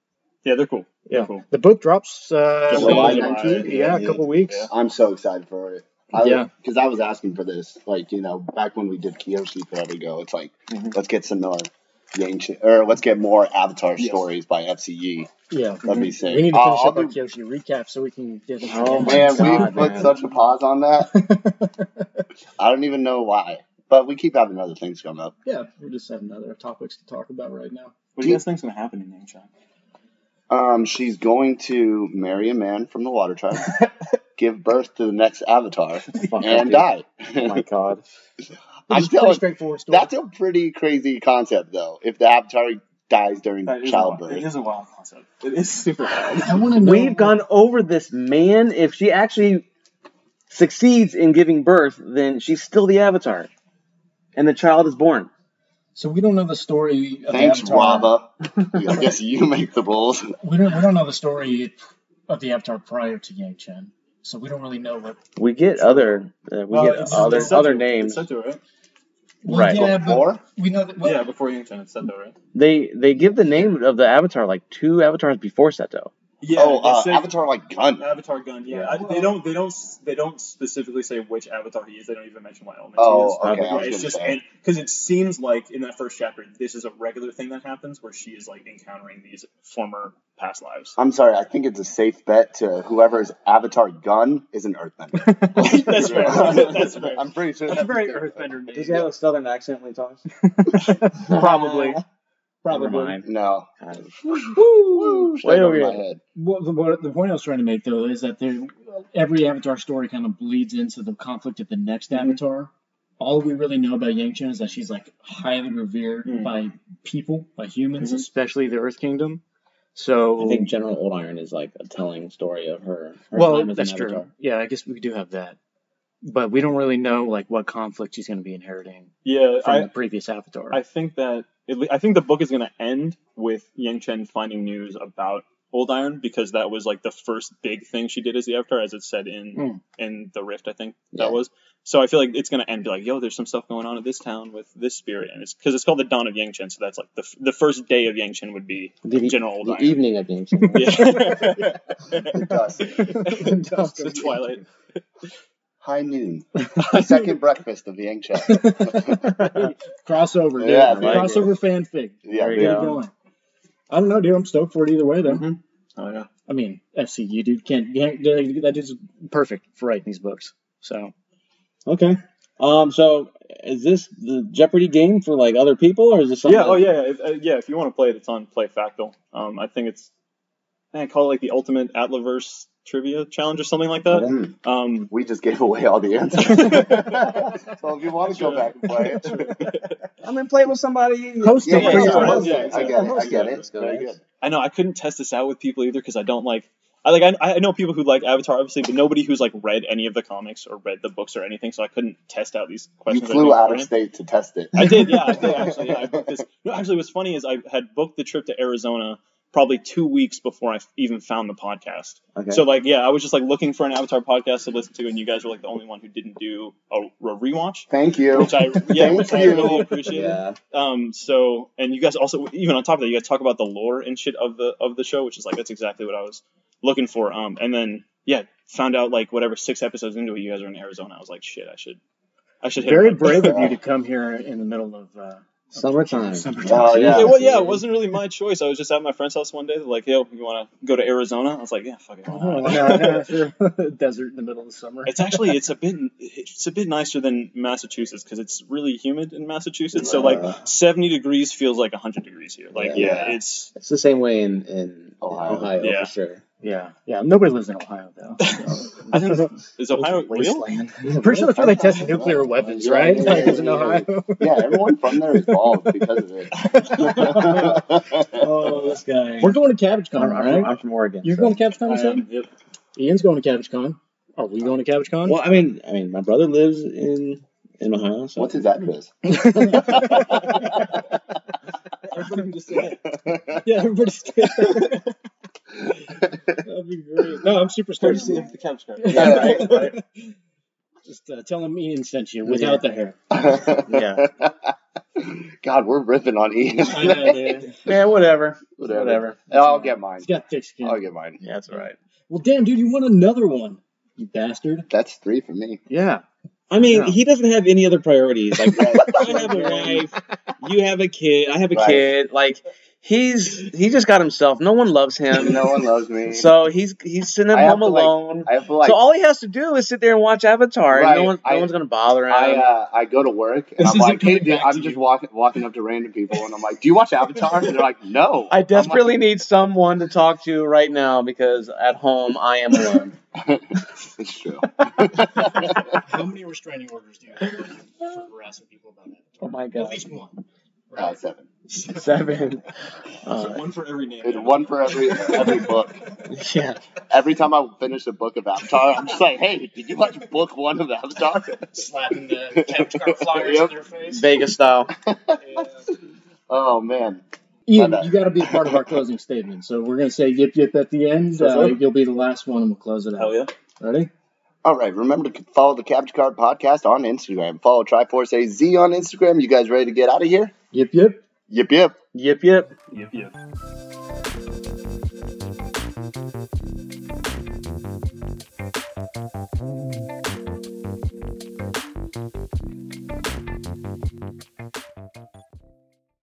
[SPEAKER 7] Yeah, they're cool.
[SPEAKER 3] Yeah,
[SPEAKER 7] Cool.
[SPEAKER 3] the book drops uh,
[SPEAKER 2] July
[SPEAKER 3] July
[SPEAKER 2] 19th?
[SPEAKER 3] Yeah, a
[SPEAKER 2] Yeah.
[SPEAKER 3] couple weeks.
[SPEAKER 7] Yeah.
[SPEAKER 2] I'm so excited for it. I,
[SPEAKER 3] Yeah.
[SPEAKER 2] Because I was asking for this, like you know, back when we did Kiyoshi forever ago. It's like
[SPEAKER 3] Mm-hmm.
[SPEAKER 7] Mhm.
[SPEAKER 2] let's get some more Yang Chen- or let's get more Avatar
[SPEAKER 7] Yes.
[SPEAKER 2] stories by E, FCE.
[SPEAKER 3] Yeah.
[SPEAKER 2] That'd be sick.
[SPEAKER 3] Mm-hmm. We need to
[SPEAKER 2] I'll-
[SPEAKER 3] finish
[SPEAKER 2] Uh, I'll
[SPEAKER 3] up our
[SPEAKER 2] do-
[SPEAKER 3] Kyoshi recap so we can get into
[SPEAKER 4] Oh,
[SPEAKER 3] Genshin.
[SPEAKER 2] Oh, Man, we
[SPEAKER 4] God,
[SPEAKER 2] put
[SPEAKER 4] man.
[SPEAKER 2] such a pause on that.
[SPEAKER 3] <laughs>
[SPEAKER 2] I don't even know why, but we keep having other things come up.
[SPEAKER 9] Yeah, we just having other topics to talk about right now.
[SPEAKER 7] What do you guys think's gonna happen in Yang Chen?
[SPEAKER 2] Um, she's going to marry a man from the water
[SPEAKER 4] <laughs>
[SPEAKER 2] tribe, give birth to the next Avatar,
[SPEAKER 4] Fuck,
[SPEAKER 2] and
[SPEAKER 4] dude.
[SPEAKER 2] die.
[SPEAKER 4] Oh
[SPEAKER 2] <laughs>
[SPEAKER 4] my god.
[SPEAKER 2] I'm
[SPEAKER 3] It's pretty
[SPEAKER 2] telling,
[SPEAKER 3] straightforward story.
[SPEAKER 2] that's a pretty crazy concept, though. If the Avatar dies during
[SPEAKER 7] That is A wild, it
[SPEAKER 2] childbirth,
[SPEAKER 7] is a wild concept. It is super wild.
[SPEAKER 9] I want to know.
[SPEAKER 4] We've gone over this, man. If she actually succeeds in giving birth, then she's still the avatar. And the child is born.
[SPEAKER 9] So we don't know the story. Of
[SPEAKER 2] thanks,
[SPEAKER 9] the Avatar.
[SPEAKER 2] Waba.
[SPEAKER 7] <laughs>
[SPEAKER 2] I guess you make the rules.
[SPEAKER 9] We don't. We don't know the story of the Avatar prior to Yang Chen. So we don't really know what.
[SPEAKER 4] We get other uh, we
[SPEAKER 7] Well,
[SPEAKER 4] get
[SPEAKER 7] it's-
[SPEAKER 4] other
[SPEAKER 7] it's Seto.
[SPEAKER 4] other
[SPEAKER 7] It's
[SPEAKER 4] names.
[SPEAKER 7] Seto, right?
[SPEAKER 9] Well,
[SPEAKER 4] Right.
[SPEAKER 9] Yeah, but
[SPEAKER 2] Or
[SPEAKER 9] we know that. Well,
[SPEAKER 7] yeah, before Yang Chen, it's Seto, right?
[SPEAKER 4] They they give the name of the avatar like two avatars before Seto.
[SPEAKER 7] Yeah.
[SPEAKER 2] oh,
[SPEAKER 7] they
[SPEAKER 2] uh,
[SPEAKER 7] say-
[SPEAKER 2] Avatar like gun.
[SPEAKER 7] Avatar gun. Yeah,
[SPEAKER 4] Yeah.
[SPEAKER 7] I, they don't. They don't. They don't specifically say which avatar he is. They don't even mention what element he
[SPEAKER 2] Oh,
[SPEAKER 7] is.
[SPEAKER 2] okay. I
[SPEAKER 7] Yeah,
[SPEAKER 2] was
[SPEAKER 7] it's
[SPEAKER 2] gonna
[SPEAKER 7] just
[SPEAKER 2] say.
[SPEAKER 7] because it seems like in that first chapter, this is a regular thing that happens where she is like encountering these former
[SPEAKER 2] <laughs>
[SPEAKER 7] past lives.
[SPEAKER 2] I'm sorry. I think it's a safe bet to whoever's Avatar gun is an Earthbender.
[SPEAKER 7] <laughs> That's
[SPEAKER 2] <laughs>
[SPEAKER 7] fair. That's fair.
[SPEAKER 2] I'm pretty sure.
[SPEAKER 3] That's a very earthbender name.
[SPEAKER 4] Does he have a southern accent when he talks?
[SPEAKER 3] <laughs> Probably.
[SPEAKER 4] Never
[SPEAKER 3] Probably.
[SPEAKER 4] mind.
[SPEAKER 2] No.
[SPEAKER 4] God. <laughs>
[SPEAKER 2] Woo, straight
[SPEAKER 4] Way
[SPEAKER 2] over
[SPEAKER 4] over
[SPEAKER 2] my head.
[SPEAKER 9] <laughs> What, the- what the point I was trying to make though is that there, every Avatar story kind of bleeds into the conflict of the next
[SPEAKER 3] Mm-hmm.
[SPEAKER 9] Avatar. All we really know about Yang Chen is that she's like highly revered
[SPEAKER 7] Mhm.
[SPEAKER 9] by people, by humans.
[SPEAKER 3] Mm. Mm-hmm. Especially the Earth Kingdom.
[SPEAKER 4] I
[SPEAKER 3] So
[SPEAKER 4] think General Old Iron is like a telling story of her. her
[SPEAKER 3] well,
[SPEAKER 4] time as an
[SPEAKER 3] that's
[SPEAKER 4] avatar.
[SPEAKER 3] true. Yeah, I guess we do have that, but we don't really know like what conflict she's going to be inheriting
[SPEAKER 7] Yeah,
[SPEAKER 3] from
[SPEAKER 7] I,
[SPEAKER 3] the previous Avatar. <laughs>
[SPEAKER 7] I <laughs> think that at le- I think the book is going to end with Yang Chen finding news about Old Iron because that was like the first big thing she did as the Avatar, as it said in
[SPEAKER 4] Hmm.
[SPEAKER 3] Mm.
[SPEAKER 7] in the Rift. I think
[SPEAKER 2] Yeah.
[SPEAKER 7] that was. So I feel like it's going to end be like, yo, there's some stuff going on in this town with this spirit, and it's because it's called the Dawn of Yang Chen. So that's like the f- the first day of Yang Chen would be
[SPEAKER 4] The, e,
[SPEAKER 7] General Old
[SPEAKER 4] the
[SPEAKER 7] Iron.
[SPEAKER 4] evening of <laughs> Yang Chen.
[SPEAKER 7] Yeah.
[SPEAKER 2] The dusk.
[SPEAKER 7] <laughs> the twilight.
[SPEAKER 2] High
[SPEAKER 7] <laughs>
[SPEAKER 2] noon. Second breakfast of the Yangtze.
[SPEAKER 9] <laughs> Crossover, dude.
[SPEAKER 2] Yeah,
[SPEAKER 4] I like it.
[SPEAKER 9] crossover fanfic.
[SPEAKER 2] yeah,
[SPEAKER 4] There
[SPEAKER 9] Get
[SPEAKER 2] dude.
[SPEAKER 4] you
[SPEAKER 9] it
[SPEAKER 4] go.
[SPEAKER 9] going. I don't know, dude. I'm stoked for it either way, though.
[SPEAKER 7] Oh yeah.
[SPEAKER 9] I mean, FCU, dude. Can't, can't that dude's
[SPEAKER 3] Perfect for writing these books. So
[SPEAKER 4] Okay. Um. So, is this the Jeopardy game for like other people, or is this something?
[SPEAKER 7] Yeah. Oh yeah. yeah. If, uh, yeah. If you want to play it, it's on Play Factal. Um, I think it's I call it like the ultimate Atlaverse trivia challenge or something
[SPEAKER 2] <laughs>
[SPEAKER 7] like that.
[SPEAKER 2] Mm,
[SPEAKER 7] Um,
[SPEAKER 2] We just gave away all the
[SPEAKER 7] <laughs>
[SPEAKER 2] answers. so if you want to go back and play it.
[SPEAKER 4] I'm gonna play with somebody.
[SPEAKER 9] host
[SPEAKER 2] Yeah,
[SPEAKER 9] it.
[SPEAKER 2] yeah,
[SPEAKER 9] Bring it
[SPEAKER 2] yeah,
[SPEAKER 9] on.
[SPEAKER 2] host
[SPEAKER 7] yeah,
[SPEAKER 2] it. I
[SPEAKER 7] yeah.
[SPEAKER 2] get it. I
[SPEAKER 4] Host
[SPEAKER 2] get
[SPEAKER 4] it.
[SPEAKER 2] it.
[SPEAKER 4] Let's go,
[SPEAKER 2] Very
[SPEAKER 4] guys.
[SPEAKER 2] good.
[SPEAKER 7] I know I couldn't test this out with people either because I don't like I like I, I know people who like Avatar obviously, but nobody who's like read any of the comics or read the books or anything. So I couldn't test out these
[SPEAKER 2] You
[SPEAKER 7] questions. I
[SPEAKER 2] flew
[SPEAKER 7] knew
[SPEAKER 2] out of
[SPEAKER 7] beforehand.
[SPEAKER 2] state to test it.
[SPEAKER 7] I did, yeah, I did actually. Yeah, I booked this. No, actually, what's funny is I had booked the trip to Arizona probably two weeks before I even found the podcast.
[SPEAKER 4] Okay.
[SPEAKER 7] So like, yeah, I was just like looking for an Avatar podcast to listen to, and you guys were like the only one who didn't do a, a rewatch,
[SPEAKER 2] <laughs> Thank you.
[SPEAKER 7] which I yeah,
[SPEAKER 2] Thank
[SPEAKER 7] which I
[SPEAKER 2] you.
[SPEAKER 7] really appreciated.
[SPEAKER 4] yeah.
[SPEAKER 7] Um, so and you guys also even on top of that, you guys talk about the lore and shit of the of the show, which is like that's exactly what I was looking for. Um, and then yeah, found out like whatever six episodes into it, you guys are in Arizona. I was like, shit, I should, I should hit.
[SPEAKER 3] very
[SPEAKER 7] them up.
[SPEAKER 3] brave of you to come here in the middle of uh,
[SPEAKER 4] Summertime.
[SPEAKER 3] summertime.
[SPEAKER 2] Oh, yeah.
[SPEAKER 7] Yeah, well, yeah, it
[SPEAKER 2] <laughs>
[SPEAKER 7] wasn't really my choice. I was just at my friend's house one day. They're like, yo, you want to go to Arizona? I was like, yeah, fuck it. why <laughs>
[SPEAKER 3] Oh,
[SPEAKER 7] not?"
[SPEAKER 3] no,
[SPEAKER 9] <laughs>
[SPEAKER 3] no, for desert in the middle of summer.
[SPEAKER 7] it's actually it's a bit it's a bit nicer than Massachusetts because it's really humid in Massachusetts. So like
[SPEAKER 4] Yeah.
[SPEAKER 7] seventy degrees feels like hundred degrees here. Like yeah,
[SPEAKER 2] Uh. Yeah.
[SPEAKER 7] it's
[SPEAKER 4] It's the same way in in Ohio,
[SPEAKER 2] Ohio.
[SPEAKER 7] Yeah.
[SPEAKER 4] for sure.
[SPEAKER 9] Yeah, yeah. Nobody lives in Ohio though.
[SPEAKER 2] <laughs>
[SPEAKER 7] I think is Ohio
[SPEAKER 9] It's
[SPEAKER 7] real?
[SPEAKER 9] wasteland. Pretty sure that's where they test nuclear weapons, right?
[SPEAKER 2] Yeah,
[SPEAKER 9] <laughs> Like, it's in
[SPEAKER 2] yeah,
[SPEAKER 9] Ohio.
[SPEAKER 2] Yeah, everyone from there is bald because of
[SPEAKER 7] <laughs>
[SPEAKER 2] it.
[SPEAKER 9] oh, this guy. We're going to Cabbage Con,
[SPEAKER 4] I'm, I'm,
[SPEAKER 9] right?
[SPEAKER 4] from, I'm from Oregon.
[SPEAKER 9] You're
[SPEAKER 4] so-
[SPEAKER 9] going to Cabbage Con, you
[SPEAKER 4] I
[SPEAKER 9] said?
[SPEAKER 4] am, yep.
[SPEAKER 9] Ian's going to Cabbage Con. Are we going to Cabbage Con?
[SPEAKER 3] <laughs>
[SPEAKER 4] Well, I mean, I mean, my brother lives in in Ohio. So
[SPEAKER 2] What's his address?
[SPEAKER 3] Everybody can just say
[SPEAKER 9] <laughs>
[SPEAKER 3] it. Yeah, everybody say it. That'd be great. No, I'm super stoked.
[SPEAKER 7] Courtesy of the couch guy.
[SPEAKER 2] Yeah, right,
[SPEAKER 9] Just uh, tell him Ian sent you without the hair.
[SPEAKER 4] Yeah.
[SPEAKER 2] <laughs> God, we're ripping on Ian.
[SPEAKER 9] I know, dude.
[SPEAKER 4] man, whatever,
[SPEAKER 2] <laughs> Whatever.
[SPEAKER 4] whatever.
[SPEAKER 2] I'll get mine.
[SPEAKER 9] He's got thick skin.
[SPEAKER 2] I'll get mine.
[SPEAKER 4] Yeah, that's all right.
[SPEAKER 9] Well, damn, dude, you want another one, you bastard.
[SPEAKER 2] That's three for me.
[SPEAKER 9] Yeah.
[SPEAKER 4] I mean,
[SPEAKER 9] Yeah.
[SPEAKER 4] he doesn't have any other priorities. Like,
[SPEAKER 3] <laughs>
[SPEAKER 2] Right. <laughs>
[SPEAKER 4] I have a wife, you have a kid, I have a
[SPEAKER 2] Right.
[SPEAKER 4] kid. Like, he's he just got himself. No one loves him. <laughs>
[SPEAKER 2] No one loves me.
[SPEAKER 4] So he's he's sitting at
[SPEAKER 2] I have
[SPEAKER 4] home
[SPEAKER 2] to, like-
[SPEAKER 4] alone.
[SPEAKER 2] I feel like
[SPEAKER 4] so all he has to do is sit there and watch Avatar, and
[SPEAKER 2] Right,
[SPEAKER 4] no one, no
[SPEAKER 2] I-
[SPEAKER 4] one's gonna bother him.
[SPEAKER 2] I uh, I go to work and
[SPEAKER 3] um, This
[SPEAKER 2] I'm
[SPEAKER 3] isn't
[SPEAKER 2] like, hey,
[SPEAKER 3] coming
[SPEAKER 2] dude,
[SPEAKER 3] back
[SPEAKER 2] I'm
[SPEAKER 3] to
[SPEAKER 2] just
[SPEAKER 3] you.
[SPEAKER 2] walking walking up to random people and I'm like, do you watch Avatar? And they're like, no.
[SPEAKER 4] I
[SPEAKER 2] I'm like,
[SPEAKER 4] desperately need someone to talk to right now because at home I am
[SPEAKER 2] <laughs>
[SPEAKER 4] alone.
[SPEAKER 2] <laughs> it's true. <laughs> Uh,
[SPEAKER 3] How many restraining orders do you have for harassing people about
[SPEAKER 4] oh
[SPEAKER 3] Avatar?
[SPEAKER 4] my
[SPEAKER 3] At
[SPEAKER 4] god,
[SPEAKER 3] least one.
[SPEAKER 2] Uh,
[SPEAKER 3] Right.
[SPEAKER 2] seven.
[SPEAKER 4] seven.
[SPEAKER 7] So
[SPEAKER 4] Uh,
[SPEAKER 7] one for every name.
[SPEAKER 2] It's one for every every book.
[SPEAKER 4] yeah,
[SPEAKER 2] Every time I finish a book of Avatar, I'm just like, hey, did you watch book one of Avatar? <laughs>
[SPEAKER 3] Slapping the couch car flyers
[SPEAKER 2] Yep.
[SPEAKER 3] in their face.
[SPEAKER 4] Vegas style.
[SPEAKER 3] Yeah.
[SPEAKER 2] Oh man.
[SPEAKER 9] Ian,
[SPEAKER 2] Okay.
[SPEAKER 9] you got to be a part of our closing statement. So we're going to say yip yip at the end.
[SPEAKER 7] Sure,
[SPEAKER 9] Uh,
[SPEAKER 7] sure.
[SPEAKER 9] you'll be the last one and we'll close it out.
[SPEAKER 7] Hell yeah.
[SPEAKER 9] Ready?
[SPEAKER 2] All right, remember to follow the Cabbage Card Podcast on Instagram. Follow Triforce AZ on Instagram. You guys ready to get out of here?
[SPEAKER 9] Yip yip.
[SPEAKER 2] Yip yip.
[SPEAKER 4] Yip yip.
[SPEAKER 7] Yep, yep.